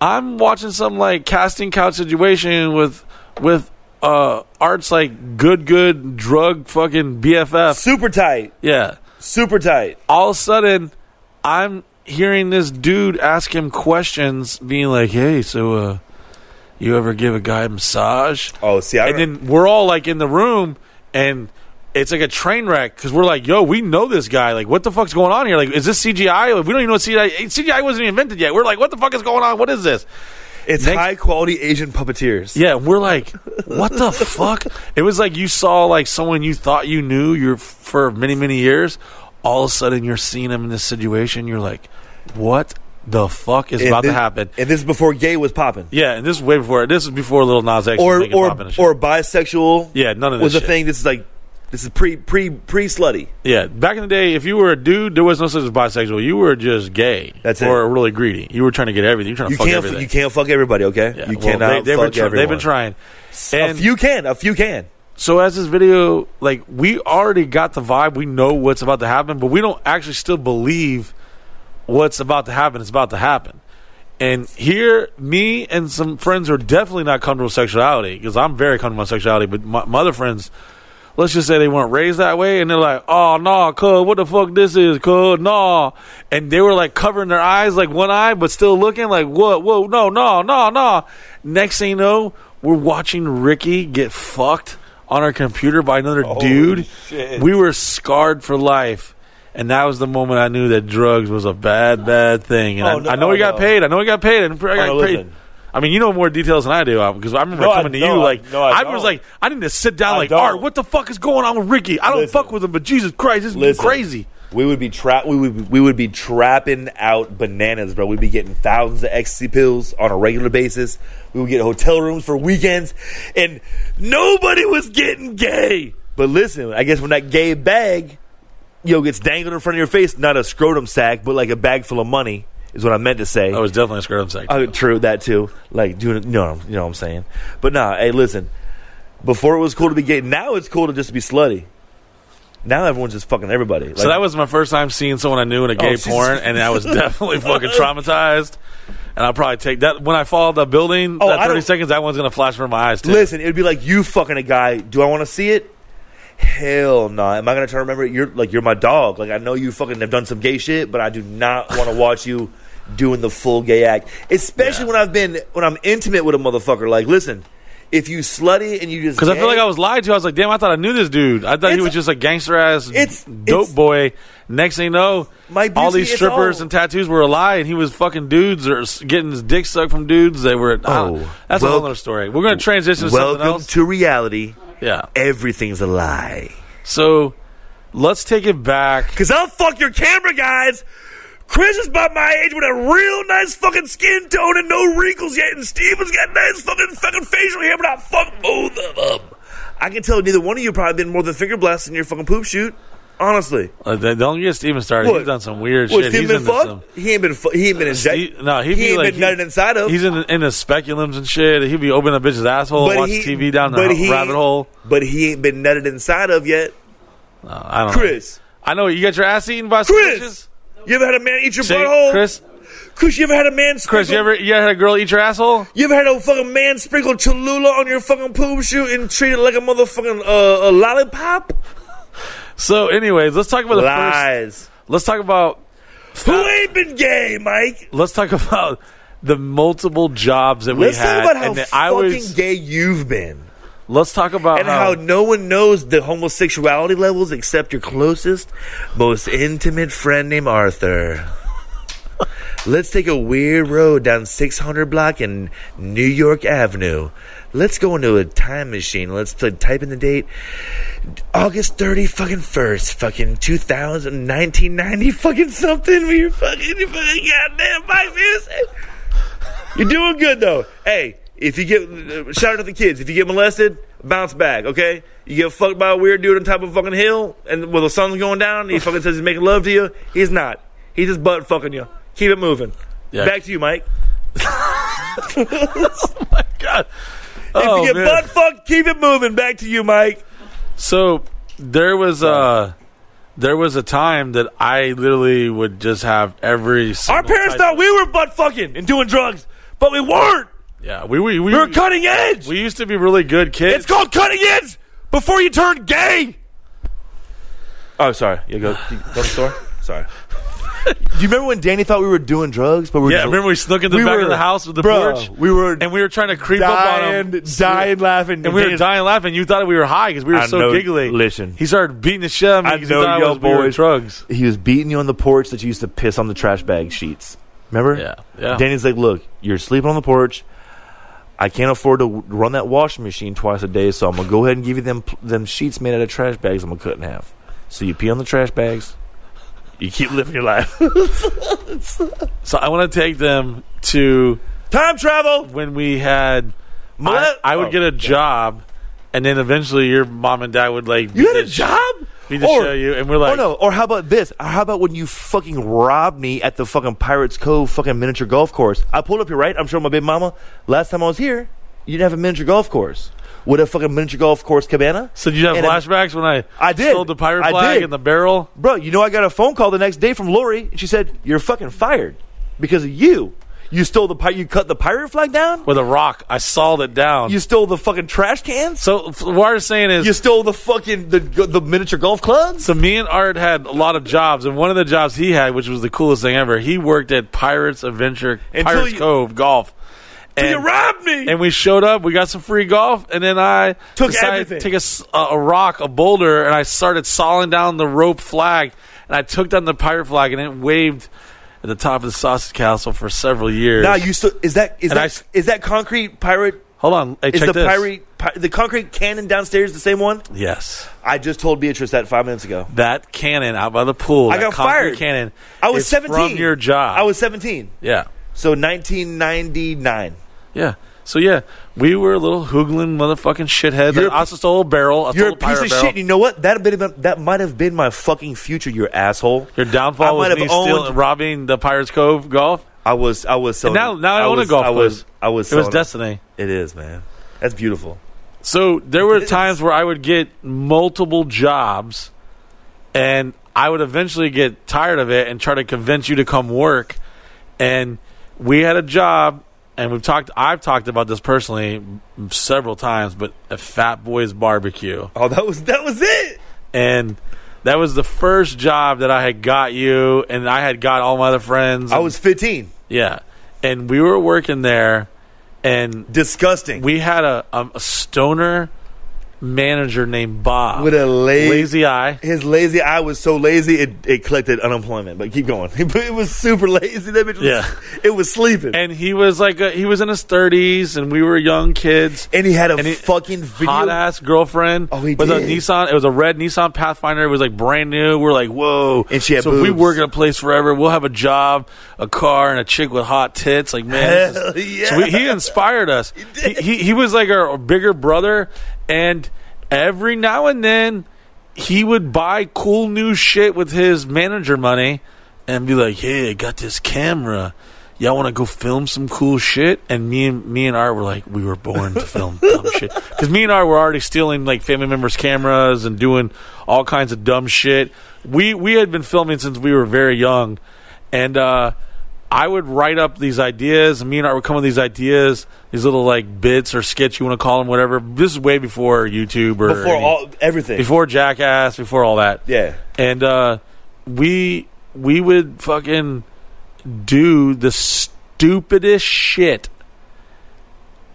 [SPEAKER 1] i'm watching some like casting couch situation with with uh arts like good good drug fucking bff
[SPEAKER 2] super tight.
[SPEAKER 1] yeah
[SPEAKER 2] Super tight.
[SPEAKER 1] all of a sudden i'm hearing this dude ask him questions being like hey so uh you ever give a guy a massage
[SPEAKER 2] Oh, see, I
[SPEAKER 1] and then we're all like in the room and it's like a train wreck because we're like, yo, we know this guy. Like, what the fuck's going on here? Like, is this CGI? Like, we don't even know what CGI. CGI wasn't even invented yet. We're like, what the fuck is going on? What is this?
[SPEAKER 2] it's
[SPEAKER 1] next-
[SPEAKER 2] high quality Asian puppeteers.
[SPEAKER 1] Yeah, and we're like, what the fuck? It was like you saw like someone you thought you knew you for many many years. All of a sudden, you're seeing him in this situation. You're like, what the fuck is
[SPEAKER 2] And
[SPEAKER 1] about
[SPEAKER 2] this-
[SPEAKER 1] to happen?
[SPEAKER 2] And this is before gay was popping.
[SPEAKER 1] yeah, and this is way before. This is before Little Nas X was
[SPEAKER 2] Or
[SPEAKER 1] making
[SPEAKER 2] or
[SPEAKER 1] pop and shit.
[SPEAKER 2] or bisexual.
[SPEAKER 1] yeah, none of this
[SPEAKER 2] was a
[SPEAKER 1] shit.
[SPEAKER 2] thing. This is like this is pre pre pre slutty.
[SPEAKER 1] Yeah, back in the day, if you were a dude, there was no such as bisexual. You were just gay.
[SPEAKER 2] That's it.
[SPEAKER 1] or really greedy. You were trying to get everything. You were trying to
[SPEAKER 2] You
[SPEAKER 1] fuck
[SPEAKER 2] can't
[SPEAKER 1] everything.
[SPEAKER 2] you can't fuck everybody. Okay,
[SPEAKER 1] Yeah,
[SPEAKER 2] you
[SPEAKER 1] well,
[SPEAKER 2] cannot
[SPEAKER 1] They, they've, been
[SPEAKER 2] fuck
[SPEAKER 1] try- they've
[SPEAKER 2] everyone.
[SPEAKER 1] been trying.
[SPEAKER 2] A
[SPEAKER 1] And
[SPEAKER 2] few can. A few can.
[SPEAKER 1] so as this video, like we already got the vibe. We know what's about to happen, but we don't actually still believe what's about to happen. It's about to happen. And here, me and some friends are definitely not comfortable with sexuality because I'm very comfortable with sexuality, but my, my other friends let's just say they weren't raised that way, and they're like, "Oh no, nah, cuz what the fuck this is, cuz nah," and they were like covering their eyes, like one eye, but still looking like, "What? Whoa, no, no, no, no." Next thing you know, we're watching Ricky get fucked on our computer by another dude. We were scarred for life. And that was the moment I knew that drugs was a bad, bad thing. And I,
[SPEAKER 2] Oh, no,
[SPEAKER 1] I know he got
[SPEAKER 2] no.
[SPEAKER 1] paid. I know he got paid. And I got
[SPEAKER 2] no,
[SPEAKER 1] paid.
[SPEAKER 2] listen.
[SPEAKER 1] I mean, you know more details than I do because I remember
[SPEAKER 2] No, I-
[SPEAKER 1] coming to
[SPEAKER 2] no,
[SPEAKER 1] you
[SPEAKER 2] I-
[SPEAKER 1] like
[SPEAKER 2] no, I
[SPEAKER 1] was
[SPEAKER 2] don't.
[SPEAKER 1] like, I need to sit down
[SPEAKER 2] I
[SPEAKER 1] like,
[SPEAKER 2] don't.
[SPEAKER 1] Art, what the fuck is going on with Ricky? I don't
[SPEAKER 2] Listen.
[SPEAKER 1] fuck with him, but Jesus Christ, this is
[SPEAKER 2] Listen.
[SPEAKER 1] crazy.
[SPEAKER 2] We would be trap. We would we would be trapping out bananas, bro. We'd be getting thousands of ecstasy pills on a regular basis. We would get hotel rooms for weekends, and nobody was getting gay. But listen, I guess when that gay bag, yo, gets dangled in front of your face, not a scrotum sack, but like a bag full of money, is what I meant to say.
[SPEAKER 1] That was definitely a scrotum sex.
[SPEAKER 2] Oh, true that too. Like doing, you know, you know what I'm saying. But nah, hey, listen. Before it was cool to be gay. Now it's cool to just be slutty. Now everyone's just fucking everybody.
[SPEAKER 1] so that was my first time seeing someone I knew in a gay
[SPEAKER 2] Jesus.
[SPEAKER 1] porn, and I
[SPEAKER 2] [LAUGHS]
[SPEAKER 1] was definitely fucking traumatized. And I'll probably take that when I fall out the building.
[SPEAKER 2] Oh, I
[SPEAKER 1] that thirty
[SPEAKER 2] don't-
[SPEAKER 1] seconds, that one's gonna flash from my eyes too.
[SPEAKER 2] Listen, it'd be like you fucking a guy. Do I want to see it? Hell no. Am I gonna try to remember it? You're like you're my dog. Like I know you fucking have done some gay shit, but I do not want to watch you doing the full gay act. Especially when I've been when I'm intimate with a motherfucker. Like, listen, if you slutty and you just
[SPEAKER 1] Because I feel
[SPEAKER 2] gay-
[SPEAKER 1] like I was lied to. I was like, damn, I thought I knew this dude. I thought he
[SPEAKER 2] It's-
[SPEAKER 1] was just a gangster ass
[SPEAKER 2] it's-
[SPEAKER 1] dope
[SPEAKER 2] it's-
[SPEAKER 1] boy. Next thing you know,
[SPEAKER 2] My beauty
[SPEAKER 1] all these
[SPEAKER 2] is
[SPEAKER 1] strippers
[SPEAKER 2] all-
[SPEAKER 1] and tattoos were a lie, and he was fucking dudes or s- getting his dick sucked from dudes. They were. I don't-
[SPEAKER 2] Oh,
[SPEAKER 1] that's a
[SPEAKER 2] wel-
[SPEAKER 1] whole other story. We're going to transition to something
[SPEAKER 2] welcome
[SPEAKER 1] else.
[SPEAKER 2] to reality.
[SPEAKER 1] yeah.
[SPEAKER 2] Everything's a lie.
[SPEAKER 1] So let's take it back.
[SPEAKER 2] Cause I'll fuck your camera guys. Chris is about my age with a real nice fucking skin tone and no wrinkles yet, and Steven's got nice fucking fucking facial hair, but I fuck both of them. I can tell neither one of you probably been more than finger blasts in your fucking poop shoot. Honestly,
[SPEAKER 1] Uh, th- don't get Steven started.
[SPEAKER 2] What?
[SPEAKER 1] He's done some weird
[SPEAKER 2] what
[SPEAKER 1] shit.
[SPEAKER 2] Steven
[SPEAKER 1] He's
[SPEAKER 2] been
[SPEAKER 1] into
[SPEAKER 2] fucked?
[SPEAKER 1] some.
[SPEAKER 2] He ain't been fu- he ain't been
[SPEAKER 1] He,
[SPEAKER 2] injected.
[SPEAKER 1] no, he'd be
[SPEAKER 2] ain't
[SPEAKER 1] like
[SPEAKER 2] been nutted inside of.
[SPEAKER 1] He's in, into speculums and shit. He'd be opening a bitch's asshole, and watching TV down the
[SPEAKER 2] but
[SPEAKER 1] ra-
[SPEAKER 2] he-
[SPEAKER 1] rabbit hole.
[SPEAKER 2] But he ain't been nutted inside of yet,
[SPEAKER 1] No, I don't. know.
[SPEAKER 2] Chris.
[SPEAKER 1] I know you got your ass eaten by some
[SPEAKER 2] Chris,
[SPEAKER 1] bitches.
[SPEAKER 2] you ever had a man eat your
[SPEAKER 1] See,
[SPEAKER 2] butthole?
[SPEAKER 1] Chris,
[SPEAKER 3] Chris, you ever had a man sprinkle?
[SPEAKER 1] Chris, you ever you ever had a girl eat your asshole?
[SPEAKER 3] you ever had a fucking man sprinkle Cholula on your fucking poop shoot and treat it like a motherfucking uh, a lollipop?
[SPEAKER 1] So, anyways, let's talk about the first.
[SPEAKER 3] Lies.
[SPEAKER 1] Let's talk about uh,
[SPEAKER 3] Who ain't been gay, Mike?
[SPEAKER 1] let's talk [LAUGHS] about the multiple jobs that
[SPEAKER 3] Let's
[SPEAKER 1] we had.
[SPEAKER 3] talk about how
[SPEAKER 1] and that
[SPEAKER 3] fucking
[SPEAKER 1] I was,
[SPEAKER 3] gay you've been.
[SPEAKER 1] let's talk about
[SPEAKER 3] and
[SPEAKER 1] how,
[SPEAKER 3] how no one knows the homosexuality levels except your closest, most intimate friend named Arthur. Let's take a weird road down 600 block in New York Avenue. Let's go into a time machine. Let's t- type in the date August 30 fucking first, fucking 2000, 1990 fucking something. We were fucking, you fucking goddamn Mike music. You're doing good though. Hey, if you get uh, shout out to the kids. If you get molested, bounce back. Okay. You get fucked by a weird dude on top of a fucking hill, and while the sun's going down, he fucking says he's making love to you. He's not. He's just butt fucking you. Keep it moving.
[SPEAKER 1] Yeah.
[SPEAKER 3] Back to you, Mike.
[SPEAKER 1] Oh,
[SPEAKER 3] if you get
[SPEAKER 1] man.
[SPEAKER 3] butt fucked, keep it moving. Back to you, Mike.
[SPEAKER 1] So there was uh there was a time that I literally would just have every single
[SPEAKER 3] Our parents
[SPEAKER 1] type-
[SPEAKER 3] thought we were butt fucking and doing drugs, but we weren't.
[SPEAKER 1] yeah we we we,
[SPEAKER 3] We were cutting edge.
[SPEAKER 1] we used to be really good kids.
[SPEAKER 3] it's called cutting edge before you turn gay. Oh, sorry. You go, you go to the store. Sorry.
[SPEAKER 2] Do you remember when Danny thought we were doing drugs, but we were
[SPEAKER 1] yeah,
[SPEAKER 2] just-
[SPEAKER 1] remember we snuck in the
[SPEAKER 2] we
[SPEAKER 1] back
[SPEAKER 2] were-
[SPEAKER 1] of the house with the
[SPEAKER 2] bro,
[SPEAKER 1] porch
[SPEAKER 2] We were
[SPEAKER 1] and we were trying to creep up on him.
[SPEAKER 2] dying, dying, laughing,
[SPEAKER 1] And we were
[SPEAKER 2] Danny's-
[SPEAKER 1] dying laughing. You thought we were high because we were
[SPEAKER 2] I
[SPEAKER 1] so
[SPEAKER 2] know-
[SPEAKER 1] giggly.
[SPEAKER 2] listen.
[SPEAKER 1] he started beating the shit out of me
[SPEAKER 2] I
[SPEAKER 1] 'cause he
[SPEAKER 2] know
[SPEAKER 1] thought
[SPEAKER 2] y'all
[SPEAKER 1] was- we were
[SPEAKER 2] boys.
[SPEAKER 1] drugs.
[SPEAKER 2] He was beating you on the porch that you used to piss on the trash bag sheets. Remember?
[SPEAKER 1] Yeah, yeah.
[SPEAKER 2] Danny's like, look, you're sleeping on the porch. I can't afford to w- run that washing machine twice a day, so I'm gonna go ahead and give you them pl- them sheets made out of trash bags. I'm gonna cut in half. So you pee on the trash bags. You keep living your life.
[SPEAKER 1] So I want to take them to
[SPEAKER 3] Time travel.
[SPEAKER 1] when we had. I,
[SPEAKER 3] Mole-
[SPEAKER 1] I would
[SPEAKER 3] Oh,
[SPEAKER 1] get a job, and then eventually your mom and dad would like.
[SPEAKER 2] [LAUGHS] you had a job.
[SPEAKER 1] Beat the
[SPEAKER 2] Or-
[SPEAKER 1] show you, and we're like,
[SPEAKER 2] oh no! Or how about this? Or how about when you fucking robbed me at the fucking Pirates Cove fucking miniature golf course? I pulled up here, right? I'm showing my big mama. Last time I was here, you didn't have a miniature golf course. Would a fucking miniature golf course cabana?
[SPEAKER 1] so did you have
[SPEAKER 2] And a-
[SPEAKER 1] flashbacks when I
[SPEAKER 2] I did.
[SPEAKER 1] sold the pirate
[SPEAKER 2] I
[SPEAKER 1] flag
[SPEAKER 2] did.
[SPEAKER 1] and the barrel?
[SPEAKER 2] Bro, you know I got a phone call the next day from Lori, and she said you're fucking fired because of you. You stole the pi- you cut the pirate flag down.
[SPEAKER 1] With a rock, I sawed it down.
[SPEAKER 2] You stole the fucking trash cans.
[SPEAKER 1] so f- what I'm saying is,
[SPEAKER 2] You stole the fucking the the miniature golf clubs.
[SPEAKER 1] so me and Art had a lot of jobs, and one of the jobs he had, which was the coolest thing ever, he worked at Pirates Adventure, Pirates
[SPEAKER 2] you-
[SPEAKER 1] Cove Golf. And,
[SPEAKER 3] You robbed me.
[SPEAKER 1] and we showed up, we got some free golf, and then I
[SPEAKER 3] Took
[SPEAKER 1] decided
[SPEAKER 3] everything.
[SPEAKER 1] to take a, s- a- a rock, a boulder, and I started sawing down the rope flag, and I took down the pirate flag, and it waved at the top of the sausage castle for several years.
[SPEAKER 2] Now you st- is that is
[SPEAKER 1] And I
[SPEAKER 2] that
[SPEAKER 1] s-
[SPEAKER 2] is that concrete pirate
[SPEAKER 1] Hold on, hey,
[SPEAKER 2] Is
[SPEAKER 1] check
[SPEAKER 2] the
[SPEAKER 1] this.
[SPEAKER 2] pirate pi- the concrete cannon downstairs the same one?
[SPEAKER 1] Yes,
[SPEAKER 2] I just told Beatrice that five minutes ago.
[SPEAKER 1] that cannon out by the pool.
[SPEAKER 2] I
[SPEAKER 1] that
[SPEAKER 2] got
[SPEAKER 1] concrete
[SPEAKER 2] fired.
[SPEAKER 1] Cannon.
[SPEAKER 2] I was
[SPEAKER 1] is
[SPEAKER 2] seventeen.
[SPEAKER 1] from your job.
[SPEAKER 2] I was seventeen.
[SPEAKER 1] yeah,
[SPEAKER 2] So nineteen ninety nine.
[SPEAKER 1] yeah. So yeah, we were a little hoogling motherfucking shithead.
[SPEAKER 2] You're
[SPEAKER 1] that
[SPEAKER 2] a-
[SPEAKER 1] also stole a barrel. I
[SPEAKER 2] You're
[SPEAKER 1] stole
[SPEAKER 2] a piece
[SPEAKER 1] pirate
[SPEAKER 2] of
[SPEAKER 1] barrel.
[SPEAKER 2] shit. You know what? That been, that might have been my fucking future. You asshole.
[SPEAKER 1] Your downfall
[SPEAKER 2] I
[SPEAKER 1] was
[SPEAKER 2] might have
[SPEAKER 1] me stealing,
[SPEAKER 2] owned-
[SPEAKER 1] robbing the Pirates Cove golf.
[SPEAKER 2] I was. I was. Selling,
[SPEAKER 1] now- now I own a
[SPEAKER 2] was-
[SPEAKER 1] golf
[SPEAKER 2] I was.
[SPEAKER 1] course.
[SPEAKER 2] I was.
[SPEAKER 1] It was
[SPEAKER 2] selling-
[SPEAKER 1] destiny.
[SPEAKER 2] It is, man. That's beautiful.
[SPEAKER 1] So there were times where I would get multiple jobs, and I would eventually get tired of it and try to convince you to come work. And we had a job, and we've talked. I've talked about this personally m- several times, but a Fat Boys Barbecue,
[SPEAKER 2] Oh, that was. That was it.
[SPEAKER 1] and that was the first job that I had got you, and I had got all my other friends.
[SPEAKER 2] I was fifteen.
[SPEAKER 1] yeah, and we were working there, and
[SPEAKER 2] Disgusting.
[SPEAKER 1] we had a, a, a stoner manager named Bob
[SPEAKER 2] With a lazy.
[SPEAKER 1] lazy eye.
[SPEAKER 2] His lazy eye was so lazy it, it collected unemployment. But keep going. [LAUGHS] it was super lazy. That bitch was,
[SPEAKER 1] Yeah.
[SPEAKER 2] It was sleeping.
[SPEAKER 1] And he was like, a, he was in his 30s, and we were young kids.
[SPEAKER 2] And he had a
[SPEAKER 1] And he-
[SPEAKER 2] fucking video.
[SPEAKER 1] Hot ass girlfriend.
[SPEAKER 2] Oh, he
[SPEAKER 1] with a
[SPEAKER 2] did.
[SPEAKER 1] Nissan. It was a red Nissan Pathfinder. It was like brand new. We are like, whoa.
[SPEAKER 2] And she had
[SPEAKER 1] so if we
[SPEAKER 2] boobs.
[SPEAKER 1] work at a place forever, we'll have a job, a car, and a chick with hot tits. Like man,
[SPEAKER 2] Hell
[SPEAKER 1] this is-
[SPEAKER 2] yeah.
[SPEAKER 1] so we, he inspired us. he, he he was like our bigger brother, and every now and then he would buy cool new shit with his manager money, and be like, hey, I got this camera. Y'all want to go film some cool shit? And me and me and Art were like, we were born to
[SPEAKER 2] [LAUGHS]
[SPEAKER 1] film dumb shit. Because me and Art were already stealing like family members' cameras and doing all kinds of dumb shit. We we had been filming since we were very young, and uh, I would write up these ideas. and Me and Art would come with these ideas, these little like bits or skits you want to call them, whatever. This is way before YouTube or
[SPEAKER 3] Before
[SPEAKER 1] any-
[SPEAKER 3] all everything.
[SPEAKER 1] before Jackass, before all that.
[SPEAKER 3] yeah.
[SPEAKER 1] and uh, we we would fucking do the stupidest shit.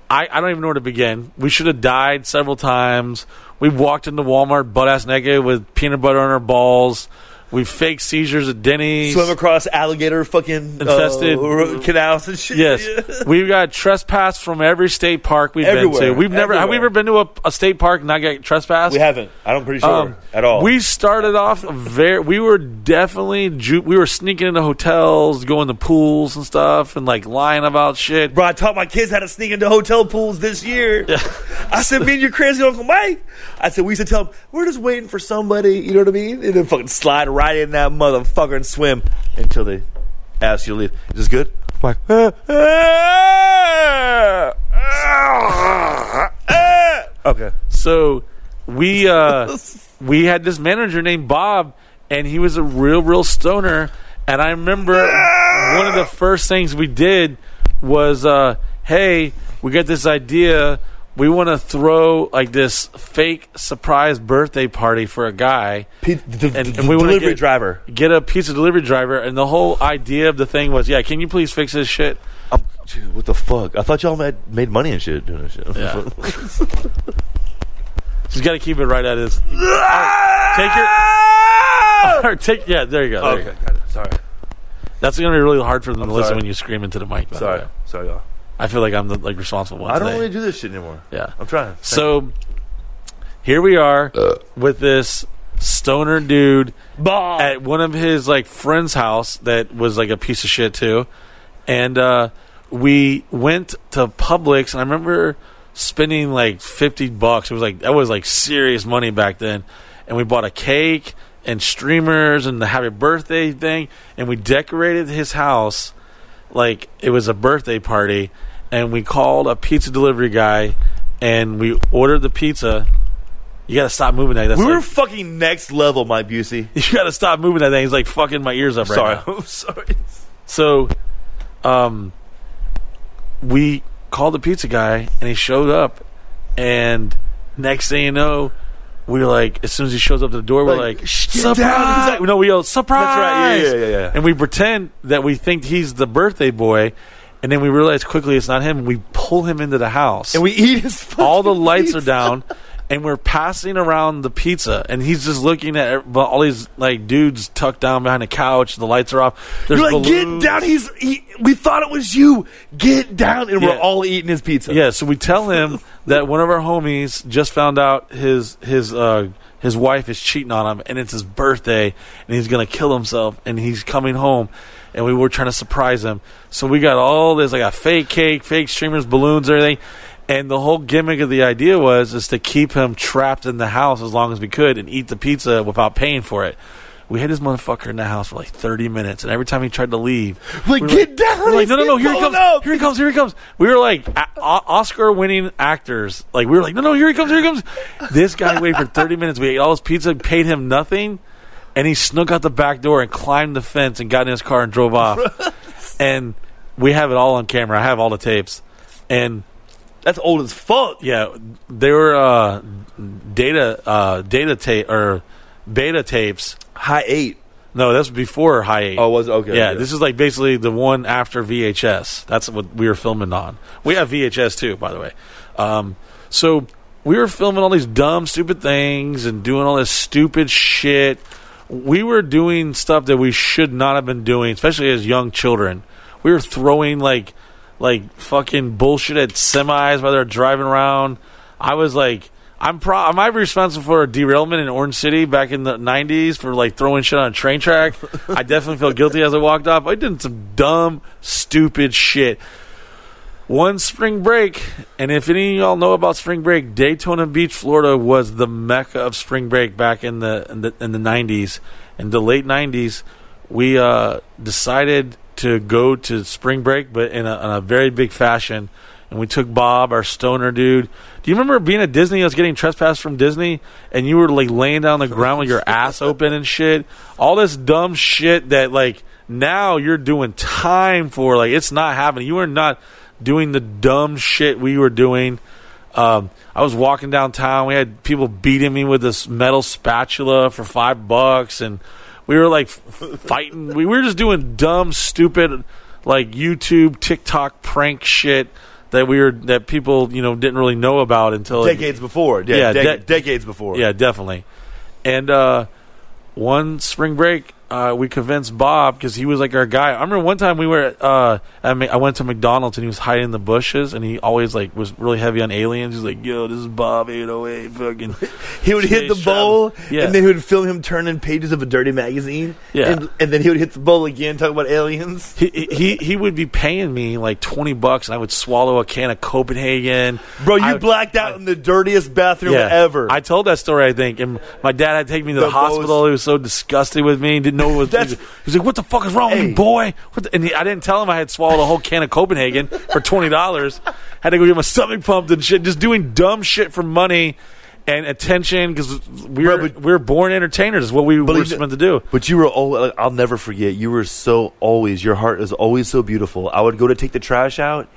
[SPEAKER 1] I, I don't even know where to begin. We should have died several times. We walked into Walmart butt ass naked with peanut butter on our balls. We faked seizures at Denny's.
[SPEAKER 3] Swim across alligator fucking uh,
[SPEAKER 1] Infested.
[SPEAKER 3] ro- canals and shit.
[SPEAKER 1] yes,
[SPEAKER 3] [LAUGHS]
[SPEAKER 1] we've got trespassed from every state park we've been
[SPEAKER 3] Everywhere,
[SPEAKER 1] to. We've never have we
[SPEAKER 3] everywhere.
[SPEAKER 1] ever been to a, a state park and not get trespassed?
[SPEAKER 3] We haven't. I don't pretty sure
[SPEAKER 1] Um,
[SPEAKER 3] at all.
[SPEAKER 1] We started off very. We were definitely ju- we were sneaking into hotels, going to pools and stuff, and like lying about shit.
[SPEAKER 3] Bro, I taught my kids how to sneak into hotel pools this year. I said, me and your crazy Uncle Mike. I said, we used to tell them, we're just waiting for somebody, you know what I mean? And then fucking slide right in that motherfucker and swim until they ask you to leave. Is this good? I'm like, "Ah, ah, ah, ah." okay.
[SPEAKER 1] So we uh, we had this manager named Bob, and he was a real real stoner. And I remember one of the first things we did was, uh, hey, we got this idea. We want to throw like this fake surprise birthday party for a guy.
[SPEAKER 3] P- the,
[SPEAKER 1] And-
[SPEAKER 3] the
[SPEAKER 1] and we wanna
[SPEAKER 3] delivery
[SPEAKER 1] get-
[SPEAKER 3] driver.
[SPEAKER 1] get a pizza delivery driver, and the whole idea of the thing was, yeah, can you please fix this shit?
[SPEAKER 3] I'm, dude, what the fuck? I thought y'all made, made money and shit doing this shit.
[SPEAKER 1] Yeah.
[SPEAKER 3] [LAUGHS]
[SPEAKER 1] Just got to keep it right at his. Take
[SPEAKER 3] [LAUGHS]
[SPEAKER 1] your, or take yeah. There you go. There you go.
[SPEAKER 2] got it. Sorry.
[SPEAKER 1] That's gonna be really hard for them to listen
[SPEAKER 2] sorry.
[SPEAKER 1] when you scream into the mic. by the
[SPEAKER 2] Sorry.
[SPEAKER 1] way.
[SPEAKER 2] Sorry, y'all.
[SPEAKER 1] I feel like I'm the like responsible one.
[SPEAKER 2] I don't
[SPEAKER 1] today.
[SPEAKER 2] really do this shit anymore.
[SPEAKER 1] Yeah.
[SPEAKER 2] I'm trying.
[SPEAKER 1] So here we are with this stoner dude at one of his like friend's house that was like a piece of shit too. And uh we went to Publix and I remember spending like 50 bucks. It was like that was like serious money back then. And we bought a cake and streamers and the happy birthday thing and we decorated his house like it was a birthday party and we called a pizza delivery guy and we ordered the pizza you gotta stop moving that that's
[SPEAKER 3] we were
[SPEAKER 1] like-
[SPEAKER 3] fucking next level, Mike Busey.
[SPEAKER 1] [LAUGHS] you gotta stop moving that thing he's like fucking my ears up right
[SPEAKER 3] Sorry.
[SPEAKER 1] [LAUGHS] now.
[SPEAKER 3] I'm sorry.
[SPEAKER 1] So, um, we called the pizza guy, and he showed up. And next thing you know, we were like, as soon as he shows up to the door, we're
[SPEAKER 3] Like,
[SPEAKER 1] like,
[SPEAKER 3] "Shh, get down."
[SPEAKER 1] surprise!
[SPEAKER 3] He's like-
[SPEAKER 1] no, we yell, surprise!
[SPEAKER 3] right, yeah, yeah, yeah, yeah.
[SPEAKER 1] And we pretend that we think he's the birthday boy, and then we realize quickly it's not him. And we pull him into the house,
[SPEAKER 3] And we eat his fucking
[SPEAKER 1] [LAUGHS] all the lights are
[SPEAKER 3] pizza.
[SPEAKER 1] down and we're passing around the pizza and he's just looking at ev- but all these like dudes tucked down behind the couch the lights are off there's
[SPEAKER 3] You're like,
[SPEAKER 1] balloons."
[SPEAKER 3] get down. He's. He, we thought it was you. Get down, and we're
[SPEAKER 1] Yeah.
[SPEAKER 3] all eating his pizza.
[SPEAKER 1] yeah so we tell him that one of our homies just found out his his uh his wife is cheating on him and it's his birthday and he's gonna kill himself and he's coming home and we were trying to surprise him so we got all this like a fake cake fake streamers balloons everything and the whole gimmick of the idea was is to keep him trapped in the house as long as we could and eat the pizza without paying for it we had this motherfucker in the house for like 30 minutes, and every time he tried to leave,
[SPEAKER 3] Like,
[SPEAKER 1] we were
[SPEAKER 3] "Get down,
[SPEAKER 1] we're like, no, no,
[SPEAKER 3] he's
[SPEAKER 1] no, here he
[SPEAKER 3] pulling
[SPEAKER 1] comes,
[SPEAKER 3] up."
[SPEAKER 1] here he comes, here he comes. We were like a- o- Oscar-winning actors. Like we were like, no, no, here he comes, here he comes. This guy waited for 30 minutes. We ate all his pizza, paid him nothing, and he snuck out the back door and climbed the fence and got in his car and
[SPEAKER 3] [LAUGHS]
[SPEAKER 1] drove off. and we have it all on camera. I have all the tapes. And
[SPEAKER 3] That's old as fuck.
[SPEAKER 1] yeah, they were uh, data uh, data tape or beta tapes.
[SPEAKER 3] High eight.
[SPEAKER 1] No, that's before High Eight.
[SPEAKER 3] Oh, was it? Okay,
[SPEAKER 1] Yeah,
[SPEAKER 3] okay.
[SPEAKER 1] this is like basically the one after VHS. That's what we were filming on. We have VHS too, by the way. Um, so we were filming all these dumb, stupid things and doing all this stupid shit. We were doing stuff that we should not have been doing, especially as young children. We were throwing like, like fucking bullshit at semis while they're driving around. I was like, I'm pro. Am I responsible for a derailment in Orange City back in the '90s for like throwing shit on a train track? I definitely feel guilty as I walked off. I did some dumb, stupid shit. One spring break, and if any of y'all know about spring break, Daytona Beach, Florida was the mecca of spring break back in the in the, in the '90s, in the late '90s. We uh, decided to go to spring break, but in a, in a very big fashion. And we took Bob, our stoner dude. Do you remember being at Disney? I was getting trespassed from Disney, and you were like laying down on the ground with your ass open and shit. All this dumb shit that like Now you're doing time for like it's not happening. You are not doing the dumb shit we were doing. Um, I was walking downtown. We had people beating me with this metal spatula for five bucks, and we were like f- fighting. We were just doing dumb, stupid, like YouTube, TikTok prank shit that we were that people you know didn't really know about until it-
[SPEAKER 2] decades before. Yeah,
[SPEAKER 1] Yeah,
[SPEAKER 2] dec-
[SPEAKER 1] de-
[SPEAKER 2] decades before.
[SPEAKER 1] yeah, definitely. And uh, one spring break, uh, we convinced Bob because he was like our guy. I remember one time we were. Uh, I, mean, I went to McDonald's and he was hiding in the bushes, and he always like was really heavy on aliens. He's like, "Yo, this is Bob 808." Fucking, [LAUGHS]
[SPEAKER 2] He would hit the
[SPEAKER 1] Space
[SPEAKER 2] bowl,
[SPEAKER 1] travel. Yeah.
[SPEAKER 2] and then he would film him turning pages of a dirty magazine.
[SPEAKER 1] Yeah.
[SPEAKER 2] and, and then he would hit the bowl again, talking about aliens.
[SPEAKER 1] he, he- he he would be paying me like twenty bucks, and I would swallow a can of Copenhagen.
[SPEAKER 2] Bro, you
[SPEAKER 1] I-
[SPEAKER 2] blacked out in the
[SPEAKER 1] [LAUGHS]
[SPEAKER 2] dirtiest bathroom ever.
[SPEAKER 1] I told that story, I think, and my dad had to take me to the,
[SPEAKER 2] The
[SPEAKER 1] hospital.
[SPEAKER 2] most-
[SPEAKER 1] He was so disgusted with me, didn't know what was.
[SPEAKER 2] [LAUGHS] That's-
[SPEAKER 1] he was like, "What the fuck is wrong with
[SPEAKER 2] Hey.
[SPEAKER 1] you, boy?" What the, and he, I didn't tell him I had swallowed a whole can of
[SPEAKER 2] [LAUGHS]
[SPEAKER 1] Copenhagen for twenty dollars. Had to go get my stomach pumped and shit, just doing dumb shit for money and attention because we're
[SPEAKER 2] Bro, but-
[SPEAKER 1] we're born entertainers. Is what we were
[SPEAKER 2] Believe it-
[SPEAKER 1] meant to do.
[SPEAKER 2] But you were always, like, I'll never forget, you were so always, your heart is always so beautiful. I would go to take the trash out,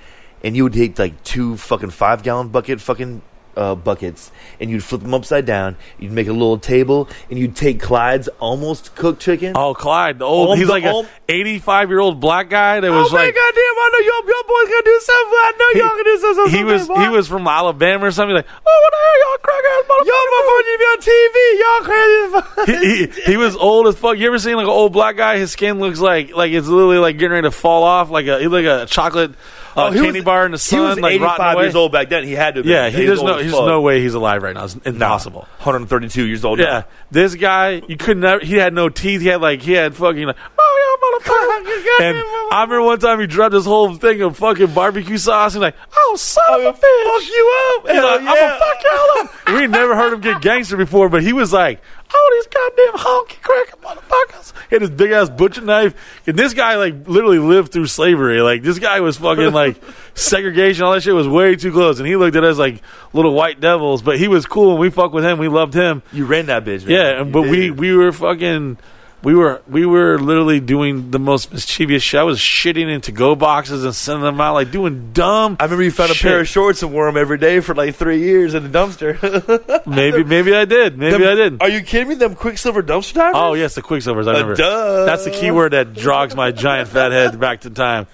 [SPEAKER 2] and you would take like two fucking five gallon bucket fucking uh, buckets, and you'd flip them upside down. You'd make a little table, and you'd take Clyde's almost cooked chicken.
[SPEAKER 1] Oh, Clyde, the old
[SPEAKER 2] Oh,
[SPEAKER 1] he's
[SPEAKER 2] the
[SPEAKER 1] like an
[SPEAKER 2] old- Oh
[SPEAKER 1] eighty-five-year-old black guy that was like.
[SPEAKER 2] goddamn, I know y'all, y'all boys gonna do something. I know
[SPEAKER 1] He, he was he was from Alabama or something. Like, oh, what the hell, y'all crackheads, motherfuckers?
[SPEAKER 2] motherfuckers, you be on TV. Y'all crazy.
[SPEAKER 1] he, he- he was old as fuck. You ever seen like an old black guy? His skin looks like like it's literally like getting ready to fall off, like a he looked like a chocolate uh,
[SPEAKER 2] Oh, he
[SPEAKER 1] candy
[SPEAKER 2] was-
[SPEAKER 1] bar in the
[SPEAKER 2] he
[SPEAKER 1] sun,
[SPEAKER 2] was
[SPEAKER 1] like rotten
[SPEAKER 2] 85
[SPEAKER 1] away.
[SPEAKER 2] years old back then. He had to. Have been.
[SPEAKER 1] Yeah, he,
[SPEAKER 2] He's
[SPEAKER 1] there's
[SPEAKER 2] old
[SPEAKER 1] no
[SPEAKER 2] as
[SPEAKER 1] there's
[SPEAKER 2] fuck.
[SPEAKER 1] no way he's alive right now. It's impossible.
[SPEAKER 2] 132 years old.
[SPEAKER 1] Yeah, this guy you could never. He had no teeth. He had like he had fucking like oh yeah, motherfucker. and [LAUGHS] I remember one time he dropped this whole thing of fucking barbecue sauce and like oh son of a bitch, fuck you up.
[SPEAKER 2] Hell
[SPEAKER 1] I'm gonna
[SPEAKER 2] yeah.
[SPEAKER 1] fuck y'all up. we ain't never heard him get gangster before, but he was like. Oh, these goddamn honky cracker motherfuckers! He had his big ass butcher knife, and this guy like literally lived through slavery. Like this guy was fucking [LAUGHS] like segregation. All that shit was way too close, and he looked at us like little white devils. But he was cool, and we fucked with him. We loved him.
[SPEAKER 2] You ran that bitch. Man.
[SPEAKER 1] Yeah, and-
[SPEAKER 2] You
[SPEAKER 1] but
[SPEAKER 2] did.
[SPEAKER 1] we we were fucking we were we were literally doing the most mischievous shit. I was shitting into go boxes and sending them out like doing dumb.
[SPEAKER 2] I remember you found a pair of
[SPEAKER 1] shit.
[SPEAKER 2] shorts and wore them every day for like three years in the [LAUGHS] dumpster.
[SPEAKER 1] maybe maybe I did. Maybe I did.
[SPEAKER 2] Are you kidding me? Them Quicksilver dumpster divers? Uh,
[SPEAKER 1] Oh yes, the quicksilvers. I remember.
[SPEAKER 2] duh.
[SPEAKER 1] That's the key word that jogs my giant fat head back to time.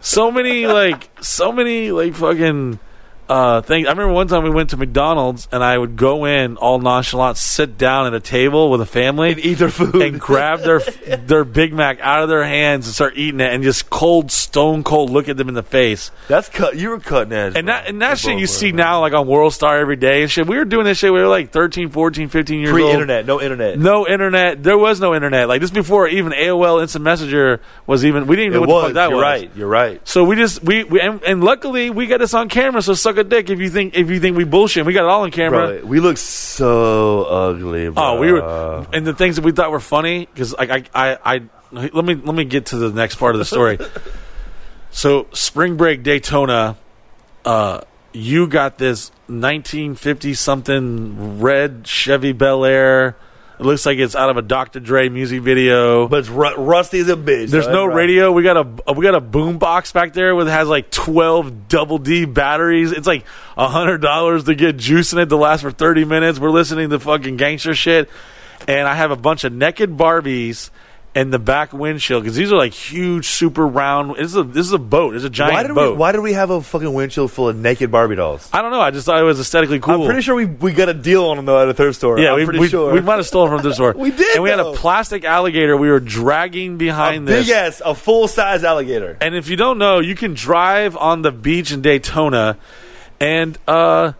[SPEAKER 1] So many like so many like fucking uh things. I remember one time we went to McDonald's and I would go in all nonchalant, sit down at a table with a family
[SPEAKER 2] And eat their food.
[SPEAKER 1] and grab their their Big Mac out of their hands and start eating it and just cold stone cold look at them in the face.
[SPEAKER 2] [LAUGHS] That's cut. You were cutting edge.
[SPEAKER 1] And
[SPEAKER 2] bro.
[SPEAKER 1] that and that
[SPEAKER 2] That's
[SPEAKER 1] shit you
[SPEAKER 2] bull,
[SPEAKER 1] see
[SPEAKER 2] bro.
[SPEAKER 1] now like on World Star every day and shit. We were doing this shit when we were like 13, 14, 15 years old.
[SPEAKER 2] Pre-internet, no internet.
[SPEAKER 1] No internet. There was no internet. Like this before even AOL Instant Messenger was even. We didn't
[SPEAKER 2] it
[SPEAKER 1] even know what the fuck
[SPEAKER 2] was.
[SPEAKER 1] that
[SPEAKER 2] you're
[SPEAKER 1] was.
[SPEAKER 2] right. You're right.
[SPEAKER 1] So we just we, we and, and luckily we got this on camera. So suck a dick if you think if you think we bullshit. We got it all on camera.
[SPEAKER 2] Bro, we look so ugly. Bro.
[SPEAKER 1] Oh, we
[SPEAKER 2] uh,
[SPEAKER 1] were, and the things that we thought were funny because like I, I, I, let me let me get to the next part of the story. so, spring break Daytona, uh, you got this 1950 something red Chevy Bel Air. It looks like it's out of a Dr. Dre music video.
[SPEAKER 2] But it's ru- rusty as a bitch.
[SPEAKER 1] There's
[SPEAKER 2] right,
[SPEAKER 1] no
[SPEAKER 2] bro?
[SPEAKER 1] radio. We got a we got a boom box back there with has like twelve double D batteries. It's like hundred dollars to get juice in it to last for thirty minutes. We're listening to fucking gangster shit, and I have a bunch of naked Barbies in the back windshield because these are like huge, super round. This is a this is a boat. It's a giant
[SPEAKER 2] Why did
[SPEAKER 1] boat.
[SPEAKER 2] we? Why did we have a fucking windshield full of naked Barbie dolls?
[SPEAKER 1] I don't know. I just thought it was aesthetically cool.
[SPEAKER 2] I'm pretty sure we, we got a deal on them though at a thrift store.
[SPEAKER 1] yeah,
[SPEAKER 2] I'm
[SPEAKER 1] we,
[SPEAKER 2] pretty
[SPEAKER 1] we,
[SPEAKER 2] sure
[SPEAKER 1] we might have stolen
[SPEAKER 2] [LAUGHS]
[SPEAKER 1] from this store.
[SPEAKER 2] We did,
[SPEAKER 1] and we had a
[SPEAKER 2] though.
[SPEAKER 1] plastic alligator. We were dragging behind
[SPEAKER 2] a
[SPEAKER 1] this.
[SPEAKER 2] big ass, a full size alligator.
[SPEAKER 1] And if you don't know, you can drive on the beach in Daytona, and uh,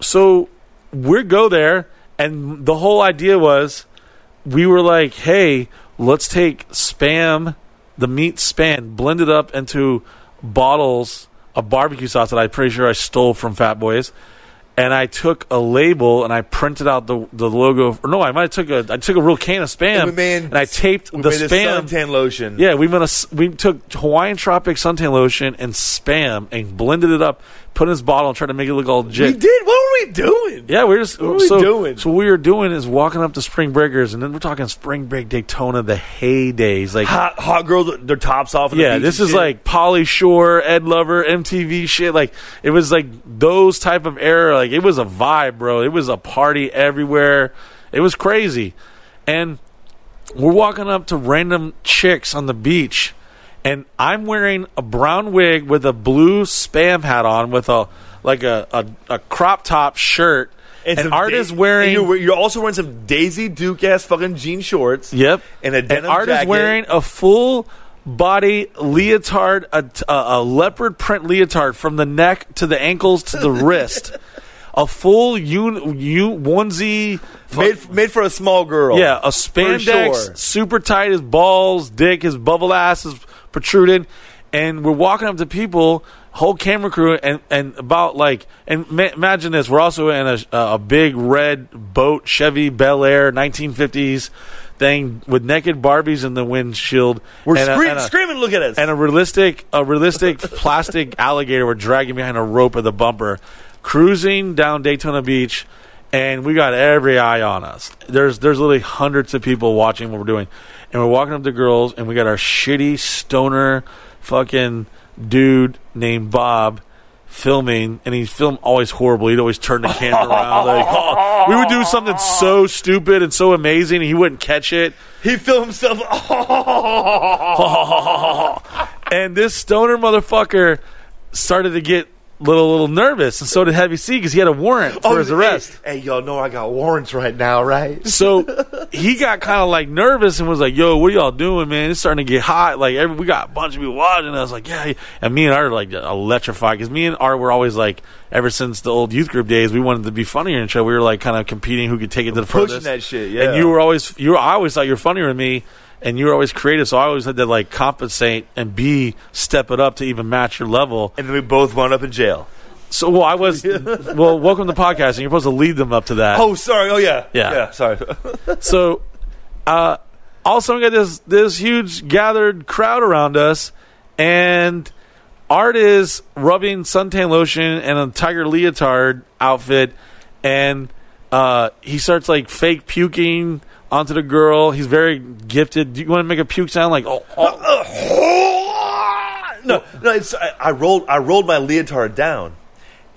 [SPEAKER 1] so we go there. And the whole idea was, we were like, hey, let's take spam, the meat spam, blend it up into bottles of barbecue sauce that I'm pretty sure I stole from Fat Boys. And I took a label and I printed out the the logo. Or no, I might have took a I took a real can of spam
[SPEAKER 2] And we made-
[SPEAKER 1] and I taped
[SPEAKER 2] We
[SPEAKER 1] the
[SPEAKER 2] made a
[SPEAKER 1] spam
[SPEAKER 2] suntan lotion.
[SPEAKER 1] yeah, we went a, we took Hawaiian Tropic suntan lotion and spam and blended it up, put in his bottle and tried to make it look all jit.
[SPEAKER 2] We did. What were we doing?
[SPEAKER 1] Yeah, we're just
[SPEAKER 2] were we
[SPEAKER 1] so,
[SPEAKER 2] doing?
[SPEAKER 1] So what we were doing is walking up to Spring Breakers, and then we're talking Spring Break Daytona, the heydays. Like,
[SPEAKER 2] Hot, hot girls with their tops off. on the
[SPEAKER 1] yeah,
[SPEAKER 2] beach
[SPEAKER 1] this
[SPEAKER 2] and
[SPEAKER 1] is
[SPEAKER 2] shit.
[SPEAKER 1] like Polly Shore, Ed Lover, MTV shit. Like, it was like those type of era. Like, it was a vibe, bro. It was a party everywhere. It was crazy, and we're walking up to random chicks on the beach, and I'm wearing a brown wig with a blue spam hat on, with a like a a, a crop top shirt.
[SPEAKER 2] And
[SPEAKER 1] and
[SPEAKER 2] some
[SPEAKER 1] Art
[SPEAKER 2] da-
[SPEAKER 1] is wearing
[SPEAKER 2] and You're, you're also wearing some Daisy Duke ass fucking jean shorts.
[SPEAKER 1] Yep.
[SPEAKER 2] And a denim
[SPEAKER 1] and Art
[SPEAKER 2] jacket.
[SPEAKER 1] is wearing a full body leotard, a, t- a- a leopard print leotard from the neck to the ankles to
[SPEAKER 2] [LAUGHS]
[SPEAKER 1] the wrist. A full un, un, onesie.
[SPEAKER 2] made made for a small girl.
[SPEAKER 1] Yeah, a spandex,
[SPEAKER 2] sure.
[SPEAKER 1] super tight. His balls, dick, his bubble ass is protruding, and we're walking up to people, whole camera crew, and and about like and ma- imagine this. We're also in a a big red boat Chevy Bel Air 1950s thing with naked Barbies in the windshield.
[SPEAKER 2] We're
[SPEAKER 1] and a-
[SPEAKER 2] scream-
[SPEAKER 1] and a-
[SPEAKER 2] screaming. Look at us.
[SPEAKER 1] and a realistic a realistic [LAUGHS] plastic alligator were dragging behind a rope of the bumper, cruising down Daytona Beach, and we got every eye on us. There's there's literally hundreds of people watching what we're doing, and we're walking up to girls, and we got our shitty stoner fucking dude named Bob. Filming and he filmed always horrible. He'd always turn the camera around. Like, [LAUGHS] oh. We would do something so stupid and so amazing, and he wouldn't catch it.
[SPEAKER 2] he filmed himself.
[SPEAKER 1] [LAUGHS] and this stoner motherfucker started to get little little nervous, and so did Heavy C because he had a warrant
[SPEAKER 2] Oh.
[SPEAKER 1] for his arrest.
[SPEAKER 2] Hey, hey, y'all know I got warrants right now, right?
[SPEAKER 1] So he got kind of like nervous and was like, "Yo, what y'all doing, man? It's starting to get hot. Like, every, we got a bunch of people watching." us. like, "Yeah," and me and Art are like electrified because me and Art were always like, ever since the old youth group days, we wanted to be funnier and shit. We were like kind of competing who could take it to the
[SPEAKER 2] Pushing
[SPEAKER 1] furthest.
[SPEAKER 2] that shit, yeah.
[SPEAKER 1] And you were always you. Were, I always thought you were funnier than me, and you were always creative. So I always had to like compensate and be step it up to even match your level.
[SPEAKER 2] and then we both wound up in jail.
[SPEAKER 1] So well, I was well. Welcome to podcasting. You're supposed to lead them up to that.
[SPEAKER 2] Oh, sorry. Oh, yeah.
[SPEAKER 1] Yeah.
[SPEAKER 2] Yeah. Sorry. [LAUGHS]
[SPEAKER 1] So, uh, all of a sudden, we got this this huge gathered crowd around us, and Art is rubbing suntan lotion and a tiger leotard outfit, and uh, he starts like fake puking onto the girl. He's very gifted. Do you want to make a puke sound like oh, oh.
[SPEAKER 2] no, no. It's, I, I rolled. I rolled my leotard down,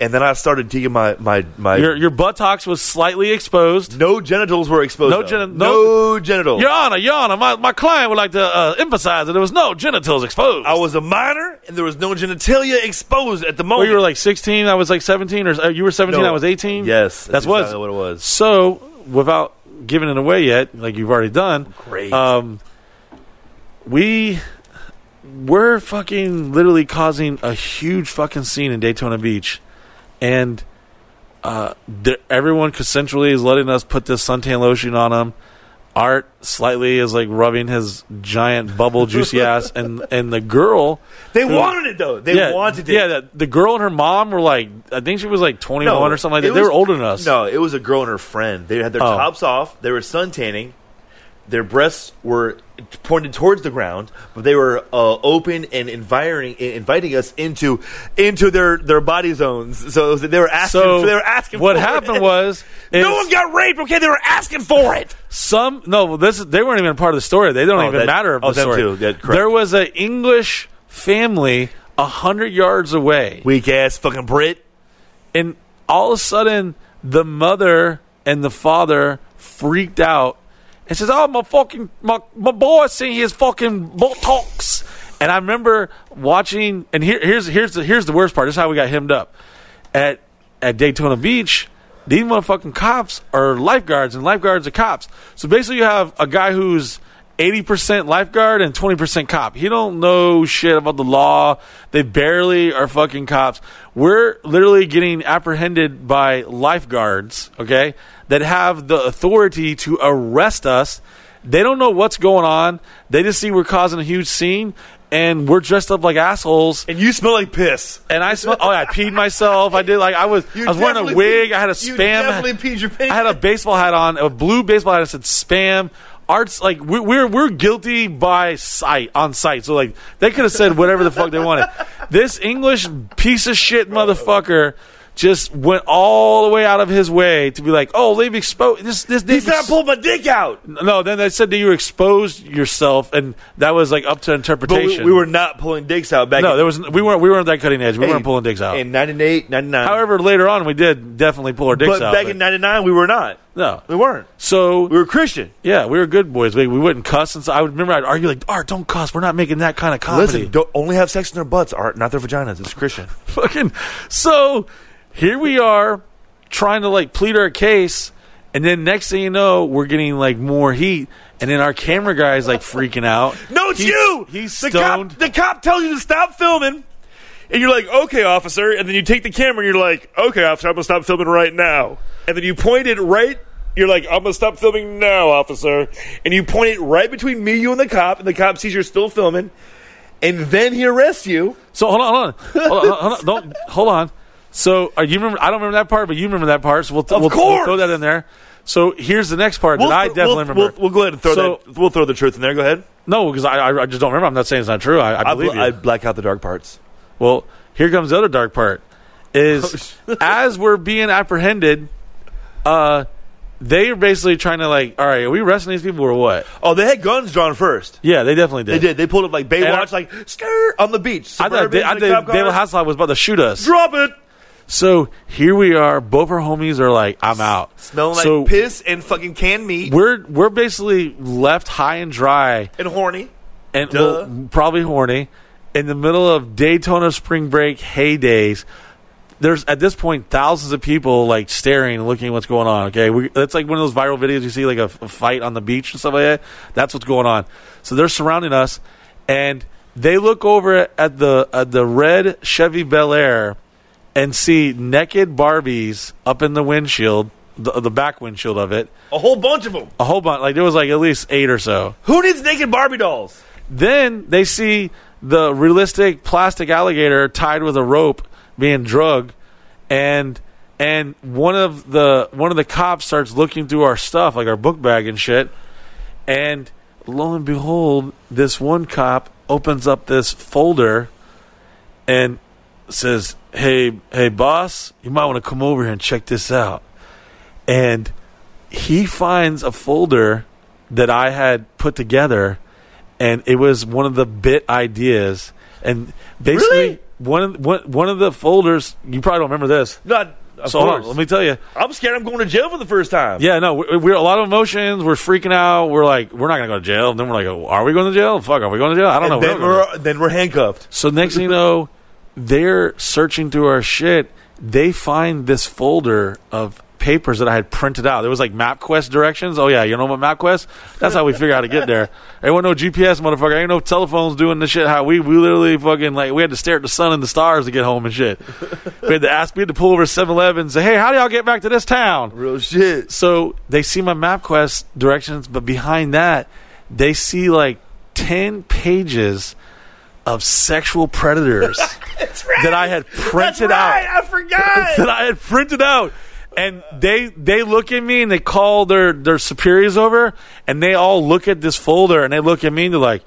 [SPEAKER 2] and then I started digging my my my.
[SPEAKER 1] your your buttocks was slightly exposed?
[SPEAKER 2] no genitals were exposed.
[SPEAKER 1] No
[SPEAKER 2] though.
[SPEAKER 1] geni-
[SPEAKER 2] no, genitals.
[SPEAKER 1] Your Honor, Your Honor, my, my client would like to uh, emphasize that there was no genitals exposed.
[SPEAKER 2] I was a minor, and there was no genitalia exposed at the moment.
[SPEAKER 1] Well, Oh, you were like 16. I was like 17, or uh, you were 17.
[SPEAKER 2] No.
[SPEAKER 1] I was 18.
[SPEAKER 2] Yes,
[SPEAKER 1] that's
[SPEAKER 2] that's
[SPEAKER 1] was
[SPEAKER 2] exactly what it was.
[SPEAKER 1] So, without giving it away yet, like you've already done.
[SPEAKER 2] Great.
[SPEAKER 1] Um, we were fucking literally causing a huge fucking scene in Daytona Beach, and uh, there, everyone consensually is letting us put this suntan lotion on them. Art slightly is like rubbing his giant bubble
[SPEAKER 2] [LAUGHS]
[SPEAKER 1] juicy ass, and and the girl
[SPEAKER 2] They
[SPEAKER 1] who-
[SPEAKER 2] wanted it though. They wanted it.
[SPEAKER 1] yeah, the, the girl and her mom were like, I think she was like 21 or something like
[SPEAKER 2] it
[SPEAKER 1] that. They
[SPEAKER 2] was-
[SPEAKER 1] were older than us.
[SPEAKER 2] No, it was a girl and her friend. They had their
[SPEAKER 1] Oh.
[SPEAKER 2] tops off. They were suntanning. Their breasts were pointed towards the ground, but they were uh, open and inviting, inviting us into into their, their body zones. So it was- they were asking.
[SPEAKER 1] So
[SPEAKER 2] they were asking.
[SPEAKER 1] what
[SPEAKER 2] for
[SPEAKER 1] happened
[SPEAKER 2] [LAUGHS] it.
[SPEAKER 1] was
[SPEAKER 2] no
[SPEAKER 1] is
[SPEAKER 2] one got raped. Okay, they were asking for it.
[SPEAKER 1] some no this is, they weren't even a part of the story. They don't
[SPEAKER 2] Oh,
[SPEAKER 1] even
[SPEAKER 2] that-
[SPEAKER 1] matter of
[SPEAKER 2] oh,
[SPEAKER 1] the
[SPEAKER 2] them
[SPEAKER 1] story.
[SPEAKER 2] too. Yeah, correct.
[SPEAKER 1] there was an English family a hundred yards away,
[SPEAKER 2] Weak ass fucking Brit.
[SPEAKER 1] and all of a sudden the mother and the father freaked out and says, "Oh my fucking my my boy seeing his fucking botox." And I remember watching, and here, here's here's the here's the worst part. This is how we got hemmed up at at Daytona Beach. These motherfucking cops are lifeguards, and lifeguards are cops. So basically, you have a guy who's eighty percent lifeguard and twenty percent cop. He don't know shit about the law. They barely are fucking cops. We're literally getting apprehended by lifeguards, okay, that have the authority to arrest us. They don't know what's going on. They just see we're causing a huge scene, and we're dressed up like assholes
[SPEAKER 2] And you smell like piss.
[SPEAKER 1] and I smelled. Oh, yeah, I peed myself. I did like I was.
[SPEAKER 2] You
[SPEAKER 1] I was wearing a
[SPEAKER 2] definitely
[SPEAKER 1] wig.
[SPEAKER 2] peed-
[SPEAKER 1] I had a
[SPEAKER 2] you
[SPEAKER 1] spam.
[SPEAKER 2] definitely peed your pants.
[SPEAKER 1] I had a baseball hat on, a blue baseball hat that said spam. arts like we- we're we're guilty by sight on sight. So like they could have said whatever the fuck they
[SPEAKER 2] [LAUGHS]
[SPEAKER 1] wanted. This English piece of shit motherfucker just went all the way out of his way to be like, oh, they've exposed this. This
[SPEAKER 9] He said I pulled my dick out.
[SPEAKER 1] no. Then they said that you exposed yourself, and that was like up to
[SPEAKER 9] But
[SPEAKER 1] interpretation.
[SPEAKER 9] we, we were not pulling dicks out back.
[SPEAKER 1] no,
[SPEAKER 9] in,
[SPEAKER 1] there was we weren't we weren't that cutting edge. We
[SPEAKER 9] Hey,
[SPEAKER 1] weren't pulling dicks out.
[SPEAKER 9] in 98, 99.
[SPEAKER 1] However, later on we did definitely pull our dicks
[SPEAKER 9] but
[SPEAKER 1] out.
[SPEAKER 9] back
[SPEAKER 1] but-
[SPEAKER 9] in 99, we were not.
[SPEAKER 1] no,
[SPEAKER 9] We weren't.
[SPEAKER 1] so
[SPEAKER 9] We were Christian.
[SPEAKER 1] Yeah, we were good boys. We, we wouldn't cuss, and so I would remember I'd argue like, "Art, don't cuss. We're not making that kind of comedy."
[SPEAKER 2] Listen, don't only have sex in their butts, Art, not their vaginas. It's Christian.
[SPEAKER 1] [LAUGHS] fucking. So here we are trying to like plead our case, and then next thing you know, we're getting like more heat, and then our camera guy's like freaking out.
[SPEAKER 9] [LAUGHS] No, it's
[SPEAKER 1] He's-
[SPEAKER 9] you.
[SPEAKER 1] He's
[SPEAKER 9] the
[SPEAKER 1] stoned.
[SPEAKER 9] Cop, the cop tells you to stop filming, and you're like, "Okay, officer." And then you take the camera, and you're like, "Okay, officer, I'm gonna stop filming right now." And then you point it right. You're like, "I'm gonna stop filming now, officer." And you point it right between me, you, and the cop. And the cop sees you're still filming, and then he arrests you.
[SPEAKER 1] So hold on, hold on, hold on, hold on, don't hold on. So are you remember? I don't remember that part, but you remember that part. So we'll,
[SPEAKER 9] Of
[SPEAKER 1] we'll, we'll
[SPEAKER 9] course.
[SPEAKER 1] throw that in there. So here's the next part that I
[SPEAKER 9] th-
[SPEAKER 1] definitely
[SPEAKER 9] we'll,
[SPEAKER 1] remember.
[SPEAKER 9] We'll, we'll go ahead and throw
[SPEAKER 1] So-
[SPEAKER 9] that. We'll throw the truth in there. Go ahead.
[SPEAKER 1] no, because I, I I just don't remember. I'm not saying it's not true. I, I
[SPEAKER 2] I, bl-
[SPEAKER 1] believe you.
[SPEAKER 2] I black out the dark parts.
[SPEAKER 1] Well, here comes the other dark part. Is as we're being apprehended, uh, they are basically trying to like, all right, are we arresting these people or what?
[SPEAKER 9] Oh, they had guns drawn first.
[SPEAKER 1] Yeah, they definitely did.
[SPEAKER 9] They did. They pulled up like
[SPEAKER 1] I-
[SPEAKER 9] Baywatch, like skirt on the beach.
[SPEAKER 1] I thought, they, I
[SPEAKER 9] Suburbans and
[SPEAKER 1] thought
[SPEAKER 9] cop
[SPEAKER 1] David
[SPEAKER 9] cars.
[SPEAKER 1] Hasselhoff was about to shoot us.
[SPEAKER 9] Drop it.
[SPEAKER 1] So here we are. Both our homies are like, I'm out.
[SPEAKER 9] smelling
[SPEAKER 1] so
[SPEAKER 9] like piss and fucking canned meat
[SPEAKER 1] We're we're basically left high and dry
[SPEAKER 9] and horny.
[SPEAKER 1] and
[SPEAKER 9] Duh.
[SPEAKER 1] well, probably horny in the middle of Daytona spring break heydays. There's at this point thousands of people like staring and looking at what's going on. Okay, we, that's like one of those viral videos you see like a, f- a fight on the beach and stuff like that. That's what's going on. So they're surrounding us, and they look over at the at the red Chevy Bel Air and see naked Barbies up in the windshield, the, the back windshield of it.
[SPEAKER 9] A whole bunch of them.
[SPEAKER 1] A whole bunch, like there was like at least eight or so.
[SPEAKER 9] Who needs naked Barbie dolls?
[SPEAKER 1] Then they see the realistic plastic alligator tied with a rope being drugged, and and one of the one of the cops starts looking through our stuff, like our book bag and shit, and lo and behold, this one cop opens up this folder and says, "Hey, hey, boss, you might want to come over here and check this out." And he finds a folder that I had put together, and it was one of the bit ideas. And basically,
[SPEAKER 9] Really?
[SPEAKER 1] one of one, one of the folders you probably don't remember this.
[SPEAKER 9] Not. Of
[SPEAKER 1] so hold on,
[SPEAKER 9] course.
[SPEAKER 1] let me tell you.
[SPEAKER 9] I'm scared. I'm going to jail for the first time.
[SPEAKER 1] Yeah, no, we're, we're a lot of emotions. We're freaking out. We're like, we're not gonna go to jail. And then we're like, oh, are we going to jail? Fuck, are we going to jail? I don't
[SPEAKER 9] And
[SPEAKER 1] know.
[SPEAKER 9] then
[SPEAKER 1] We're not going to jail.
[SPEAKER 9] we're then we're handcuffed.
[SPEAKER 1] So next thing you know, they're searching through our shit. They find this folder of papers that I had printed out. There was like MapQuest directions. Oh yeah, you know what MapQuest? That's how we figure out how to get there. There wasn't no GPS, motherfucker. Ain't no telephones doing this shit. How we we literally fucking like we had to stare at the sun and the stars to get home and shit. we had to ask. We had to pull over 7-Eleven and say, "Hey, how do y'all get back to this town?"
[SPEAKER 2] Real shit.
[SPEAKER 1] so they see my MapQuest directions, but behind that, they see like 10 pages of sexual predators that I had
[SPEAKER 9] [LAUGHS] That's
[SPEAKER 1] printed
[SPEAKER 9] right.
[SPEAKER 1] out.
[SPEAKER 9] I forgot.
[SPEAKER 1] [LAUGHS] That I had printed out. And they they look at me and they call their, their superiors over and they all look at this folder and they look at me and they're like,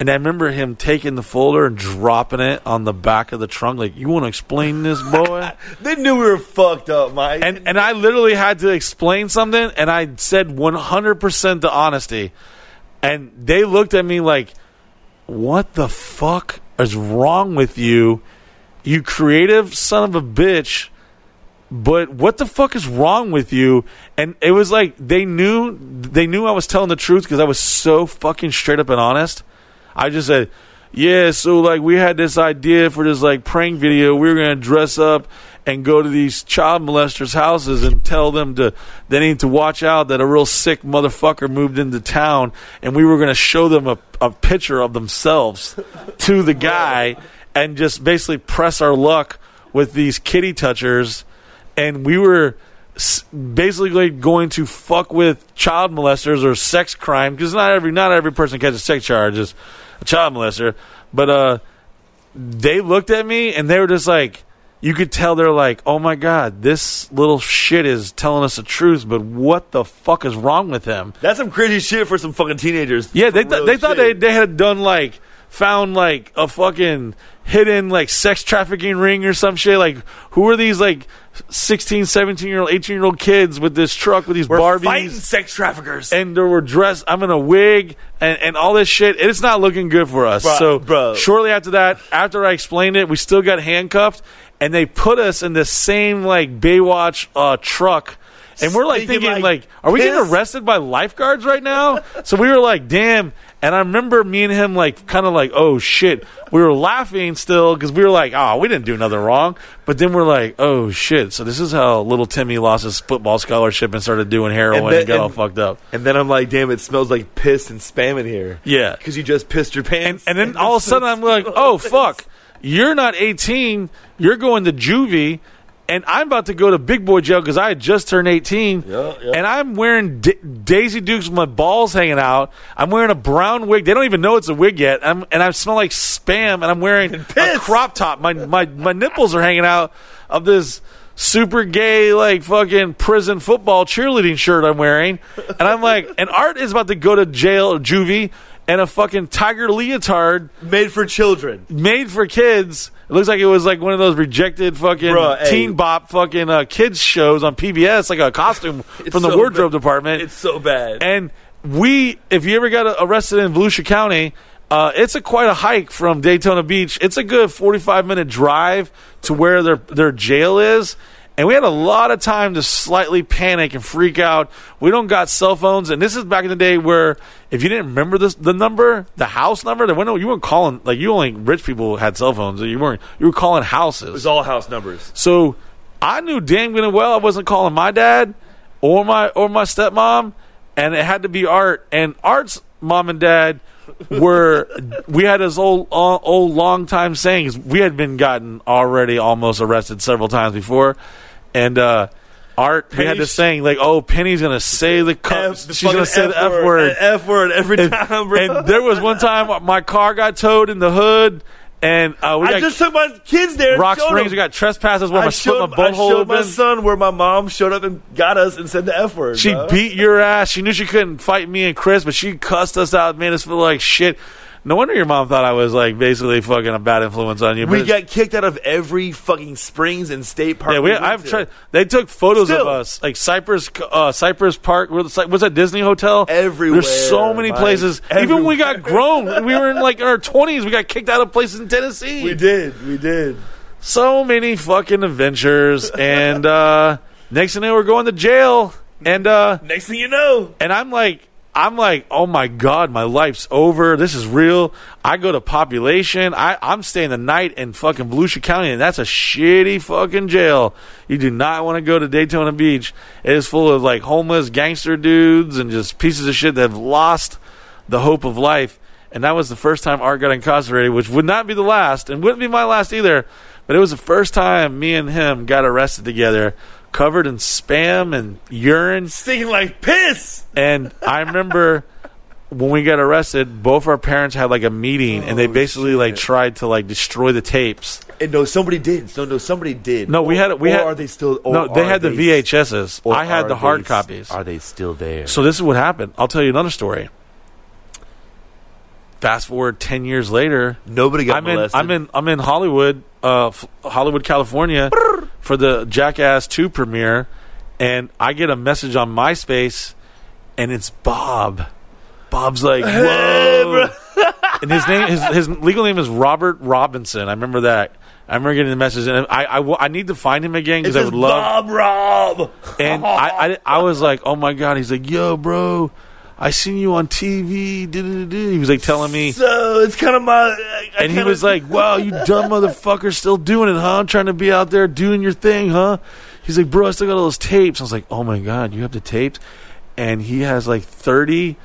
[SPEAKER 1] and I remember him taking the folder and dropping it on the back of the trunk, like, you want to explain this,
[SPEAKER 9] [LAUGHS]
[SPEAKER 1] boy?
[SPEAKER 9] they knew we were fucked up, Mike.
[SPEAKER 1] and and I literally had to explain something, and I said 100% the honesty, and they looked at me like, "What the fuck is wrong with you, you creative son of a bitch?" But what the fuck is wrong with you? And it was like they knew they knew I was telling the truth because I was so fucking straight up and honest. I just said, yeah, so like we had this idea for this like prank video. We were gonna dress up and go to these child molesters' houses and tell them to they need to watch out that a real sick motherfucker moved into town, and we were gonna show them a, a picture of themselves [LAUGHS] to the guy and just basically press our luck with these kitty touchers, and we were. s- Basically, going to fuck with child molesters or sex crime because not every not every person catches sex charges a child molester. But uh, they looked at me and they were just like, you could tell they're like, oh my god, this little shit is telling us the truth, but what the fuck is wrong with him?
[SPEAKER 9] That's some crazy shit for some fucking teenagers.
[SPEAKER 1] Yeah, they
[SPEAKER 9] Some
[SPEAKER 1] th-
[SPEAKER 9] real
[SPEAKER 1] they thought they
[SPEAKER 9] shit.
[SPEAKER 1] they had done like found like a fucking hidden like sex trafficking ring or some shit. Like who are these like 16, 17 year old, 18 year old kids with this truck with these
[SPEAKER 9] We're
[SPEAKER 1] Barbies?
[SPEAKER 9] fighting sex traffickers.
[SPEAKER 1] and they were dressed. I'm in a wig and, and all this shit. It's not looking good for us.
[SPEAKER 9] Bruh,
[SPEAKER 1] so,
[SPEAKER 9] bro.
[SPEAKER 1] shortly after that, after I explained it, we still got handcuffed and they put us in the same like Baywatch uh, truck. And we're like
[SPEAKER 9] Stinking,
[SPEAKER 1] thinking, like,
[SPEAKER 9] like,
[SPEAKER 1] are we getting
[SPEAKER 9] piss.
[SPEAKER 1] arrested by lifeguards right now? so we were like, damn. And I remember me and him, like, kind of like, oh shit. We were laughing still because we were like, oh, we didn't do nothing wrong. But then we're like, oh shit. So this is how little Timmy lost his football scholarship and started doing heroin and,
[SPEAKER 9] then-
[SPEAKER 1] got all
[SPEAKER 9] and-
[SPEAKER 1] fucked up.
[SPEAKER 9] And then I'm like, damn, it smells like piss and spam in here.
[SPEAKER 1] Yeah.
[SPEAKER 9] Because you just pissed your
[SPEAKER 1] and
[SPEAKER 9] pants. [LAUGHS]
[SPEAKER 1] and then all of a sudden I'm like, oh fuck, you're not 18, you're going to juvie, and I'm about to go to big boy jail because I had just turned 18,
[SPEAKER 9] Yeah, yeah.
[SPEAKER 1] and I'm wearing da- Daisy Dukes with my balls hanging out. I'm wearing a brown wig. They don't even know it's a wig yet. I'm, and I smell like spam, and I'm wearing a crop top. My my my nipples are hanging out of this. Super gay, like fucking prison football cheerleading shirt I'm wearing. And I'm like, and Art is about to go to jail, juvie, and a fucking tiger leotard
[SPEAKER 9] made for children.
[SPEAKER 1] made for kids. It looks like it was like one of those rejected fucking
[SPEAKER 9] Bruh, hey.
[SPEAKER 1] teen bop fucking uh, kids shows on PBS, like
[SPEAKER 9] [LAUGHS]
[SPEAKER 1] a costume from the
[SPEAKER 9] so
[SPEAKER 1] wardrobe
[SPEAKER 9] bad.
[SPEAKER 1] department.
[SPEAKER 9] It's so bad.
[SPEAKER 1] and we, if you ever got uh, arrested in Volusia County, uh, it's a quite a hike from Daytona Beach. It's a good forty-five minute drive to where their their jail is. And we had a lot of time to slightly panic and freak out. We don't got cell phones, and this is back in the day where if you didn't remember this, the number, the house number, the window, you weren't calling like you only rich people had cell phones. You weren't you were calling houses.
[SPEAKER 9] it's all house numbers.
[SPEAKER 1] So I knew damn good and well I wasn't calling my dad or my or my stepmom, and it had to be Art. And Art's mom
[SPEAKER 9] [LAUGHS]
[SPEAKER 1] and dad were we had this old uh, old long time saying 'cause we had been gotten already almost arrested several times before, and. uh Art, we had
[SPEAKER 9] Penny
[SPEAKER 1] this
[SPEAKER 9] sh-
[SPEAKER 1] saying like, "Oh, Penny's gonna say the, cu-
[SPEAKER 9] F- the
[SPEAKER 1] she's gonna
[SPEAKER 9] fucking
[SPEAKER 1] say the f word,
[SPEAKER 9] F word every
[SPEAKER 1] and,
[SPEAKER 9] time, bro.
[SPEAKER 1] and there was one time my car got towed in the hood, and uh, we
[SPEAKER 9] I
[SPEAKER 1] got
[SPEAKER 9] just took my kids there. and
[SPEAKER 1] [LAUGHS] rock
[SPEAKER 9] showed
[SPEAKER 1] springs.
[SPEAKER 9] them.
[SPEAKER 1] We got trespassers where
[SPEAKER 9] I
[SPEAKER 1] my split my
[SPEAKER 9] showed, I
[SPEAKER 1] butthole
[SPEAKER 9] showed my
[SPEAKER 1] open.
[SPEAKER 9] son where my mom showed up and got us and said the F word.
[SPEAKER 1] She
[SPEAKER 9] bro.
[SPEAKER 1] beat your ass. She knew she couldn't fight me and Chris, but she cussed us out, made us feel like shit. No wonder your mom thought I was like basically fucking a bad influence on you.
[SPEAKER 9] We
[SPEAKER 1] but-
[SPEAKER 9] got kicked out of every fucking springs and state park.
[SPEAKER 1] yeah, we,
[SPEAKER 9] went
[SPEAKER 1] I've
[SPEAKER 9] to.
[SPEAKER 1] tried. They took photos of
[SPEAKER 9] Still.
[SPEAKER 1] us, like Cypress, uh, Cypress Park. Where the, Cy- what's that Disney hotel?
[SPEAKER 9] Everywhere,
[SPEAKER 1] There's so many
[SPEAKER 9] Mike.
[SPEAKER 1] places. Even when we got grown, we were in like our 20s. We got kicked out of places in Tennessee.
[SPEAKER 9] We did. We did.
[SPEAKER 1] so many fucking adventures, and uh, next thing you know, we're going to jail, and uh,
[SPEAKER 9] Next thing you know,
[SPEAKER 1] and I'm like, I'm like, oh my god, my life's over. This is real. I go to population. I, I'm staying the night in fucking Volusia County, and that's a shitty fucking jail. You do not want to go to Daytona Beach. It is full of like homeless gangster dudes and just pieces of shit that have lost the hope of life. And that was the first time Art got incarcerated, which would not be the last, and wouldn't be my last either. But it was the first time me and him got arrested together, covered in spam and urine.
[SPEAKER 9] stinking like piss.
[SPEAKER 1] And I remember when we got arrested, both our parents had like a meeting, and they
[SPEAKER 9] Oh,
[SPEAKER 1] basically like tried to like destroy the tapes.
[SPEAKER 9] And no, somebody did. No, no, somebody did.
[SPEAKER 1] No, we
[SPEAKER 9] Or-
[SPEAKER 1] had we
[SPEAKER 9] or
[SPEAKER 1] had
[SPEAKER 9] Are they still? Or
[SPEAKER 1] no, they
[SPEAKER 9] are
[SPEAKER 1] had the
[SPEAKER 9] they-
[SPEAKER 1] VHSs.
[SPEAKER 9] or
[SPEAKER 1] I
[SPEAKER 9] are
[SPEAKER 1] had the hard
[SPEAKER 9] they-
[SPEAKER 1] copies.
[SPEAKER 9] Are they still there?
[SPEAKER 1] So this is what happened. I'll tell you another story. Fast forward ten years later,
[SPEAKER 9] Nobody got
[SPEAKER 1] I'm in,
[SPEAKER 9] molested.
[SPEAKER 1] I'm in I'm in Hollywood, uh, f- Hollywood, California, for the Jackass Two premiere, and I get a message on MySpace, and it's Bob. Bob's like, whoa, [LAUGHS] and his name his his legal name is Robert Robinson. I remember that. I remember getting the message, and I I, wa- I need to find him again because I would love.
[SPEAKER 9] Bob Rob. [LAUGHS]
[SPEAKER 1] And I, I, I was like, oh my god. He's like, yo, bro, I seen you on TV. da-da-da-da." He was like telling me,
[SPEAKER 9] So it's kind of my. I, I
[SPEAKER 1] and he
[SPEAKER 9] kinda-
[SPEAKER 1] was like, "Wow, you dumb motherfucker, still doing it, huh? Trying to be out there doing your thing, huh?" He's like, "Bro, I still got all those tapes." I was like, "Oh my god, you have the tapes?" And he has like thirty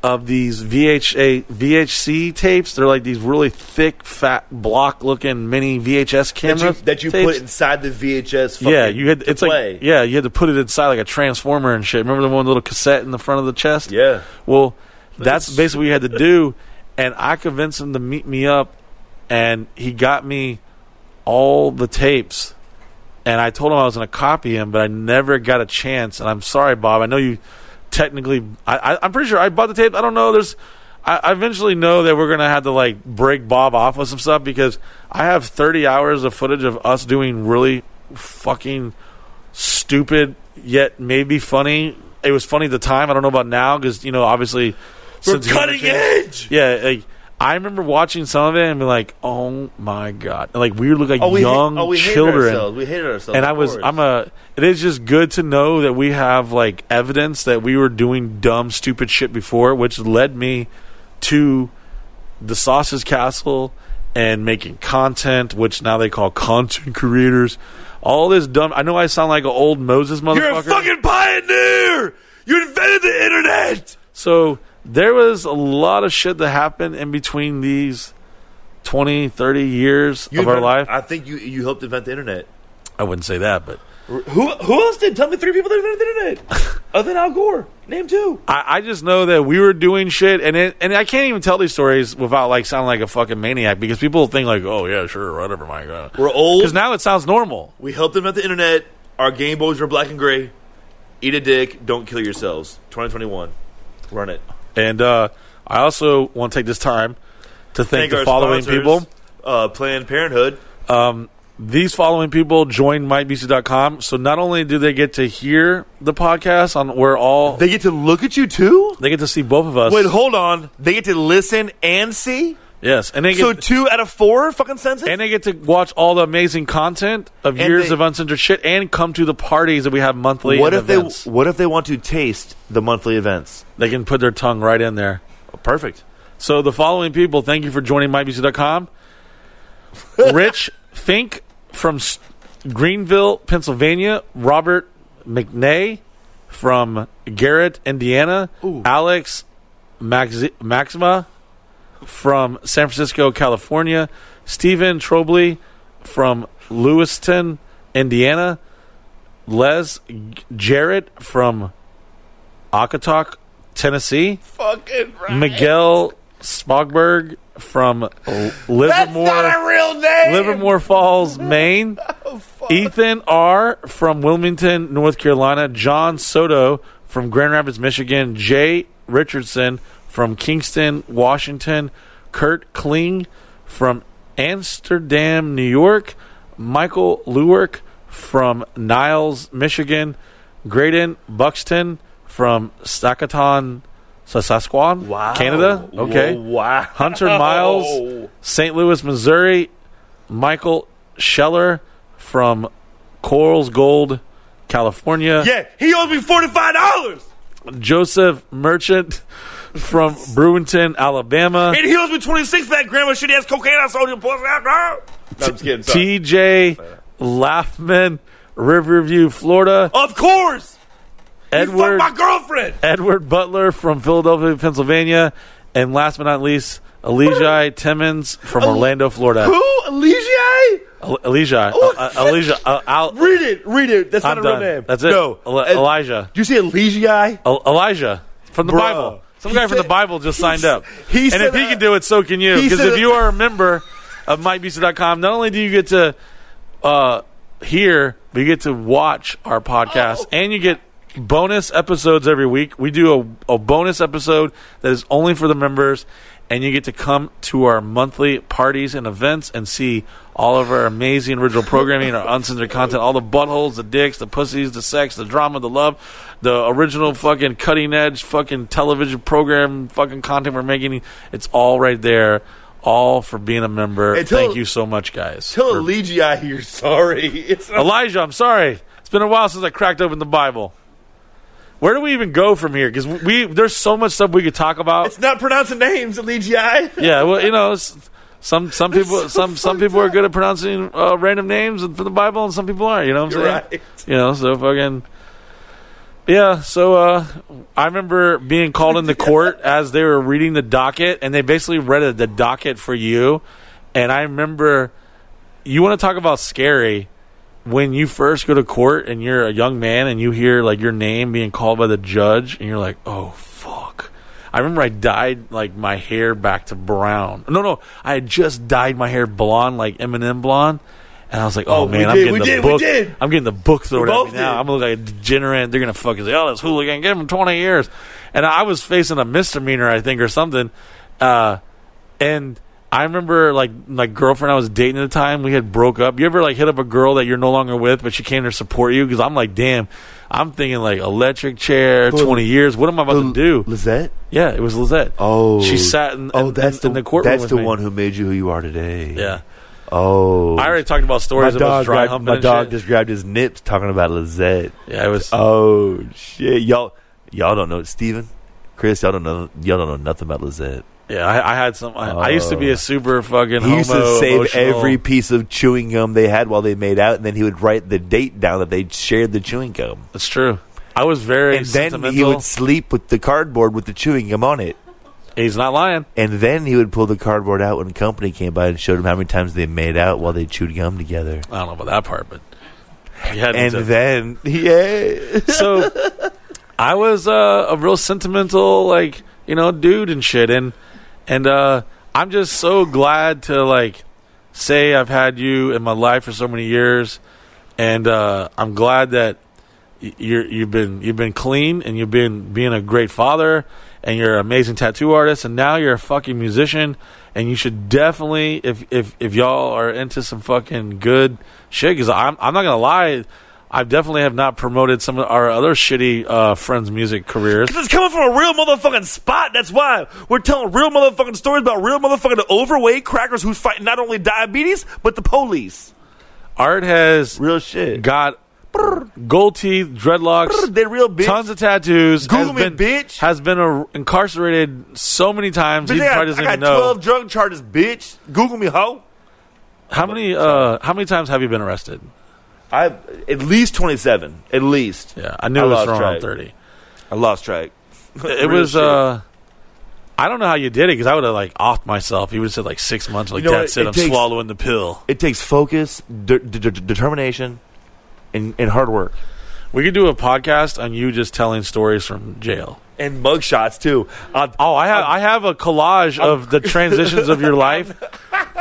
[SPEAKER 1] of these VHA VHC tapes. They're like these really thick, fat, block-looking mini VHS
[SPEAKER 9] that you,
[SPEAKER 1] cameras
[SPEAKER 9] that you put
[SPEAKER 1] tapes.
[SPEAKER 9] inside the VHS.
[SPEAKER 1] Yeah,
[SPEAKER 9] fucking
[SPEAKER 1] you had
[SPEAKER 9] to
[SPEAKER 1] it's
[SPEAKER 9] play.
[SPEAKER 1] like yeah, you had to put it inside like a transformer and shit. Remember the one little cassette in the front of the chest?
[SPEAKER 9] Yeah.
[SPEAKER 1] Well, that's basically what you had to do, and I convinced him to meet me up, and he got me all the tapes and I told him I was going to copy him, but I never got a chance. And I'm sorry, Bob. I know you technically. I, I, I'm pretty sure I bought the tape. I don't know. There's. I I eventually know that we're gonna have to like break Bob off with some stuff because I have 30 hours of footage of us doing really fucking stupid yet maybe funny. It was funny at the time. I don't know about now because you know obviously
[SPEAKER 9] We're
[SPEAKER 1] since the
[SPEAKER 9] cutting
[SPEAKER 1] interchange-
[SPEAKER 9] edge.
[SPEAKER 1] yeah, like I remember watching some of it and be like, "Oh my god!" And, like we look like
[SPEAKER 9] Oh, we hate-
[SPEAKER 1] young
[SPEAKER 9] oh, we hated
[SPEAKER 1] children.
[SPEAKER 9] ourselves. We hated ourselves,
[SPEAKER 1] And I
[SPEAKER 9] of
[SPEAKER 1] was,
[SPEAKER 9] course.
[SPEAKER 1] I'm a. It is just good to know that we have like evidence that we were doing dumb, stupid shit before, which led me to the Sausage Castle and making content, which now they call content creators. All this dumb. I know I sound like an old Moses motherfucker.
[SPEAKER 9] You're a fucking pioneer. You invented the internet.
[SPEAKER 1] So there was a lot of shit that happened in between these 20, 30 years
[SPEAKER 9] You
[SPEAKER 1] of our
[SPEAKER 9] invented-
[SPEAKER 1] life.
[SPEAKER 9] I think you you helped invent the internet.
[SPEAKER 1] I wouldn't say that, but
[SPEAKER 9] Who who else did? Tell me three people that invented the
[SPEAKER 1] [LAUGHS]
[SPEAKER 9] internet other than Al Gore. Name two.
[SPEAKER 1] I, I just know that we were doing shit, and it, and I can't even tell these stories without like sounding like a fucking maniac because people think like, oh yeah, sure, whatever, my god. [LAUGHS]
[SPEAKER 9] We're old.
[SPEAKER 1] Because now it sounds normal.
[SPEAKER 9] We helped invent the internet. Our Game Boys were black and gray. Eat a dick. Don't kill yourselves. 2021. Run it.
[SPEAKER 1] And uh, I also want to take this time to thank, the
[SPEAKER 9] our
[SPEAKER 1] following
[SPEAKER 9] sponsors,
[SPEAKER 1] people.
[SPEAKER 9] Uh, Planned Parenthood.
[SPEAKER 1] Um, these following people join MikeBC.com, so not only do they get to hear the podcast on where all
[SPEAKER 9] They get to look at you too?
[SPEAKER 1] They get to see both of us.
[SPEAKER 9] Wait, hold on. They get to listen and see?
[SPEAKER 1] yes, and they get
[SPEAKER 9] So two out of four fucking senses?
[SPEAKER 1] and they get to watch all the amazing content of
[SPEAKER 9] And
[SPEAKER 1] years
[SPEAKER 9] they-
[SPEAKER 1] of uncensored shit, and come to the parties that we have monthly.
[SPEAKER 9] what
[SPEAKER 1] and
[SPEAKER 9] if
[SPEAKER 1] events.
[SPEAKER 9] they what if they want to taste the monthly events?
[SPEAKER 1] They can put their tongue right in there.
[SPEAKER 9] Perfect.
[SPEAKER 1] So the following people, thank you for joining MyBC.com. Rich Fink from S- Greenville, Pennsylvania. Robert McNay from Garrett, Indiana. Alex Max- Maxima from San Francisco, California. Stephen Trobley from Lewiston, Indiana. Les G- Jarrett from Akatok, Tennessee.
[SPEAKER 9] Fucking
[SPEAKER 1] Miguel Spogberg from L- Livermore,
[SPEAKER 9] real name.
[SPEAKER 1] Livermore Falls, Maine. Ethan R. from Wilmington, North Carolina. John Soto from Grand Rapids, Michigan. Jay Richardson from Kingston, Washington. Kurt Kling from Amsterdam, New York. Michael Lewerk from Niles, Michigan. Graydon Buxton from Staccaton, Saskatchewan, Canada. Okay.
[SPEAKER 9] wow. [LAUGHS]
[SPEAKER 1] Hunter
[SPEAKER 9] Oh.
[SPEAKER 1] Miles, St. Louis, Missouri. Michael Scheller from Corals Gold, California.
[SPEAKER 9] Yeah, he owes me forty five dollars.
[SPEAKER 1] Joseph Merchant
[SPEAKER 9] [LAUGHS]
[SPEAKER 1] from Brewington, Alabama.
[SPEAKER 9] And he owes me twenty six for that grandma shitty ass cocaine I sold you pussy out No, I'm just kidding. sorry.
[SPEAKER 1] TJ Laughman, Riverview, Florida.
[SPEAKER 9] of course.
[SPEAKER 1] Edward
[SPEAKER 9] Fuck Oh, my girlfriend.
[SPEAKER 1] Edward Butler from Philadelphia, Pennsylvania. And last but not least, Elijah Timmons from Orlando, Florida.
[SPEAKER 9] Who? Elijah?
[SPEAKER 1] El- Elijah.
[SPEAKER 9] Oh,
[SPEAKER 1] Uh, uh, Elijah. uh, Al-
[SPEAKER 9] Read it. Read it. That's
[SPEAKER 1] I'm
[SPEAKER 9] not a real
[SPEAKER 1] done.
[SPEAKER 9] name.
[SPEAKER 1] That's it.
[SPEAKER 9] No.
[SPEAKER 1] Eli-
[SPEAKER 9] Ed-
[SPEAKER 1] Elijah.
[SPEAKER 9] Do you see Elijah?
[SPEAKER 1] El- Elijah from the
[SPEAKER 9] Bruh.
[SPEAKER 1] Bible. Some
[SPEAKER 9] He
[SPEAKER 1] guy from
[SPEAKER 9] said-
[SPEAKER 1] the Bible just
[SPEAKER 9] he
[SPEAKER 1] signed
[SPEAKER 9] s-
[SPEAKER 1] up.
[SPEAKER 9] he
[SPEAKER 1] and
[SPEAKER 9] said
[SPEAKER 1] if he
[SPEAKER 9] I-
[SPEAKER 1] can do it, so can you.
[SPEAKER 9] he
[SPEAKER 1] Because
[SPEAKER 9] said
[SPEAKER 1] if
[SPEAKER 9] I-
[SPEAKER 1] you are a member of MikeBeeson.com, not only do you get to uh, hear, but you get to watch our podcast, and you get bonus episodes every week. We do a, a bonus episode that is only for the members, and you get to come to our monthly parties and events and see all of our amazing original programming, our uncensored content, all the buttholes, the dicks, the pussies, the sex, the drama, the love, the original fucking cutting edge fucking television program fucking content we're making. It's all right there. All for being a member.
[SPEAKER 9] And tell-
[SPEAKER 1] Thank you so much, guys.
[SPEAKER 9] Tell
[SPEAKER 1] for
[SPEAKER 9] Elijah here. Sorry. It's not-
[SPEAKER 1] Elijah, I'm sorry. It's been a while since I cracked open the Bible. Where do we even go from here? Because we there's so much stuff we could talk
[SPEAKER 9] [LAUGHS]
[SPEAKER 1] about.
[SPEAKER 9] It's not pronouncing names, Elijah.
[SPEAKER 1] Yeah, well, you know, s- some some people some some people are good at pronouncing uh, random names from the Bible, and some people aren't. You know what I'm
[SPEAKER 9] You're
[SPEAKER 1] saying?
[SPEAKER 9] right.
[SPEAKER 1] You know, so fucking. Yeah, so uh, I remember being called
[SPEAKER 2] [LAUGHS]
[SPEAKER 1] into court as they were reading the docket, and they basically read it- the docket for you. And I remember, you want to talk about scary when you first go to court and you're a young man and you hear like your name being called by the judge, and you're like, oh fuck. I remember I dyed like my hair back to brown. No, no, I had just dyed my hair blonde, like Eminem blonde, And I was like, "Oh,
[SPEAKER 2] Oh, we
[SPEAKER 1] man, I'm
[SPEAKER 2] did,
[SPEAKER 1] getting
[SPEAKER 2] we
[SPEAKER 1] the
[SPEAKER 2] did, we
[SPEAKER 1] book.
[SPEAKER 2] did.
[SPEAKER 1] I'm getting the book thrown
[SPEAKER 2] We
[SPEAKER 1] at
[SPEAKER 2] both
[SPEAKER 1] me now.
[SPEAKER 2] did.
[SPEAKER 1] I'm gonna look like a degenerate. They're gonna fucking say, "Oh, that's hooligan. Give him 20 years." And I was facing a misdemeanor, I think, or something. Uh, and I remember like my girlfriend I was dating at the time. We had broke up. You ever like hit up a girl that you're no longer with, but she came to support you? Because I'm like, damn, I'm thinking like electric chair,
[SPEAKER 2] Who-
[SPEAKER 1] 20 years. What am I about to do?
[SPEAKER 2] Lizette?
[SPEAKER 1] Yeah, it was Lizette.
[SPEAKER 2] Oh,
[SPEAKER 1] she sat in,
[SPEAKER 2] oh,
[SPEAKER 1] in-
[SPEAKER 2] that's
[SPEAKER 1] in the courtroom.
[SPEAKER 2] That's
[SPEAKER 1] with
[SPEAKER 2] the
[SPEAKER 1] me.
[SPEAKER 2] one who made you who you are today.
[SPEAKER 1] Yeah,
[SPEAKER 2] Oh,
[SPEAKER 1] I already talked about stories of
[SPEAKER 2] my
[SPEAKER 1] us
[SPEAKER 2] dog,
[SPEAKER 1] dry
[SPEAKER 2] grabbed-
[SPEAKER 1] humping.
[SPEAKER 2] my
[SPEAKER 1] and
[SPEAKER 2] dog
[SPEAKER 1] shit.
[SPEAKER 2] just grabbed his nips talking about Lizette.
[SPEAKER 1] Yeah, it was.
[SPEAKER 2] Oh shit, y'all, y'all don't know Steven, Chris, y'all don't know, y'all don't know nothing about Lizette.
[SPEAKER 1] Yeah, I, I had some. I, I used to be a super fucking.
[SPEAKER 2] Oh. He used
[SPEAKER 1] homo,
[SPEAKER 2] to save
[SPEAKER 1] emotional-
[SPEAKER 2] every piece of chewing gum they had while they made out, and then he would write the date down that they shared the chewing gum.
[SPEAKER 1] That's true. I was very
[SPEAKER 2] and then
[SPEAKER 1] sentimental.
[SPEAKER 2] he would sleep with the cardboard with the chewing gum on it.
[SPEAKER 1] He's not lying.
[SPEAKER 2] And then he would pull the cardboard out when company came by and showed him how many times they made out while they chewed gum together.
[SPEAKER 1] I don't know about that part, but he had
[SPEAKER 2] And then, [LAUGHS] yeah.
[SPEAKER 1] so I was uh, a real sentimental, like you know, dude and shit, and and uh, I'm just so glad to like say I've had you in my life for so many years, and uh, I'm glad that y- you're you've been you've been clean and you've been being a great father and you're an amazing tattoo artist and now you're a fucking musician and you should definitely if if if y'all are into some fucking good shit because I'm I'm not gonna lie. I definitely have not promoted some of our other shitty uh, friends' music careers.
[SPEAKER 2] It's coming from a real motherfucking spot. That's why we're telling real motherfucking stories about real motherfucking overweight crackers who fight not only diabetes, but the police.
[SPEAKER 1] Art has
[SPEAKER 2] Real shit.
[SPEAKER 1] got gold teeth, dreadlocks,
[SPEAKER 2] They're real bitch.
[SPEAKER 1] tons of tattoos.
[SPEAKER 2] Google me,
[SPEAKER 1] has been,
[SPEAKER 2] bitch.
[SPEAKER 1] Has been uh, incarcerated so many times.
[SPEAKER 2] Bitch,
[SPEAKER 1] He
[SPEAKER 2] I got,
[SPEAKER 1] probably doesn't
[SPEAKER 2] I
[SPEAKER 1] even
[SPEAKER 2] got
[SPEAKER 1] know.
[SPEAKER 2] 12 drug charges, bitch. Google me, hoe.
[SPEAKER 1] How many? Uh, how many times have you been arrested?
[SPEAKER 2] I at least 27. At least.
[SPEAKER 1] Yeah, I knew
[SPEAKER 2] I
[SPEAKER 1] it was
[SPEAKER 2] lost
[SPEAKER 1] around
[SPEAKER 2] track.
[SPEAKER 1] thirty.
[SPEAKER 2] I lost track.
[SPEAKER 1] [LAUGHS] It was. Uh, I don't know how you did it because I would have like offed myself. You would have said like six months. Like
[SPEAKER 2] You know
[SPEAKER 1] that's
[SPEAKER 2] what?
[SPEAKER 1] it.
[SPEAKER 2] It
[SPEAKER 1] I'm
[SPEAKER 2] takes-
[SPEAKER 1] swallowing the pill.
[SPEAKER 2] It takes focus, de- de- de- determination, and, and hard work.
[SPEAKER 1] We could do a podcast on you just telling stories from jail.
[SPEAKER 2] And mugshots, too. I'll,
[SPEAKER 1] Oh, I have I have a collage of
[SPEAKER 2] [LAUGHS]
[SPEAKER 1] the transitions of your life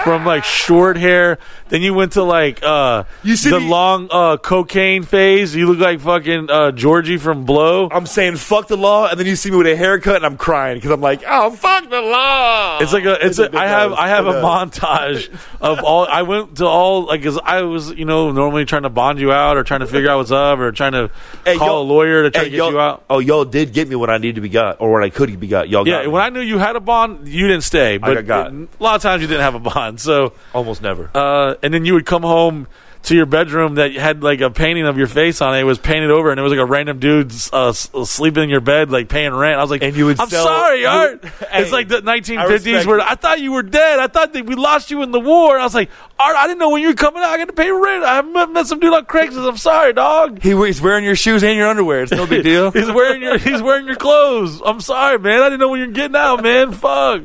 [SPEAKER 1] from like short hair. Then you went to like uh
[SPEAKER 2] You see
[SPEAKER 1] the
[SPEAKER 2] me-
[SPEAKER 1] long uh cocaine phase. You look like fucking uh Georgie from Blow.
[SPEAKER 2] I'm saying fuck the law, and then you see me with a haircut, and I'm crying because I'm like, oh fuck the law.
[SPEAKER 1] It's like a it's a,
[SPEAKER 2] it
[SPEAKER 1] I have
[SPEAKER 2] does,
[SPEAKER 1] I have
[SPEAKER 2] it
[SPEAKER 1] a
[SPEAKER 2] does.
[SPEAKER 1] montage of all I went to all like 'cause I was you know normally trying to bond you out or trying to figure out what's up or trying to
[SPEAKER 2] Hey,
[SPEAKER 1] call
[SPEAKER 2] y'all-
[SPEAKER 1] a lawyer to try
[SPEAKER 2] hey,
[SPEAKER 1] to get
[SPEAKER 2] y'all-
[SPEAKER 1] you out.
[SPEAKER 2] Oh, y'all did get me when I needed to be got, or when I could be got. Y'all
[SPEAKER 1] Yeah,
[SPEAKER 2] got me.
[SPEAKER 1] when I knew you had a bond, you didn't stay. But
[SPEAKER 2] got got.
[SPEAKER 1] a lot of times you didn't have a bond, so
[SPEAKER 2] almost never.
[SPEAKER 1] uh, and then you would come home to your bedroom that had like a painting of your face on it. It was painted over, and it was like a random dude uh, s- sleeping in your bed, like paying rent. I was like,
[SPEAKER 2] And you would
[SPEAKER 1] "I'm
[SPEAKER 2] sell-
[SPEAKER 1] sorry,
[SPEAKER 2] you- [LAUGHS]
[SPEAKER 1] Art."
[SPEAKER 2] Hey,
[SPEAKER 1] it's like the
[SPEAKER 2] I
[SPEAKER 1] 1950s
[SPEAKER 2] respect
[SPEAKER 1] where
[SPEAKER 2] it.
[SPEAKER 1] I thought you were dead. I thought that we lost you in the war. And I was like, "Art, I didn't know when you were coming out. I got to pay rent. I met, met some dude on Craigslist. I'm sorry, dog."
[SPEAKER 2] he he's wearing your shoes and your underwear. It's no
[SPEAKER 1] [LAUGHS]
[SPEAKER 2] big deal.
[SPEAKER 1] he's wearing your he's wearing your clothes. I'm sorry, man. I didn't know when you were getting out, man. Fuck.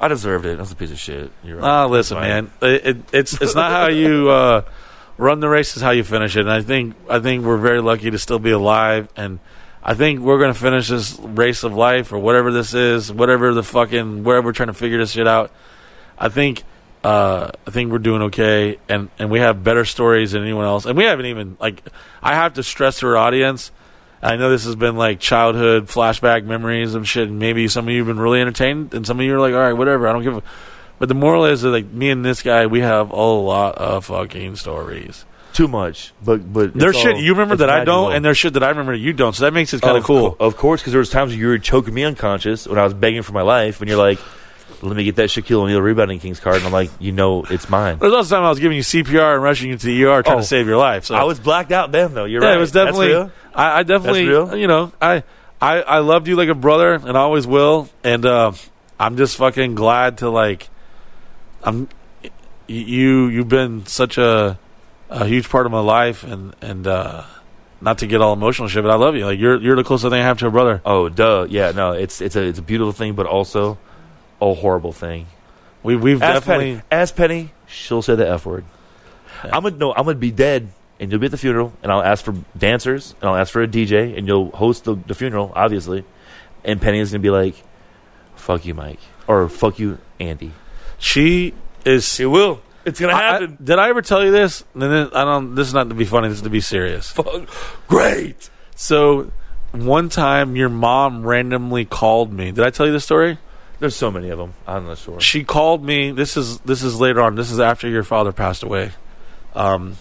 [SPEAKER 2] I deserved it. That's a piece of shit. You're right.
[SPEAKER 1] Ah, listen, man. It, it, it's it's not how
[SPEAKER 2] [LAUGHS]
[SPEAKER 1] you uh, run the race; is how you finish it. And I think I think we're very lucky to still be alive. And I think we're gonna finish this race of life, or whatever this is, whatever the fucking wherever we're trying to figure this shit out. I think uh, I think we're doing okay, and and we have better stories than anyone else. And we haven't even like I have to stress to our audience. I know this has been like childhood flashback memories and shit. And maybe some of you have been really entertained, and some of you are like, all right, whatever. I don't give a. But the moral is that like me and this guy, we have a lot of fucking stories.
[SPEAKER 2] Too much. But but
[SPEAKER 1] There's
[SPEAKER 2] it's
[SPEAKER 1] shit
[SPEAKER 2] all-
[SPEAKER 1] you remember
[SPEAKER 2] it's
[SPEAKER 1] that I don't,
[SPEAKER 2] magical. Oh,
[SPEAKER 1] and there's shit that I remember that you don't. So that makes it kind of
[SPEAKER 2] Of
[SPEAKER 1] cool.
[SPEAKER 2] cou- of course, because there was times you were choking me unconscious when I was begging for my life, and you're like, "Let me get that Shaquille O'Neal rebounding Kings card," and I'm like, "You know, it's mine."
[SPEAKER 1] There's also time I was giving you CPR and rushing you to the ER trying
[SPEAKER 2] Oh.
[SPEAKER 1] to save your life. So
[SPEAKER 2] I was blacked out then, though. You're
[SPEAKER 1] yeah,
[SPEAKER 2] right.
[SPEAKER 1] it was
[SPEAKER 2] That's
[SPEAKER 1] definitely.
[SPEAKER 2] real.
[SPEAKER 1] I, I definitely,
[SPEAKER 2] real.
[SPEAKER 1] you know, I, I, I loved you like a brother, and I always will. And uh, I'm just fucking glad to like, I'm, y- you, you've been such a, a huge part of my life, and and uh, not to get all emotional and shit, but I love you. Like you're you're the closest thing I have to a brother.
[SPEAKER 2] Oh, duh. Yeah, no, it's it's a it's a beautiful thing, but also a horrible thing.
[SPEAKER 1] We we've
[SPEAKER 2] Ask
[SPEAKER 1] definitely.
[SPEAKER 2] Penny. Ask Penny. She'll say the f word. I'm gonna no. I'm gonna be dead, and you'll be at the funeral, and I'll ask for dancers, and I'll ask for a DJ, and you'll host the, the funeral, obviously. And Penny is gonna be like, "Fuck you, Mike," or "Fuck you, Andy."
[SPEAKER 1] She is.
[SPEAKER 2] will. It's gonna
[SPEAKER 1] I- I-
[SPEAKER 2] happen.
[SPEAKER 1] did I ever tell you this? Then it- I don't. This is not to be funny. This is to be serious.
[SPEAKER 2] Great.
[SPEAKER 1] So, one time your mom randomly called me. Did I tell you this story?
[SPEAKER 2] There's so many of them. I'm not sure.
[SPEAKER 1] She called me. This is this is later on. This is after your father passed away. Um,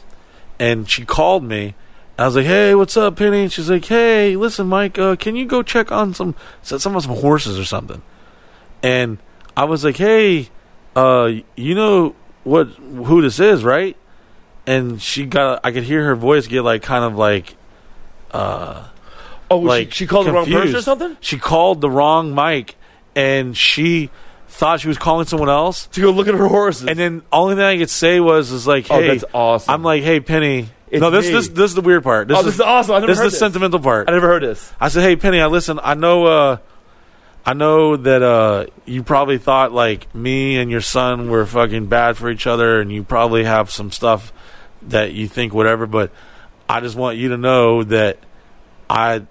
[SPEAKER 1] and she called me. I was like, "Hey, what's up, Penny?" And she's like, "Hey, listen, Mike, uh, can you go check on some some on some horses or something?" And I was like, "Hey, uh, you know what who this is, right?" And she got. I could hear her voice get like kind of like, uh,
[SPEAKER 2] Oh, she- she called the wrong person or something?
[SPEAKER 1] She called the wrong mic, and she thought she was calling someone else
[SPEAKER 2] to go look at her horses.
[SPEAKER 1] And then only thing I could say was, "Is like,
[SPEAKER 2] Oh,
[SPEAKER 1] hey,
[SPEAKER 2] that's awesome.
[SPEAKER 1] I'm like, hey, Penny.
[SPEAKER 2] It's
[SPEAKER 1] no, this
[SPEAKER 2] me.
[SPEAKER 1] this this is the weird part. This,
[SPEAKER 2] Oh, this is awesome. I never
[SPEAKER 1] this
[SPEAKER 2] heard
[SPEAKER 1] is the
[SPEAKER 2] this.
[SPEAKER 1] sentimental part.
[SPEAKER 2] I never heard this.
[SPEAKER 1] I said, "Hey, Penny, I listen. I know, uh, I know that uh, you probably thought like me and your son were fucking bad for each other, and you probably have some stuff that you think whatever. But I just want you to know that I,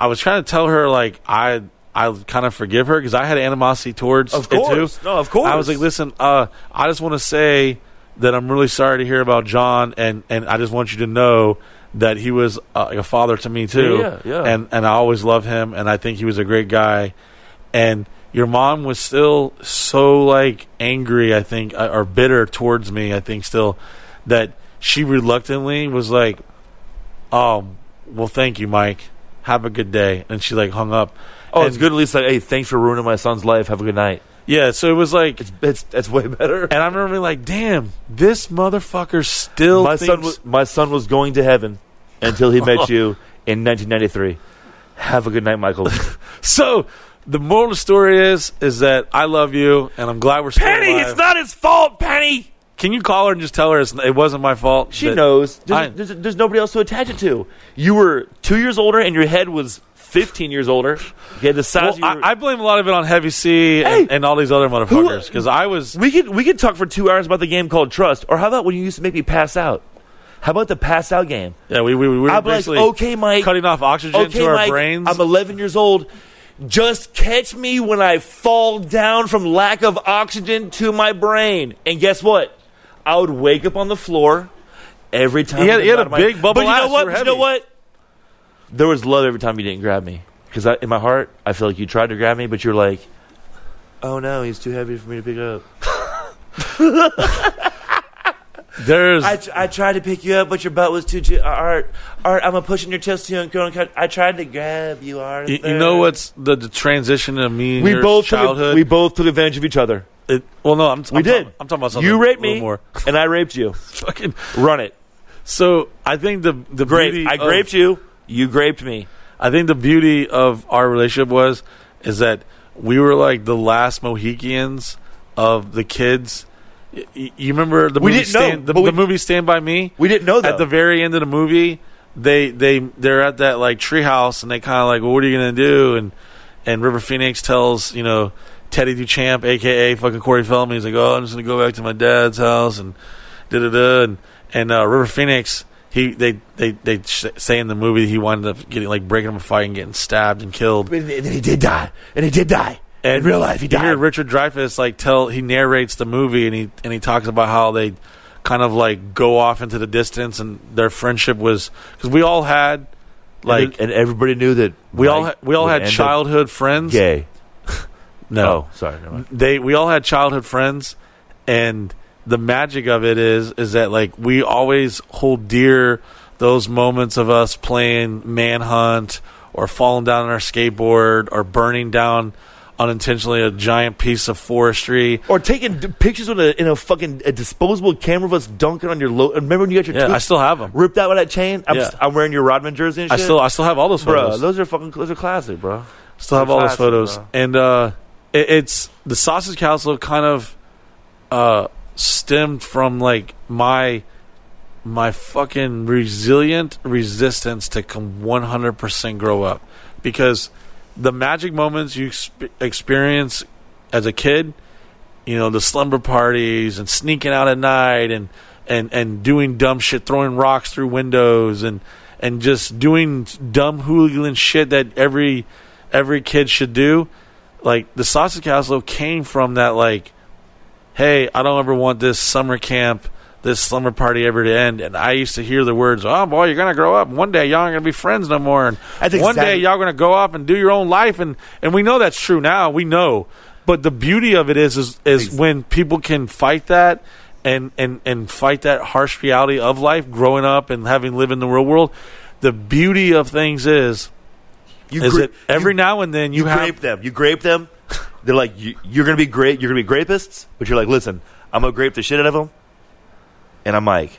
[SPEAKER 1] I was trying to tell her like I, I kind of forgive her because I had animosity towards
[SPEAKER 2] Of
[SPEAKER 1] it
[SPEAKER 2] course.
[SPEAKER 1] too.
[SPEAKER 2] No, of course.
[SPEAKER 1] I was like, listen, uh, I just want to say that I'm really sorry to hear about John, and and I just want you to know." That he was uh, a father to me too,
[SPEAKER 2] Yeah, yeah.
[SPEAKER 1] and and I always loved him, and I think he was a great guy. And your mom was still so like angry, I think, uh, or bitter towards me, I think, still that she reluctantly was like, "Um, well, thank you, Mike. Have a good day." And she like hung up.
[SPEAKER 2] Oh,
[SPEAKER 1] And-
[SPEAKER 2] it's good at least like, hey, thanks for ruining my son's life. Have a good night.
[SPEAKER 1] Yeah, so it was like,
[SPEAKER 2] That's that's way better.
[SPEAKER 1] and I remember being like, "Damn, this motherfucker still."
[SPEAKER 2] my son
[SPEAKER 1] thinks-
[SPEAKER 2] was my son was going to heaven until
[SPEAKER 1] [LAUGHS]
[SPEAKER 2] he met you in 1993. Have a good night, Michael.
[SPEAKER 1] so. The moral of the story is is that I love you, and I'm glad we're still alive.
[SPEAKER 2] not his fault, Penny.
[SPEAKER 1] Can you call her and just tell her it's, it wasn't my fault?
[SPEAKER 2] She
[SPEAKER 1] that-
[SPEAKER 2] knows. There's,
[SPEAKER 1] I-
[SPEAKER 2] there's, there's nobody else to attach it to. You were two years older, and your head was 15 years older. You had the size.
[SPEAKER 1] Well,
[SPEAKER 2] of your,
[SPEAKER 1] I, I blame a lot of it on Heavy C and,
[SPEAKER 2] Hey!
[SPEAKER 1] and all these other motherfuckers because I was.
[SPEAKER 2] We could we could talk for two hours about the game called Trust, or how about when you used to make me pass out? How about the pass out game?
[SPEAKER 1] Yeah, we, we, we were
[SPEAKER 2] I'd be like,
[SPEAKER 1] basically
[SPEAKER 2] okay, Mike,
[SPEAKER 1] cutting off oxygen
[SPEAKER 2] okay,
[SPEAKER 1] to our
[SPEAKER 2] Mike,
[SPEAKER 1] brains.
[SPEAKER 2] I'm 11 years old. Just catch me when I fall down from lack of oxygen to my brain. And guess what? I would wake up on the floor every time.
[SPEAKER 1] He had-
[SPEAKER 2] I
[SPEAKER 1] he had
[SPEAKER 2] got
[SPEAKER 1] a
[SPEAKER 2] out of
[SPEAKER 1] big bubble
[SPEAKER 2] But you
[SPEAKER 1] ass.
[SPEAKER 2] know
[SPEAKER 1] You
[SPEAKER 2] what?
[SPEAKER 1] were
[SPEAKER 2] But you
[SPEAKER 1] heavy.
[SPEAKER 2] know what? There was love every time you didn't grab me. Because in my heart, I feel like you tried to grab me, but you're like, oh no, he's too heavy for me to pick up.
[SPEAKER 1] There's
[SPEAKER 2] I, tr- I tried to pick you up, but your butt was too. Ju- Art, Art, I'm gonna pushing your chest too and going. I tried to grab you, Art.
[SPEAKER 1] you, you know what's the, the transition of me and
[SPEAKER 2] We
[SPEAKER 1] your
[SPEAKER 2] both
[SPEAKER 1] childhood.
[SPEAKER 2] Took, we both took advantage of each other.
[SPEAKER 1] It- well, no, I'm,
[SPEAKER 2] We
[SPEAKER 1] I'm
[SPEAKER 2] did.
[SPEAKER 1] Talking, I'm talking about something.
[SPEAKER 2] You raped
[SPEAKER 1] a little
[SPEAKER 2] me,
[SPEAKER 1] more. [LAUGHS]
[SPEAKER 2] and I raped you.
[SPEAKER 1] Fucking
[SPEAKER 2] Run it.
[SPEAKER 1] so. I think the the
[SPEAKER 2] Grape.
[SPEAKER 1] beauty
[SPEAKER 2] I
[SPEAKER 1] of-
[SPEAKER 2] graped you. You graped me.
[SPEAKER 1] I think the beauty of our relationship was is that we were like the last Mohicans of the kids. Y- y- You remember the
[SPEAKER 2] We
[SPEAKER 1] movie
[SPEAKER 2] didn't know,
[SPEAKER 1] Stand, the,
[SPEAKER 2] but we-
[SPEAKER 1] the movie Stand by Me?
[SPEAKER 2] We didn't know
[SPEAKER 1] at
[SPEAKER 2] that.
[SPEAKER 1] the very end of the movie, they they they're at that like treehouse and they kind of like, well, what are you gonna do? And and River Phoenix tells you know Teddy Duchamp, aka fucking Corey Feldman, he's like, oh, I'm just gonna go back to my dad's house and da da da. And and uh, River Phoenix, he they they they sh- say in the movie he wound up getting like breaking up a fight and getting stabbed and killed.
[SPEAKER 2] and then he did die. And he did die. And in real life, he
[SPEAKER 1] You hear
[SPEAKER 2] died.
[SPEAKER 1] Richard Dreyfuss like tell he narrates the movie and he and he talks about how they kind of like go off into the distance and their friendship was because we all had like
[SPEAKER 2] and, and everybody knew that
[SPEAKER 1] we all ha-
[SPEAKER 2] Mike
[SPEAKER 1] we all
[SPEAKER 2] would
[SPEAKER 1] had
[SPEAKER 2] end up
[SPEAKER 1] childhood friends.
[SPEAKER 2] Gay.
[SPEAKER 1] No,
[SPEAKER 2] Oh, sorry. Never mind.
[SPEAKER 1] they we all had childhood friends, and the magic of it is is that like we always hold dear those moments of us playing manhunt or falling down on our skateboard or burning down unintentionally a giant piece of forestry.
[SPEAKER 2] Or taking d- pictures with a, in a fucking a disposable camera of us dunking on your low. Remember when you got your
[SPEAKER 1] Yeah,
[SPEAKER 2] tooth
[SPEAKER 1] I still have them.
[SPEAKER 2] ripped out with that chain? I'm,
[SPEAKER 1] Yeah.
[SPEAKER 2] st- I'm wearing your Rodman jersey and
[SPEAKER 1] I
[SPEAKER 2] shit.
[SPEAKER 1] still I still have all those
[SPEAKER 2] bro,
[SPEAKER 1] photos.
[SPEAKER 2] those are fucking those are classic, bro.
[SPEAKER 1] Still have all those
[SPEAKER 2] Classic,
[SPEAKER 1] photos,
[SPEAKER 2] bro.
[SPEAKER 1] and uh, it, it's the sausage council kind of uh, stemmed from like my my fucking resilient resistance to come one hundred percent grow up because the magic moments you exp- experience as a kid, you know, the slumber parties and sneaking out at night and and and doing dumb shit, throwing rocks through windows and and just doing dumb hooligan shit that every every kid should do. Like the sausage castle came from that like hey, I don't ever want this summer camp, this summer party ever to end. And I used to hear the words, oh, boy, you're going to grow up. One day y'all aren't going to be friends no more. And
[SPEAKER 2] That's
[SPEAKER 1] one
[SPEAKER 2] exactly-
[SPEAKER 1] day y'all going to go off and do your own life. And, and we know that's true now. We know. But the beauty of it is, is, is when people can fight that and, and, and fight that harsh reality of life, growing up and having lived in the real world. The beauty of things is,
[SPEAKER 2] You
[SPEAKER 1] is
[SPEAKER 2] gra-
[SPEAKER 1] that every now and then you,
[SPEAKER 2] you
[SPEAKER 1] have
[SPEAKER 2] grape them. You grape them. They're like, you, you're gonna be great. You're gonna be grapists, but you're like, listen, I'm gonna grape the shit out of them, and I'm Mike.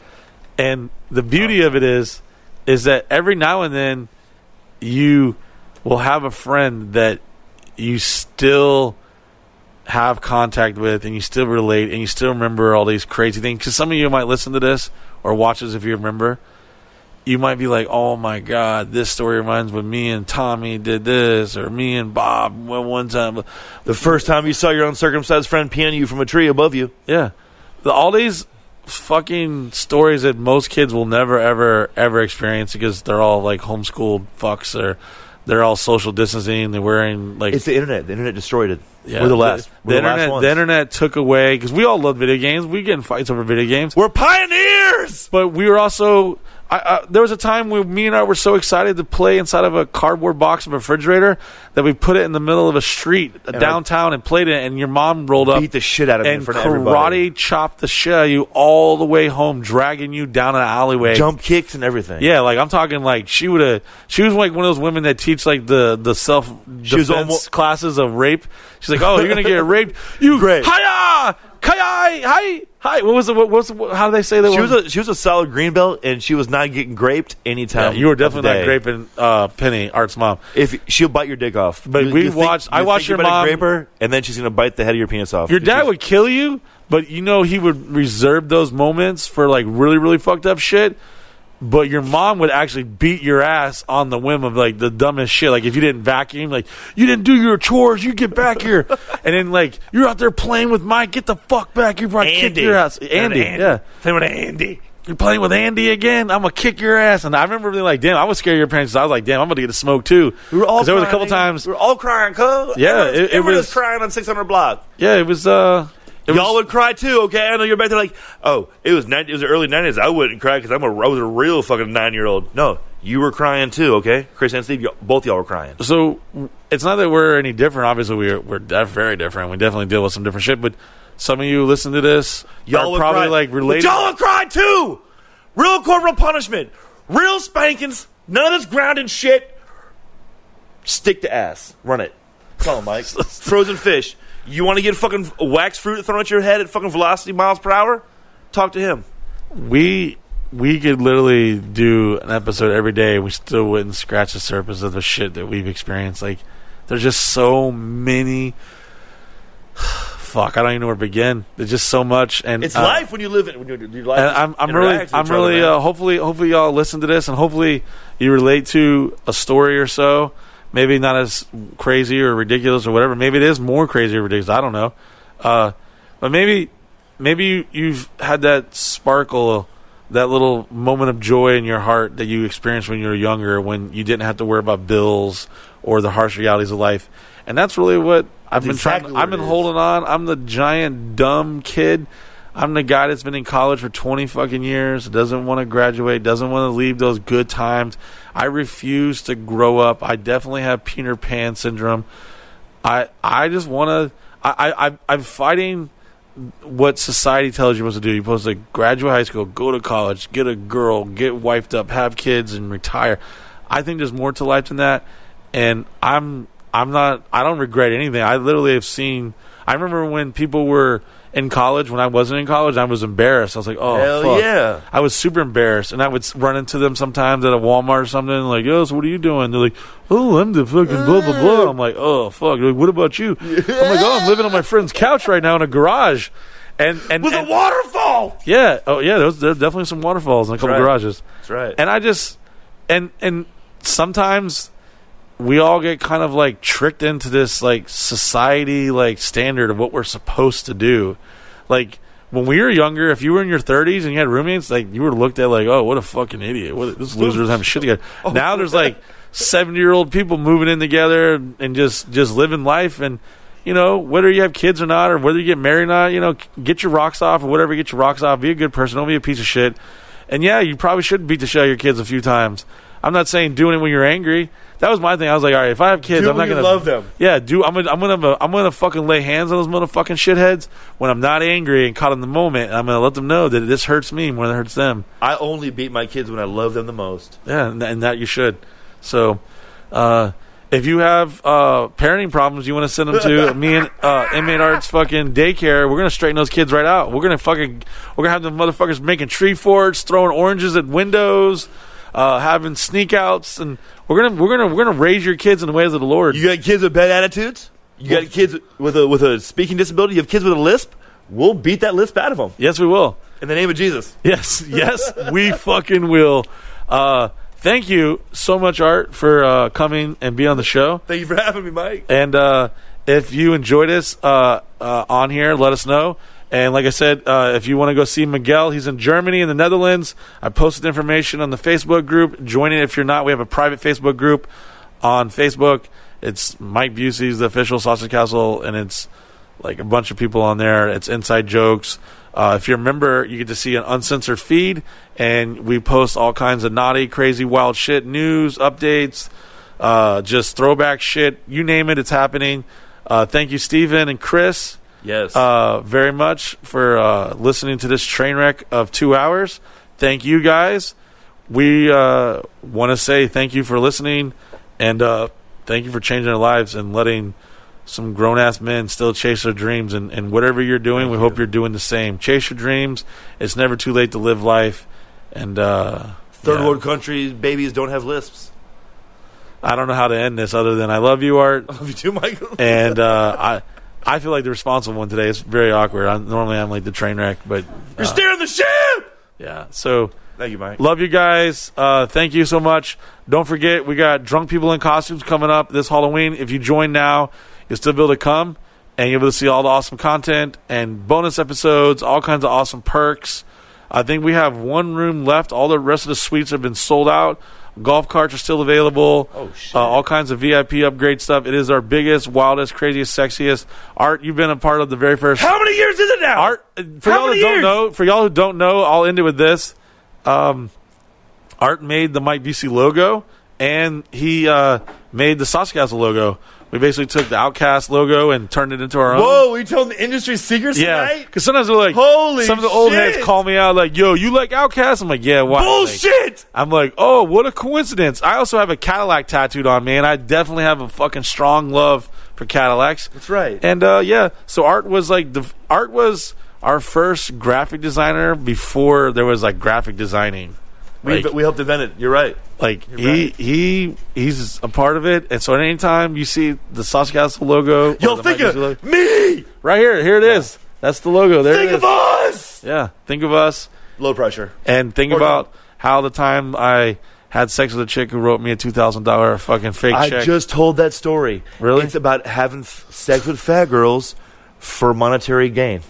[SPEAKER 1] And the beauty of it is, is that every now and then you will have a friend that you still have contact with and you still relate and you still remember all these crazy things. Because some of you might listen to this or watch this if you remember. You might be like, oh my God, this story reminds me when me and Tommy did this or me and Bob went one time.
[SPEAKER 2] The first time you saw your uncircumcised friend peeing you from a tree above you,
[SPEAKER 1] Yeah. The, all these fucking stories that most kids will never, ever, ever experience because they're all like homeschooled fucks or they're all social distancing. They're wearing like.
[SPEAKER 2] it's the internet. The internet destroyed it.
[SPEAKER 1] yeah,
[SPEAKER 2] We're the last.
[SPEAKER 1] The,
[SPEAKER 2] We're the
[SPEAKER 1] internet,
[SPEAKER 2] last ones.
[SPEAKER 1] the internet took away because we all love video games. We get in fights over video games.
[SPEAKER 2] We're pioneers.
[SPEAKER 1] But we were also. I, I, there was a time when me and I were so excited to play inside of a cardboard box of a refrigerator that we put it in the middle of a street downtown and played it, and your mom rolled up
[SPEAKER 2] Beat the shit out of me
[SPEAKER 1] and
[SPEAKER 2] in front
[SPEAKER 1] karate
[SPEAKER 2] of everybody.
[SPEAKER 1] chopped the shit out of you all the way home, dragging you down an alleyway.
[SPEAKER 2] Jump kicks and everything.
[SPEAKER 1] Yeah, like I'm talking like she would have. She was like one of those women that teach like the the self defense
[SPEAKER 2] was almo-
[SPEAKER 1] classes of rape. She's like, oh, you're gonna get [LAUGHS] raped. You
[SPEAKER 2] Great.
[SPEAKER 1] Hiya, kai, hi, hi. What was the what was the, what, how do they say that?
[SPEAKER 2] She was
[SPEAKER 1] one?
[SPEAKER 2] a she was a solid green belt, and she was not getting graped
[SPEAKER 1] Yeah,
[SPEAKER 2] anytime.
[SPEAKER 1] you were
[SPEAKER 2] of the
[SPEAKER 1] definitely not
[SPEAKER 2] day.
[SPEAKER 1] raping uh, Penny Art's mom.
[SPEAKER 2] If she'll bite your dick off,
[SPEAKER 1] But we
[SPEAKER 2] think-
[SPEAKER 1] watched- I
[SPEAKER 2] you
[SPEAKER 1] watched
[SPEAKER 2] think
[SPEAKER 1] your
[SPEAKER 2] you're about to
[SPEAKER 1] mom-
[SPEAKER 2] grape her, and then she's gonna bite the head of your penis off.
[SPEAKER 1] Your
[SPEAKER 2] She's-
[SPEAKER 1] dad would kill you, but you know he would reserve those moments for like really, really fucked up shit. But your mom would actually beat your ass on the whim of like the dumbest shit. Like if you didn't vacuum, like you didn't do your chores, you get back
[SPEAKER 2] [LAUGHS]
[SPEAKER 1] here. and then like you're out there playing with Mike, get the fuck back here before I kick
[SPEAKER 2] Andy.
[SPEAKER 1] your ass.
[SPEAKER 2] Not
[SPEAKER 1] Andy,
[SPEAKER 2] Andy.
[SPEAKER 1] yeah.
[SPEAKER 2] Play with Andy.
[SPEAKER 1] You're playing with Andy again. I'm gonna kick your ass. And I remember being like, damn, I was scared of your parents. 'cause I was like, damn, I'm gonna get a smoke too.
[SPEAKER 2] We were all.
[SPEAKER 1] 'Cause there was a couple
[SPEAKER 2] crying.
[SPEAKER 1] times.
[SPEAKER 2] we were all crying. Cause
[SPEAKER 1] Yeah,
[SPEAKER 2] everyone,
[SPEAKER 1] it- it
[SPEAKER 2] everyone
[SPEAKER 1] was-
[SPEAKER 2] crying on 600 block.
[SPEAKER 1] Yeah, it was. uh it was-
[SPEAKER 2] Y'all would cry too. Okay, I know you're back there like, oh, it was 90, it was the early 90s. I wouldn't cry because I'm a I was a real fucking nine year old. No, you were crying too. Okay, Chris and Steve, y'all, both y'all were crying.
[SPEAKER 1] so w- it's not that we're any different. Obviously, we're we're def- very different. We definitely deal with some different shit. But some of you listen to this,
[SPEAKER 2] Y'all
[SPEAKER 1] are
[SPEAKER 2] would
[SPEAKER 1] probably
[SPEAKER 2] cry.
[SPEAKER 1] like
[SPEAKER 2] But
[SPEAKER 1] related.
[SPEAKER 2] Y'all would cry too. Real corporal punishment, real spankings, none of this grounded shit. Stick to ass, run it. Come
[SPEAKER 1] [LAUGHS]
[SPEAKER 2] on, Mike. Frozen fish. You want to get fucking wax fruit thrown at your head at fucking velocity miles per hour? Talk to him.
[SPEAKER 1] we we could literally do an episode every day. We still wouldn't scratch the surface of the shit that we've experienced. Like, there's just so many. [SIGHS] Fuck, I don't even know where to begin. There's just so much, and
[SPEAKER 2] It's
[SPEAKER 1] uh,
[SPEAKER 2] life when you live it. When you your life.
[SPEAKER 1] And I'm, I'm really,
[SPEAKER 2] interacts with
[SPEAKER 1] I'm
[SPEAKER 2] each other,
[SPEAKER 1] really.
[SPEAKER 2] man.
[SPEAKER 1] uh, hopefully, hopefully y'all listen to this, and hopefully you relate to a story or so. Maybe not as crazy or ridiculous or whatever. Maybe it is more crazy or ridiculous. I don't know, uh, but maybe, maybe you, you've had that sparkle, that little moment of joy in your heart that you experienced when you were younger, when you didn't have to worry about bills or the harsh realities of life, and that's really what I've been
[SPEAKER 2] That's exactly
[SPEAKER 1] trying.
[SPEAKER 2] what
[SPEAKER 1] I've
[SPEAKER 2] it
[SPEAKER 1] been
[SPEAKER 2] is.
[SPEAKER 1] holding holding on. I'm the giant dumb kid. I'm the guy that's been in college for 20 fucking years, doesn't want to graduate, doesn't want to leave those good times. I refuse to grow up. I definitely have Peter Pan syndrome. I I just want to. I, I I'm- I'm fighting what society tells you you're supposed to do. You're supposed to graduate high school, go to college, get a girl, get wifed up, have kids, and retire. I think there's more to life than that, and I'm I'm not I don't regret anything. I literally have seen. I remember when people were in college when I wasn't in college. I was embarrassed. I was like, oh
[SPEAKER 2] Hell
[SPEAKER 1] fuck.
[SPEAKER 2] yeah.
[SPEAKER 1] I was super embarrassed, and I would s- run into them sometimes at a Walmart or something. Like, yo, so what are you doing? They're like, oh, I'm the fucking blah blah blah. I'm like, oh fuck. They're like, what about you? I'm like, oh, I'm living on my friend's couch right now in a garage, and and
[SPEAKER 2] with
[SPEAKER 1] and-
[SPEAKER 2] a waterfall.
[SPEAKER 1] yeah, oh yeah, there's there's definitely some waterfalls and a couple
[SPEAKER 2] right.
[SPEAKER 1] garages.
[SPEAKER 2] That's right.
[SPEAKER 1] And I just and and sometimes we all get kind of like tricked into this like society like standard of what we're supposed to do. Like when we were younger, if you were in your 30s and you had roommates, like you were looked at like, oh, what a fucking idiot! What this loser's having
[SPEAKER 9] [LAUGHS]
[SPEAKER 1] shit together.
[SPEAKER 9] Oh.
[SPEAKER 1] Now there's like 70 year old people moving in together and just just living life and. you know, whether you have kids or not, or whether you get married or not, you know, get your rocks off or whatever, get your rocks off. Be a good person. Don't be a piece of shit. And yeah, you probably should beat the shit out of your kids a few times. I'm not saying doing it when you're angry. That was my thing. I was like, all right, if I have kids,
[SPEAKER 9] Do it
[SPEAKER 1] I'm not
[SPEAKER 9] when you
[SPEAKER 1] gonna
[SPEAKER 9] love them.
[SPEAKER 1] Yeah, do I'm gonna I'm gonna I'm gonna fucking lay hands on those motherfucking shitheads when I'm not angry and caught in the moment. And I'm gonna let them know that this hurts me more than it hurts them.
[SPEAKER 9] I only beat my kids when I love them the most.
[SPEAKER 1] Yeah, and, and that you should. So, uh, if you have uh, parenting problems, you want to send them to me and uh, inmate arts fucking daycare. We're gonna straighten those kids right out. We're gonna fucking we're gonna have the motherfuckers making tree forts, throwing oranges at windows, uh, having sneak outs, and we're gonna we're gonna we're gonna raise your kids in the ways of the Lord.
[SPEAKER 9] You got kids with bad attitudes. You got kids with a with a speaking disability. You have kids with a lisp. We'll beat that lisp out of them
[SPEAKER 1] yes, we will.
[SPEAKER 9] in the name of Jesus.
[SPEAKER 1] Yes, yes, we fucking will. Uh, thank you so much, Art, for uh, coming and be on the show.
[SPEAKER 9] Thank you for having me, Mike.
[SPEAKER 1] And uh, if you enjoyed us uh, uh, on here, let us know. And like I said, uh, if you want to go see Miguel, he's in Germany and the Netherlands. I posted information on the Facebook group. Join it if you're not. We have a private Facebook group on Facebook. It's Mike Busey's the official Sausage Castle, and it's like a bunch of people on there. It's inside jokes. Uh, if you're a member, you get to see an uncensored feed, and we post all kinds of naughty, crazy, wild shit, news, updates, uh, just throwback shit. You name it, it's happening. Uh, thank you, Steven and Chris,
[SPEAKER 9] Yes.
[SPEAKER 1] uh, very much for uh, listening to this train wreck of two hours. Thank you, guys. We uh, want to say thank you for listening, and uh, thank you for changing our lives and letting some grown ass men still chase their dreams and, and whatever you're doing, we hope you're doing the same. Chase your dreams. It's never too late to live life. And uh
[SPEAKER 9] Third
[SPEAKER 1] yeah.
[SPEAKER 9] world countries babies don't have lisps. [LAUGHS]
[SPEAKER 1] I don't know how to end this other than I love you, Art.
[SPEAKER 9] Love you too, Michael.
[SPEAKER 1] And uh I I feel like the responsible one today. It's very awkward. I'm, normally I'm like the train wreck, but uh,
[SPEAKER 9] You're steering the ship.
[SPEAKER 1] yeah. So
[SPEAKER 9] Thank you, [LAUGHS] Mike.
[SPEAKER 1] Love you guys. Uh, thank you so much. Don't forget, we got drunk people in costumes coming up this Halloween. If you join now, you'll still be able to come and you'll be able to see all the awesome content and bonus episodes, all kinds of awesome perks. I think we have one room left. All the rest of the suites have been sold out. Golf carts are still available. Oh, shit. Uh, all kinds of VIP upgrade stuff. It is our biggest, wildest, craziest, sexiest. Art, you've been a part of the very first.
[SPEAKER 9] How many years is it now?
[SPEAKER 1] Art, uh, for
[SPEAKER 9] How
[SPEAKER 1] y'all that
[SPEAKER 9] many
[SPEAKER 1] don't
[SPEAKER 9] years?
[SPEAKER 1] know, for y'all who don't know, I'll end it with this. Um, Art made the Mike BC logo, and he uh, made the Sauce Castle logo. We basically took the Outcast logo and turned it into our own.
[SPEAKER 9] Whoa, Oh, we told the industry secrets
[SPEAKER 1] Yeah,
[SPEAKER 9] tonight.
[SPEAKER 1] because sometimes they're like,
[SPEAKER 9] Holy
[SPEAKER 1] Some of the old heads
[SPEAKER 9] shit.
[SPEAKER 1] call me out like, "Yo, you like Outcast?" I'm like, "Yeah, why?" Like,
[SPEAKER 9] Bullshit.
[SPEAKER 1] I'm like, "Oh, what a coincidence!" I also have a Cadillac tattooed on me, and I definitely have a fucking strong love for Cadillacs.
[SPEAKER 9] That's right.
[SPEAKER 1] And uh, yeah, so art was like the art was our first graphic designer before there was like graphic designing.
[SPEAKER 9] we,
[SPEAKER 1] Like,
[SPEAKER 9] we helped invent it. You're right.
[SPEAKER 1] like
[SPEAKER 9] You're
[SPEAKER 1] he he he's a part of it, and so at any time you see the Sauce Castle logo, or
[SPEAKER 9] Yo,
[SPEAKER 1] the
[SPEAKER 9] think
[SPEAKER 1] Mike
[SPEAKER 9] of
[SPEAKER 1] Busey logo-
[SPEAKER 9] me.
[SPEAKER 1] right here. Here it is. That's the logo. There
[SPEAKER 9] Think
[SPEAKER 1] it is.
[SPEAKER 9] of us.
[SPEAKER 1] yeah, think of us,
[SPEAKER 9] Low pressure.
[SPEAKER 1] and think
[SPEAKER 9] Or
[SPEAKER 1] about how the time I had sex with a chick who wrote me a two thousand dollar fucking fake
[SPEAKER 9] I
[SPEAKER 1] check.
[SPEAKER 9] just told that story.
[SPEAKER 1] Really?
[SPEAKER 9] It's about having f- sex with fat girls for monetary gain.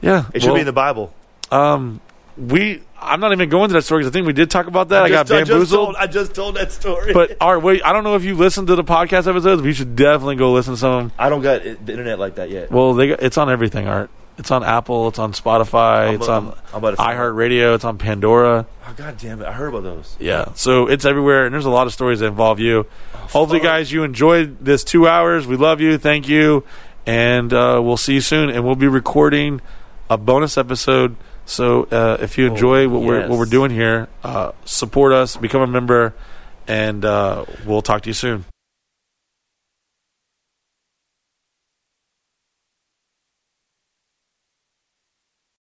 [SPEAKER 1] yeah,
[SPEAKER 9] It should be in the Bible.
[SPEAKER 1] um we. I'm not even going to that story because I think we did talk about that. I, got
[SPEAKER 9] just-
[SPEAKER 1] bamboozled.
[SPEAKER 9] just told, I just told that story.
[SPEAKER 1] But all right, wait, I don't know if you listened to the podcast episodes. But you should definitely go listen to some. of them.
[SPEAKER 9] [LAUGHS] I don't got it- the internet like that yet.
[SPEAKER 1] Well, they got, it's on everything, Art. It's on Apple. It's on Spotify.
[SPEAKER 9] I'm
[SPEAKER 1] it's
[SPEAKER 9] about-
[SPEAKER 1] on
[SPEAKER 9] I'm about to find
[SPEAKER 1] iHeartRadio. It's on Pandora.
[SPEAKER 9] Oh, God damn it. I heard about those.
[SPEAKER 1] Yeah, so it's everywhere, and there's a lot of stories that involve you. Hopefully, guys, you enjoyed this two hours. We love you. Thank you, and uh, we'll see you soon. And we'll be recording a bonus episode. So uh, if you enjoy what we're what
[SPEAKER 9] yes.
[SPEAKER 1] we're doing here, uh, support us, become a member, and uh, we'll talk to you soon.